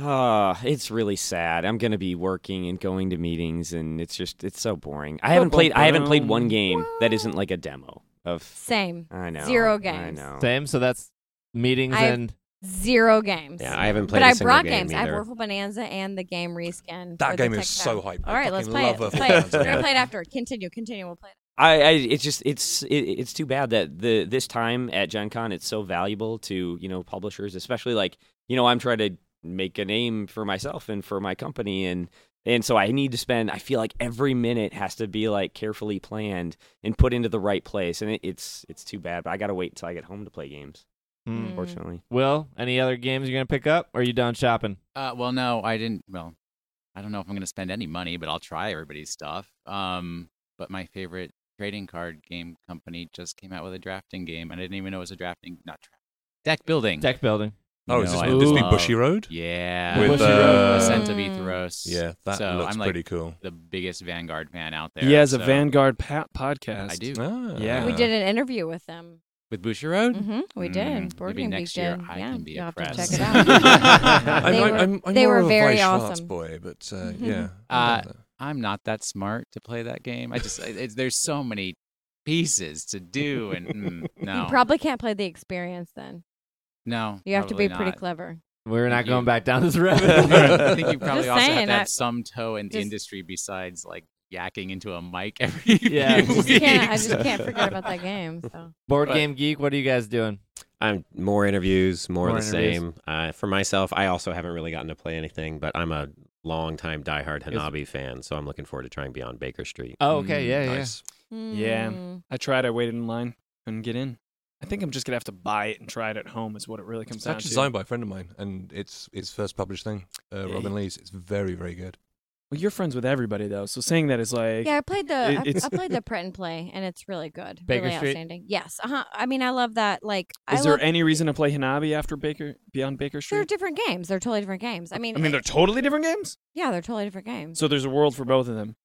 [SPEAKER 7] Uh, it's really sad. I'm gonna be working and going to meetings, and it's just it's so boring. I
[SPEAKER 5] Bum,
[SPEAKER 7] haven't played. I haven't
[SPEAKER 5] bum,
[SPEAKER 7] played
[SPEAKER 5] bum.
[SPEAKER 7] one game that isn't like a demo of.
[SPEAKER 3] Same.
[SPEAKER 7] I know.
[SPEAKER 3] Zero
[SPEAKER 7] I
[SPEAKER 3] games.
[SPEAKER 7] know.
[SPEAKER 1] Same. So that's meetings
[SPEAKER 3] I've-
[SPEAKER 1] and
[SPEAKER 3] Zero games.
[SPEAKER 2] Yeah, I haven't played.
[SPEAKER 3] but
[SPEAKER 2] I
[SPEAKER 3] I brought
[SPEAKER 2] game
[SPEAKER 3] games. I have
[SPEAKER 2] either.
[SPEAKER 3] Werfel Bonanza and the game reskin.
[SPEAKER 6] That
[SPEAKER 3] for the
[SPEAKER 6] game
[SPEAKER 3] Tech
[SPEAKER 6] is so
[SPEAKER 3] Demo.
[SPEAKER 6] hype. I
[SPEAKER 3] All right, let's
[SPEAKER 6] fucking
[SPEAKER 3] play it.
[SPEAKER 6] love
[SPEAKER 3] Let's
[SPEAKER 6] Werfel
[SPEAKER 3] play it.
[SPEAKER 6] Bonanza.
[SPEAKER 3] We're gonna play it after. Continue. Continue. We'll play it.
[SPEAKER 7] I, I it's just it's it, it's too bad that the this time at Gen Con it's so valuable to you know publishers especially like you know I'm trying to make a name for myself and for my company and and so I need to spend I feel like every minute has to be like carefully planned and put into the right place and it, it's it's too bad but I gotta wait until I get home to play games
[SPEAKER 1] Hmm.
[SPEAKER 3] Mm.
[SPEAKER 7] unfortunately
[SPEAKER 1] Will. Any other games you're gonna pick up? Or are you done shopping?
[SPEAKER 4] Uh, well, no, I didn't. Well, I don't know if I'm going to spend any money, but I'll try everybody's stuff. Um, but my favorite trading card game company just came out with a drafting game. and I didn't even know it was a drafting, not draft, deck building.
[SPEAKER 1] Deck building.
[SPEAKER 6] Oh, is
[SPEAKER 4] No,
[SPEAKER 6] this,
[SPEAKER 4] I
[SPEAKER 6] would this be
[SPEAKER 4] love-
[SPEAKER 6] Bushy Road?
[SPEAKER 4] Yeah.
[SPEAKER 6] With,
[SPEAKER 1] Bushy
[SPEAKER 6] uh,
[SPEAKER 4] Ascent of
[SPEAKER 3] Mm.
[SPEAKER 4] Ethros.
[SPEAKER 6] Yeah, that
[SPEAKER 4] So
[SPEAKER 6] looks
[SPEAKER 4] I'm like
[SPEAKER 6] pretty cool.
[SPEAKER 4] the biggest Vanguard fan out there.
[SPEAKER 5] He has a
[SPEAKER 4] so
[SPEAKER 5] Vanguard pa- podcast.
[SPEAKER 4] I do.
[SPEAKER 6] Ah.
[SPEAKER 5] Yeah.
[SPEAKER 3] We did an interview with them.
[SPEAKER 4] With Bushiroad?
[SPEAKER 3] Mm-hmm. We did.
[SPEAKER 4] Mm,
[SPEAKER 3] Board
[SPEAKER 4] maybe
[SPEAKER 3] game
[SPEAKER 4] next
[SPEAKER 3] Week
[SPEAKER 4] year
[SPEAKER 3] did.
[SPEAKER 4] I
[SPEAKER 3] yeah,
[SPEAKER 4] can be
[SPEAKER 3] you'll
[SPEAKER 4] a
[SPEAKER 3] have to check
[SPEAKER 4] press.
[SPEAKER 3] it
[SPEAKER 6] I'm,
[SPEAKER 3] out.
[SPEAKER 4] They
[SPEAKER 6] I'm-
[SPEAKER 3] were-
[SPEAKER 6] I'm, I'm
[SPEAKER 3] they
[SPEAKER 6] more
[SPEAKER 3] were
[SPEAKER 6] of a
[SPEAKER 3] very
[SPEAKER 6] Weiss Schwarz
[SPEAKER 3] awesome. Mm-hmm.
[SPEAKER 6] boy, but uh, yeah.
[SPEAKER 4] Uh, I'm not that smart to play that game. I just I- it's, there's so many pieces to do, and mm, no,
[SPEAKER 3] You probably can't play the experience then.
[SPEAKER 4] no,
[SPEAKER 3] You have to be
[SPEAKER 4] probably
[SPEAKER 3] pretty
[SPEAKER 4] not.
[SPEAKER 3] clever.
[SPEAKER 1] We're not
[SPEAKER 4] You-
[SPEAKER 1] going back down this road.
[SPEAKER 4] I think you probably
[SPEAKER 3] Just
[SPEAKER 4] also have
[SPEAKER 3] saying,
[SPEAKER 4] to have
[SPEAKER 3] I-
[SPEAKER 4] some toe in the
[SPEAKER 3] just-
[SPEAKER 4] industry besides like yakking into a mic every
[SPEAKER 1] Yeah,
[SPEAKER 4] few
[SPEAKER 3] Just can't, I
[SPEAKER 4] weeks.
[SPEAKER 3] just can't forget about that game. So
[SPEAKER 1] Board
[SPEAKER 4] But-
[SPEAKER 1] game geek. What are you guys doing?
[SPEAKER 2] I'm more interviews, more,
[SPEAKER 1] More
[SPEAKER 2] of the
[SPEAKER 1] interviews.
[SPEAKER 2] same. Uh, for myself, I also haven't really gotten to play anything, but I'm a longtime diehard Hanabi fan, so I'm looking forward to trying Beyond Baker Street.
[SPEAKER 1] Oh, okay.
[SPEAKER 4] Mm,
[SPEAKER 1] Yeah, yeah.
[SPEAKER 6] nice.
[SPEAKER 5] Yeah.
[SPEAKER 3] Mm.
[SPEAKER 5] I tried. I waited in line. Couldn't get in. I think I'm just gonna have to buy it and try it at home. Is what it really comes
[SPEAKER 6] It's
[SPEAKER 5] down
[SPEAKER 6] actually
[SPEAKER 5] to.
[SPEAKER 6] designed by a friend of mine, and it's his first published thing, uh,
[SPEAKER 5] Yeah,
[SPEAKER 6] Robin
[SPEAKER 5] he-
[SPEAKER 6] Lee's. It's very, very good.
[SPEAKER 5] Well, you're friends with everybody though, so saying that is like
[SPEAKER 3] Yeah, I played the
[SPEAKER 5] It-
[SPEAKER 3] I-
[SPEAKER 5] it's-
[SPEAKER 3] I, played the print and play, and it's really good,
[SPEAKER 1] Baker
[SPEAKER 3] really
[SPEAKER 1] Street?
[SPEAKER 3] outstanding. Yes, uh-huh. I mean, I love that. Like, I
[SPEAKER 5] Is there
[SPEAKER 3] love,
[SPEAKER 5] any reason to play Hanabi after Baker Beyond Baker
[SPEAKER 3] they're
[SPEAKER 5] Street?
[SPEAKER 3] different games. They're totally different games. I mean,
[SPEAKER 5] I mean,
[SPEAKER 3] it-
[SPEAKER 5] they're totally different games.
[SPEAKER 3] yeah, they're totally different games.
[SPEAKER 5] So there's a world for both of them.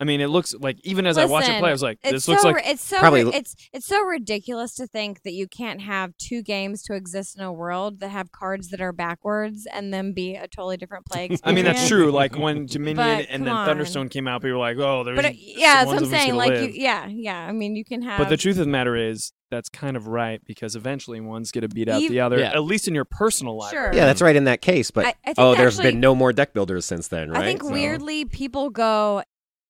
[SPEAKER 5] I mean, it looks like even as I watch it
[SPEAKER 3] Listen,
[SPEAKER 5] play, I was like,
[SPEAKER 3] It's
[SPEAKER 5] this
[SPEAKER 3] so
[SPEAKER 5] looks like
[SPEAKER 3] ri- it's so
[SPEAKER 2] probably
[SPEAKER 3] ri-
[SPEAKER 2] l-
[SPEAKER 3] it's it's so ridiculous to think that you can't have two games to exist in a world that have cards that are backwards and then be a totally different play experience.
[SPEAKER 5] I mean, that's true. Like when Dominion
[SPEAKER 3] But
[SPEAKER 5] and
[SPEAKER 3] come
[SPEAKER 5] then
[SPEAKER 3] on.
[SPEAKER 5] Thunderstone came out, people were like, "Oh, there's."
[SPEAKER 3] But uh, yeah,
[SPEAKER 5] one's
[SPEAKER 3] that's what
[SPEAKER 5] of
[SPEAKER 3] I'm
[SPEAKER 5] us
[SPEAKER 3] saying.
[SPEAKER 5] gonna
[SPEAKER 3] Like, you,
[SPEAKER 5] live.
[SPEAKER 3] yeah, yeah. I mean, you can have.
[SPEAKER 5] But the truth of the matter is, that's kind of right because eventually one's going to beat out
[SPEAKER 3] Ev-
[SPEAKER 5] the other,
[SPEAKER 1] Yeah.
[SPEAKER 5] at least in your personal life.
[SPEAKER 3] Sure.
[SPEAKER 2] Yeah, that's right in that case, but
[SPEAKER 3] I, I think
[SPEAKER 2] oh,
[SPEAKER 3] there's
[SPEAKER 2] there's been no more deck builders since then, right?
[SPEAKER 3] I think
[SPEAKER 2] So-
[SPEAKER 3] weirdly people go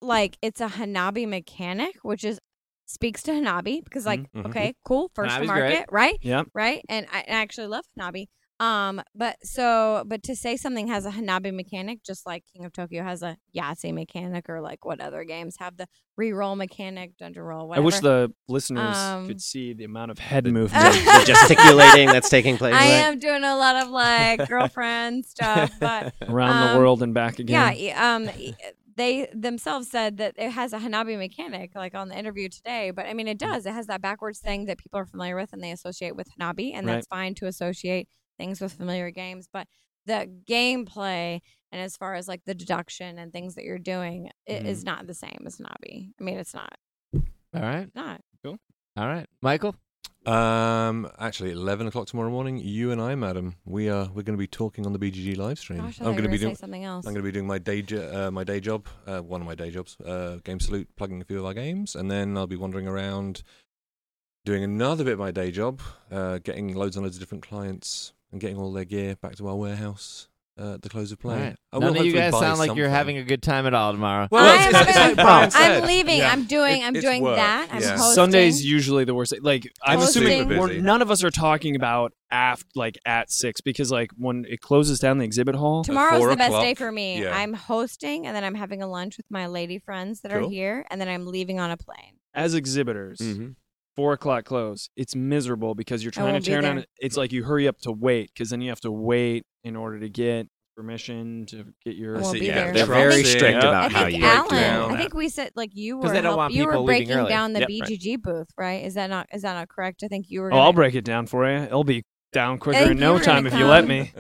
[SPEAKER 3] like it's a Hanabi mechanic, which is speaks to Hanabi because like
[SPEAKER 6] Mhm, mhm.
[SPEAKER 3] okay, cool, first to
[SPEAKER 1] Hanabi's great.
[SPEAKER 3] market, right?
[SPEAKER 5] Yep.
[SPEAKER 3] Right? And I, I actually love Hanabi. Um, but so but to say something has a Hanabi mechanic, just like King of Tokyo has a Yahtzee mechanic, or like what other games have the re-roll mechanic, dungeon
[SPEAKER 5] I
[SPEAKER 3] roll, whatever.
[SPEAKER 5] wish the listeners
[SPEAKER 3] Um,
[SPEAKER 5] could see the amount of head movement.
[SPEAKER 2] the gesticulating that's taking place.
[SPEAKER 3] I am doing a lot of like girlfriend stuff, but
[SPEAKER 5] around the
[SPEAKER 3] Um,
[SPEAKER 5] world and back
[SPEAKER 3] Yeah,
[SPEAKER 5] again.
[SPEAKER 3] e- um, e- they themselves said that it has a Hanabi mechanic, like on the interview today. But I mean, it does. It has that backwards thing that people are familiar with and they associate with Hanabi, and
[SPEAKER 5] Right.
[SPEAKER 3] that's fine to associate things with familiar games. But the gameplay and as far as like the deduction and things that you're doing, it
[SPEAKER 5] Mhm.
[SPEAKER 3] is
[SPEAKER 6] Mm-hmm.
[SPEAKER 3] not the same as Hanabi. I mean, it's not.
[SPEAKER 1] All right.
[SPEAKER 3] Not.
[SPEAKER 1] All right. Michael.
[SPEAKER 6] Um, actually, eleven o'clock tomorrow morning, you and I, madam, we are we're going to be talking on the BGG live stream.
[SPEAKER 3] Gosh, I
[SPEAKER 6] I'm
[SPEAKER 3] am going to
[SPEAKER 6] be
[SPEAKER 3] be
[SPEAKER 6] doing.
[SPEAKER 3] doing something else.
[SPEAKER 6] I'm going to be doing my day jo- uh, my day job, uh, one of my day jobs, uh, Game Salute, plugging a few of our games, and then I'll be wandering around, doing another bit of my day job, uh, getting loads and loads of different clients and getting all their gear back to our warehouse uh, at the close of play.
[SPEAKER 1] All right.
[SPEAKER 6] I will
[SPEAKER 1] None of you
[SPEAKER 6] hopefully
[SPEAKER 1] guys
[SPEAKER 6] buy
[SPEAKER 1] sound like you're
[SPEAKER 6] something.
[SPEAKER 1] having a good time at all tomorrow.
[SPEAKER 6] Well,
[SPEAKER 3] I am
[SPEAKER 6] it's- it's- it's
[SPEAKER 3] having-
[SPEAKER 6] like Brian
[SPEAKER 3] I'm
[SPEAKER 6] said.
[SPEAKER 3] leaving.
[SPEAKER 6] Yeah.
[SPEAKER 3] I'm doing.
[SPEAKER 6] It-
[SPEAKER 3] I'm
[SPEAKER 6] it's
[SPEAKER 3] doing
[SPEAKER 6] work.
[SPEAKER 3] that. I'm
[SPEAKER 6] Yeah.
[SPEAKER 3] hosting.
[SPEAKER 5] Sunday's usually the worst. Like I'm
[SPEAKER 3] Hosting.
[SPEAKER 5] assuming
[SPEAKER 3] Super
[SPEAKER 5] we're,
[SPEAKER 6] busy.
[SPEAKER 5] none of us are talking about aft like at six because like when it closes down the exhibit hall,
[SPEAKER 3] Tomorrow's
[SPEAKER 6] four
[SPEAKER 3] the best day
[SPEAKER 6] o'clock.
[SPEAKER 3] for me.
[SPEAKER 6] Yeah.
[SPEAKER 3] I'm hosting and then I'm having a lunch with my lady friends that are
[SPEAKER 6] Cool.
[SPEAKER 3] here and then I'm leaving on a plane.
[SPEAKER 5] as exhibitors,
[SPEAKER 6] Mm-hmm.
[SPEAKER 7] Mhm.
[SPEAKER 5] four o'clock close. It's miserable because you're
[SPEAKER 3] I
[SPEAKER 5] trying to
[SPEAKER 3] won't be
[SPEAKER 5] tear
[SPEAKER 3] there.
[SPEAKER 5] down. It's like you hurry up to wait because then you have to wait in order to get permission to get your.
[SPEAKER 3] Won't
[SPEAKER 6] see,
[SPEAKER 3] be
[SPEAKER 2] yeah,
[SPEAKER 3] there.
[SPEAKER 2] they're
[SPEAKER 3] Trump
[SPEAKER 2] very
[SPEAKER 3] thing.
[SPEAKER 2] strict
[SPEAKER 6] Uh,
[SPEAKER 5] Yeah.
[SPEAKER 2] about
[SPEAKER 3] I
[SPEAKER 2] how
[SPEAKER 3] think
[SPEAKER 2] you
[SPEAKER 3] Alan,
[SPEAKER 6] down
[SPEAKER 3] I
[SPEAKER 6] that.
[SPEAKER 3] think we said like you
[SPEAKER 1] Because
[SPEAKER 3] were
[SPEAKER 1] they don't
[SPEAKER 3] help-
[SPEAKER 1] want
[SPEAKER 3] you were
[SPEAKER 1] people leaving
[SPEAKER 3] breaking
[SPEAKER 1] early.
[SPEAKER 3] down the
[SPEAKER 1] Yep, right.
[SPEAKER 3] BGG booth, right? Is that not is that not correct? I think you were.
[SPEAKER 5] Oh,
[SPEAKER 3] Gonna,
[SPEAKER 5] I'll break it down for you. It'll be down quicker
[SPEAKER 3] think
[SPEAKER 5] in
[SPEAKER 3] you
[SPEAKER 5] no
[SPEAKER 3] were gonna
[SPEAKER 5] time if you let
[SPEAKER 3] come.
[SPEAKER 5] me.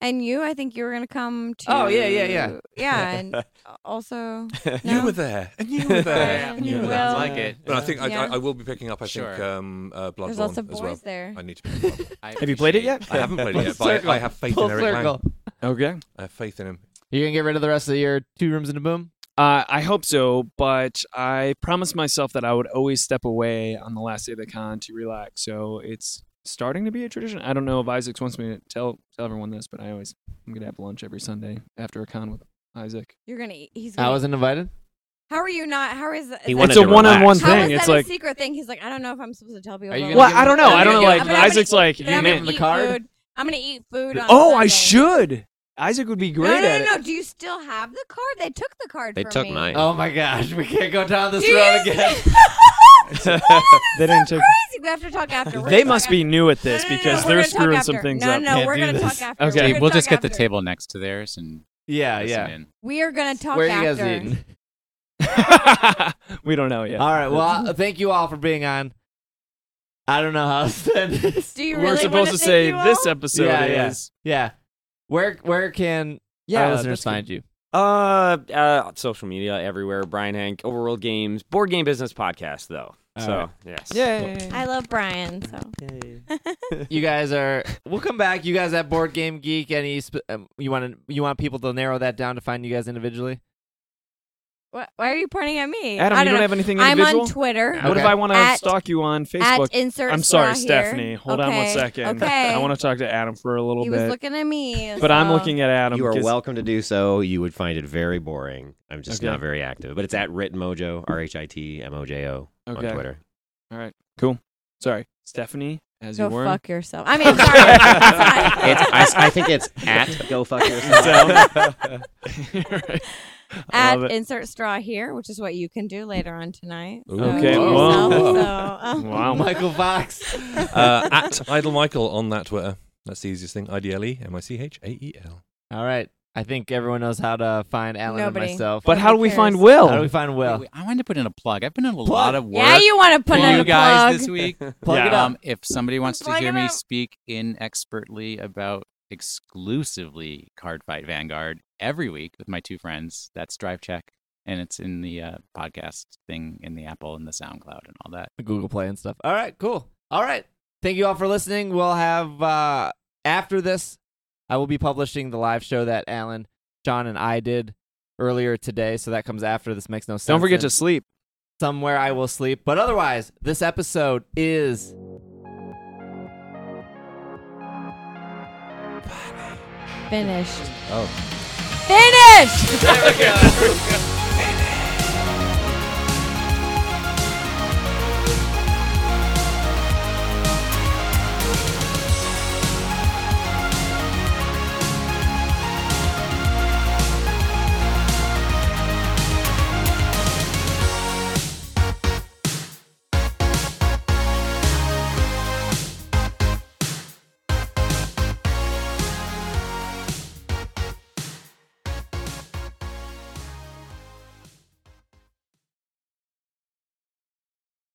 [SPEAKER 3] And you, I think you were gonna come to.
[SPEAKER 1] Oh, yeah, yeah, yeah.
[SPEAKER 3] yeah, and also
[SPEAKER 6] You
[SPEAKER 3] No?
[SPEAKER 6] were there, and you were there,
[SPEAKER 3] Brian,
[SPEAKER 6] and you were
[SPEAKER 3] Will.
[SPEAKER 6] there.
[SPEAKER 3] Well-
[SPEAKER 4] like it.
[SPEAKER 6] But I think I,
[SPEAKER 3] Yeah.
[SPEAKER 6] I, I will be picking up. I think
[SPEAKER 4] Sure.
[SPEAKER 6] um, uh, Bloodborne
[SPEAKER 3] there's lots of
[SPEAKER 6] as
[SPEAKER 3] boys
[SPEAKER 6] well.
[SPEAKER 3] there.
[SPEAKER 6] I need to. Pick up Bloodborne.
[SPEAKER 4] I
[SPEAKER 5] Have you played it
[SPEAKER 4] appreciate-
[SPEAKER 5] yet?
[SPEAKER 6] I haven't played it yet, but I, I have faith in Eric Lang.
[SPEAKER 5] Okay.
[SPEAKER 6] I have Uh, faith in him.
[SPEAKER 1] You're gonna get rid of the rest of your two rooms in a boom.
[SPEAKER 5] Uh, I hope so, but I promised myself that I would always step away on the last day of the con to relax. So it's starting to be a tradition. I don't know if Isaac wants me to tell tell everyone this, but I always I'm gonna have lunch every Sunday after a con with Isaac.
[SPEAKER 3] You're gonna. eat- He's. Gonna,
[SPEAKER 1] I wasn't invited.
[SPEAKER 3] how are you not? How is that?
[SPEAKER 2] He
[SPEAKER 3] is
[SPEAKER 2] wanted
[SPEAKER 5] it's
[SPEAKER 2] to
[SPEAKER 5] a one-on-one
[SPEAKER 2] relax.
[SPEAKER 3] that, how
[SPEAKER 5] thing.
[SPEAKER 3] is
[SPEAKER 5] It's
[SPEAKER 3] that
[SPEAKER 5] like,
[SPEAKER 3] a secret thing. He's like, I don't know if I'm supposed to tell people.
[SPEAKER 4] Are you
[SPEAKER 3] about
[SPEAKER 4] gonna
[SPEAKER 3] it."
[SPEAKER 5] well,
[SPEAKER 4] give
[SPEAKER 5] I don't know.
[SPEAKER 4] him-
[SPEAKER 5] I don't know.
[SPEAKER 4] Yeah,
[SPEAKER 5] Like
[SPEAKER 4] yeah.
[SPEAKER 3] But I'm
[SPEAKER 5] Isaac's
[SPEAKER 3] gonna-
[SPEAKER 5] like,
[SPEAKER 3] but
[SPEAKER 5] hey,
[SPEAKER 1] give
[SPEAKER 3] I'm
[SPEAKER 5] man.
[SPEAKER 1] him
[SPEAKER 3] gonna
[SPEAKER 1] the
[SPEAKER 3] eat
[SPEAKER 1] card?
[SPEAKER 3] food. I'm gonna eat food. On
[SPEAKER 5] Oh, I
[SPEAKER 3] Sunday.
[SPEAKER 5] should. Isaac would be great
[SPEAKER 3] no, no,
[SPEAKER 5] at
[SPEAKER 3] no,
[SPEAKER 5] it.
[SPEAKER 3] no. Do you still have the card? They took the card.
[SPEAKER 2] They
[SPEAKER 3] from
[SPEAKER 2] took
[SPEAKER 3] me.
[SPEAKER 2] mine.
[SPEAKER 1] Oh my gosh, we can't go down this
[SPEAKER 3] Do
[SPEAKER 1] road
[SPEAKER 3] you-
[SPEAKER 1] again.
[SPEAKER 5] They didn't
[SPEAKER 3] so
[SPEAKER 5] take-
[SPEAKER 3] crazy. We have to talk after. We're
[SPEAKER 5] They
[SPEAKER 3] gonna
[SPEAKER 5] must
[SPEAKER 3] talk
[SPEAKER 5] be new at this
[SPEAKER 3] after. No, no, no,
[SPEAKER 5] because they're
[SPEAKER 3] no, we're gonna talk
[SPEAKER 5] screwing
[SPEAKER 3] after.
[SPEAKER 5] some things
[SPEAKER 3] no,
[SPEAKER 5] up.
[SPEAKER 3] No, no,
[SPEAKER 1] Can't
[SPEAKER 3] we're
[SPEAKER 1] do
[SPEAKER 3] gonna
[SPEAKER 1] this.
[SPEAKER 3] talk after. We're
[SPEAKER 5] Okay.
[SPEAKER 3] gonna
[SPEAKER 4] we'll just
[SPEAKER 3] talk
[SPEAKER 4] get the
[SPEAKER 3] after. Uh,
[SPEAKER 4] table next to theirs and
[SPEAKER 1] Yeah,
[SPEAKER 4] listen
[SPEAKER 1] yeah.
[SPEAKER 4] in.
[SPEAKER 3] We are gonna talk
[SPEAKER 1] Where are you
[SPEAKER 3] after.
[SPEAKER 1] guys eating?
[SPEAKER 5] we don't know yet.
[SPEAKER 1] All right. Well, I- thank you all for being on. I don't know how to send this.
[SPEAKER 3] Do you
[SPEAKER 5] We're
[SPEAKER 3] really wanna
[SPEAKER 5] supposed to
[SPEAKER 3] thank
[SPEAKER 5] say
[SPEAKER 3] you all?
[SPEAKER 5] this episode
[SPEAKER 1] Yeah, yeah.
[SPEAKER 5] is.
[SPEAKER 1] Yeah. Where where can our listeners find
[SPEAKER 7] that's good.
[SPEAKER 1] you?
[SPEAKER 7] Uh, uh, social media everywhere. Brian Hank, Overworld Games, Board Game Business Podcast, though.
[SPEAKER 1] All
[SPEAKER 7] so
[SPEAKER 1] right.
[SPEAKER 7] yes,
[SPEAKER 5] Yay.
[SPEAKER 3] I love Brian. So
[SPEAKER 1] You guys are. We'll come back. You guys at Board Game Geek. Any sp- um, you want to you want people to narrow that down to find you guys individually?
[SPEAKER 3] Wh- why are you pointing at me?
[SPEAKER 5] Adam,
[SPEAKER 3] I
[SPEAKER 5] you don't
[SPEAKER 3] know.
[SPEAKER 5] have anything
[SPEAKER 3] I'm
[SPEAKER 5] individual.
[SPEAKER 3] on Twitter.
[SPEAKER 5] What if
[SPEAKER 1] Okay.
[SPEAKER 5] I want to
[SPEAKER 3] At-
[SPEAKER 5] stalk you on
[SPEAKER 3] At
[SPEAKER 5] Facebook?
[SPEAKER 3] insert.
[SPEAKER 5] I'm sorry,
[SPEAKER 3] straw here.
[SPEAKER 5] Stephanie. Hold on one
[SPEAKER 3] Okay,
[SPEAKER 5] second.
[SPEAKER 3] Okay.
[SPEAKER 5] I want to talk to Adam for a little
[SPEAKER 3] He was
[SPEAKER 5] bit,
[SPEAKER 3] looking at um, me.
[SPEAKER 5] but I'm
[SPEAKER 3] so-
[SPEAKER 5] looking at Adam.
[SPEAKER 2] You are
[SPEAKER 5] because-
[SPEAKER 2] welcome to do so. You would find it very boring. I'm just
[SPEAKER 5] Okay.
[SPEAKER 2] not very active, but it's at Writ Mojo, R H I T M O J O
[SPEAKER 5] Okay.
[SPEAKER 2] on Twitter.
[SPEAKER 5] Sorry, Stephanie, as
[SPEAKER 3] Go
[SPEAKER 5] you were.
[SPEAKER 3] fuck yourself. I mean, sorry. sorry.
[SPEAKER 2] It's, I, I think it's at Go Fuck Yourself.
[SPEAKER 5] So- You're right. I love
[SPEAKER 3] Add
[SPEAKER 5] it.
[SPEAKER 3] insert straw here, which is what you can do later on tonight.
[SPEAKER 6] Ooh.
[SPEAKER 3] So
[SPEAKER 5] Okay,
[SPEAKER 3] do
[SPEAKER 5] whoa.
[SPEAKER 3] yourself, so, um,
[SPEAKER 5] Wow.
[SPEAKER 1] Michael Fox.
[SPEAKER 6] Uh, at Idle Michael on that Twitter. That's the easiest thing. I D L E M I C H A E L.
[SPEAKER 1] All right. I think everyone knows how to find Alan
[SPEAKER 3] Nobody.
[SPEAKER 1] and myself.
[SPEAKER 5] But oh. how do we
[SPEAKER 3] cares?
[SPEAKER 5] find
[SPEAKER 1] how do we
[SPEAKER 5] Will?
[SPEAKER 1] find Will?
[SPEAKER 4] Wait, I wanted to put in a plug. I've been in a lot of work.
[SPEAKER 3] Yeah, you want to put
[SPEAKER 4] for
[SPEAKER 3] in
[SPEAKER 4] you
[SPEAKER 3] a
[SPEAKER 4] guys
[SPEAKER 3] plug.
[SPEAKER 4] this week.
[SPEAKER 1] Plug it up.
[SPEAKER 4] Um, if somebody wants to
[SPEAKER 3] Plug
[SPEAKER 4] hear
[SPEAKER 3] it
[SPEAKER 4] me
[SPEAKER 3] up.
[SPEAKER 4] speak inexpertly about exclusively Cardfight Vanguard every week with my two friends, that's Drive Check, and it's in the uh, podcast thing in the Apple and the SoundCloud and all that.
[SPEAKER 1] the Google Play and stuff. All right, cool. All right. Thank you all for listening. We'll have uh after this, I will be publishing the live show that Alan, John, and I did earlier today. So that comes after this makes no sense.
[SPEAKER 5] Don't
[SPEAKER 1] And
[SPEAKER 5] forget to sleep.
[SPEAKER 1] somewhere I will sleep. But otherwise, this episode is
[SPEAKER 3] Finished.
[SPEAKER 6] Oh.
[SPEAKER 3] Finished.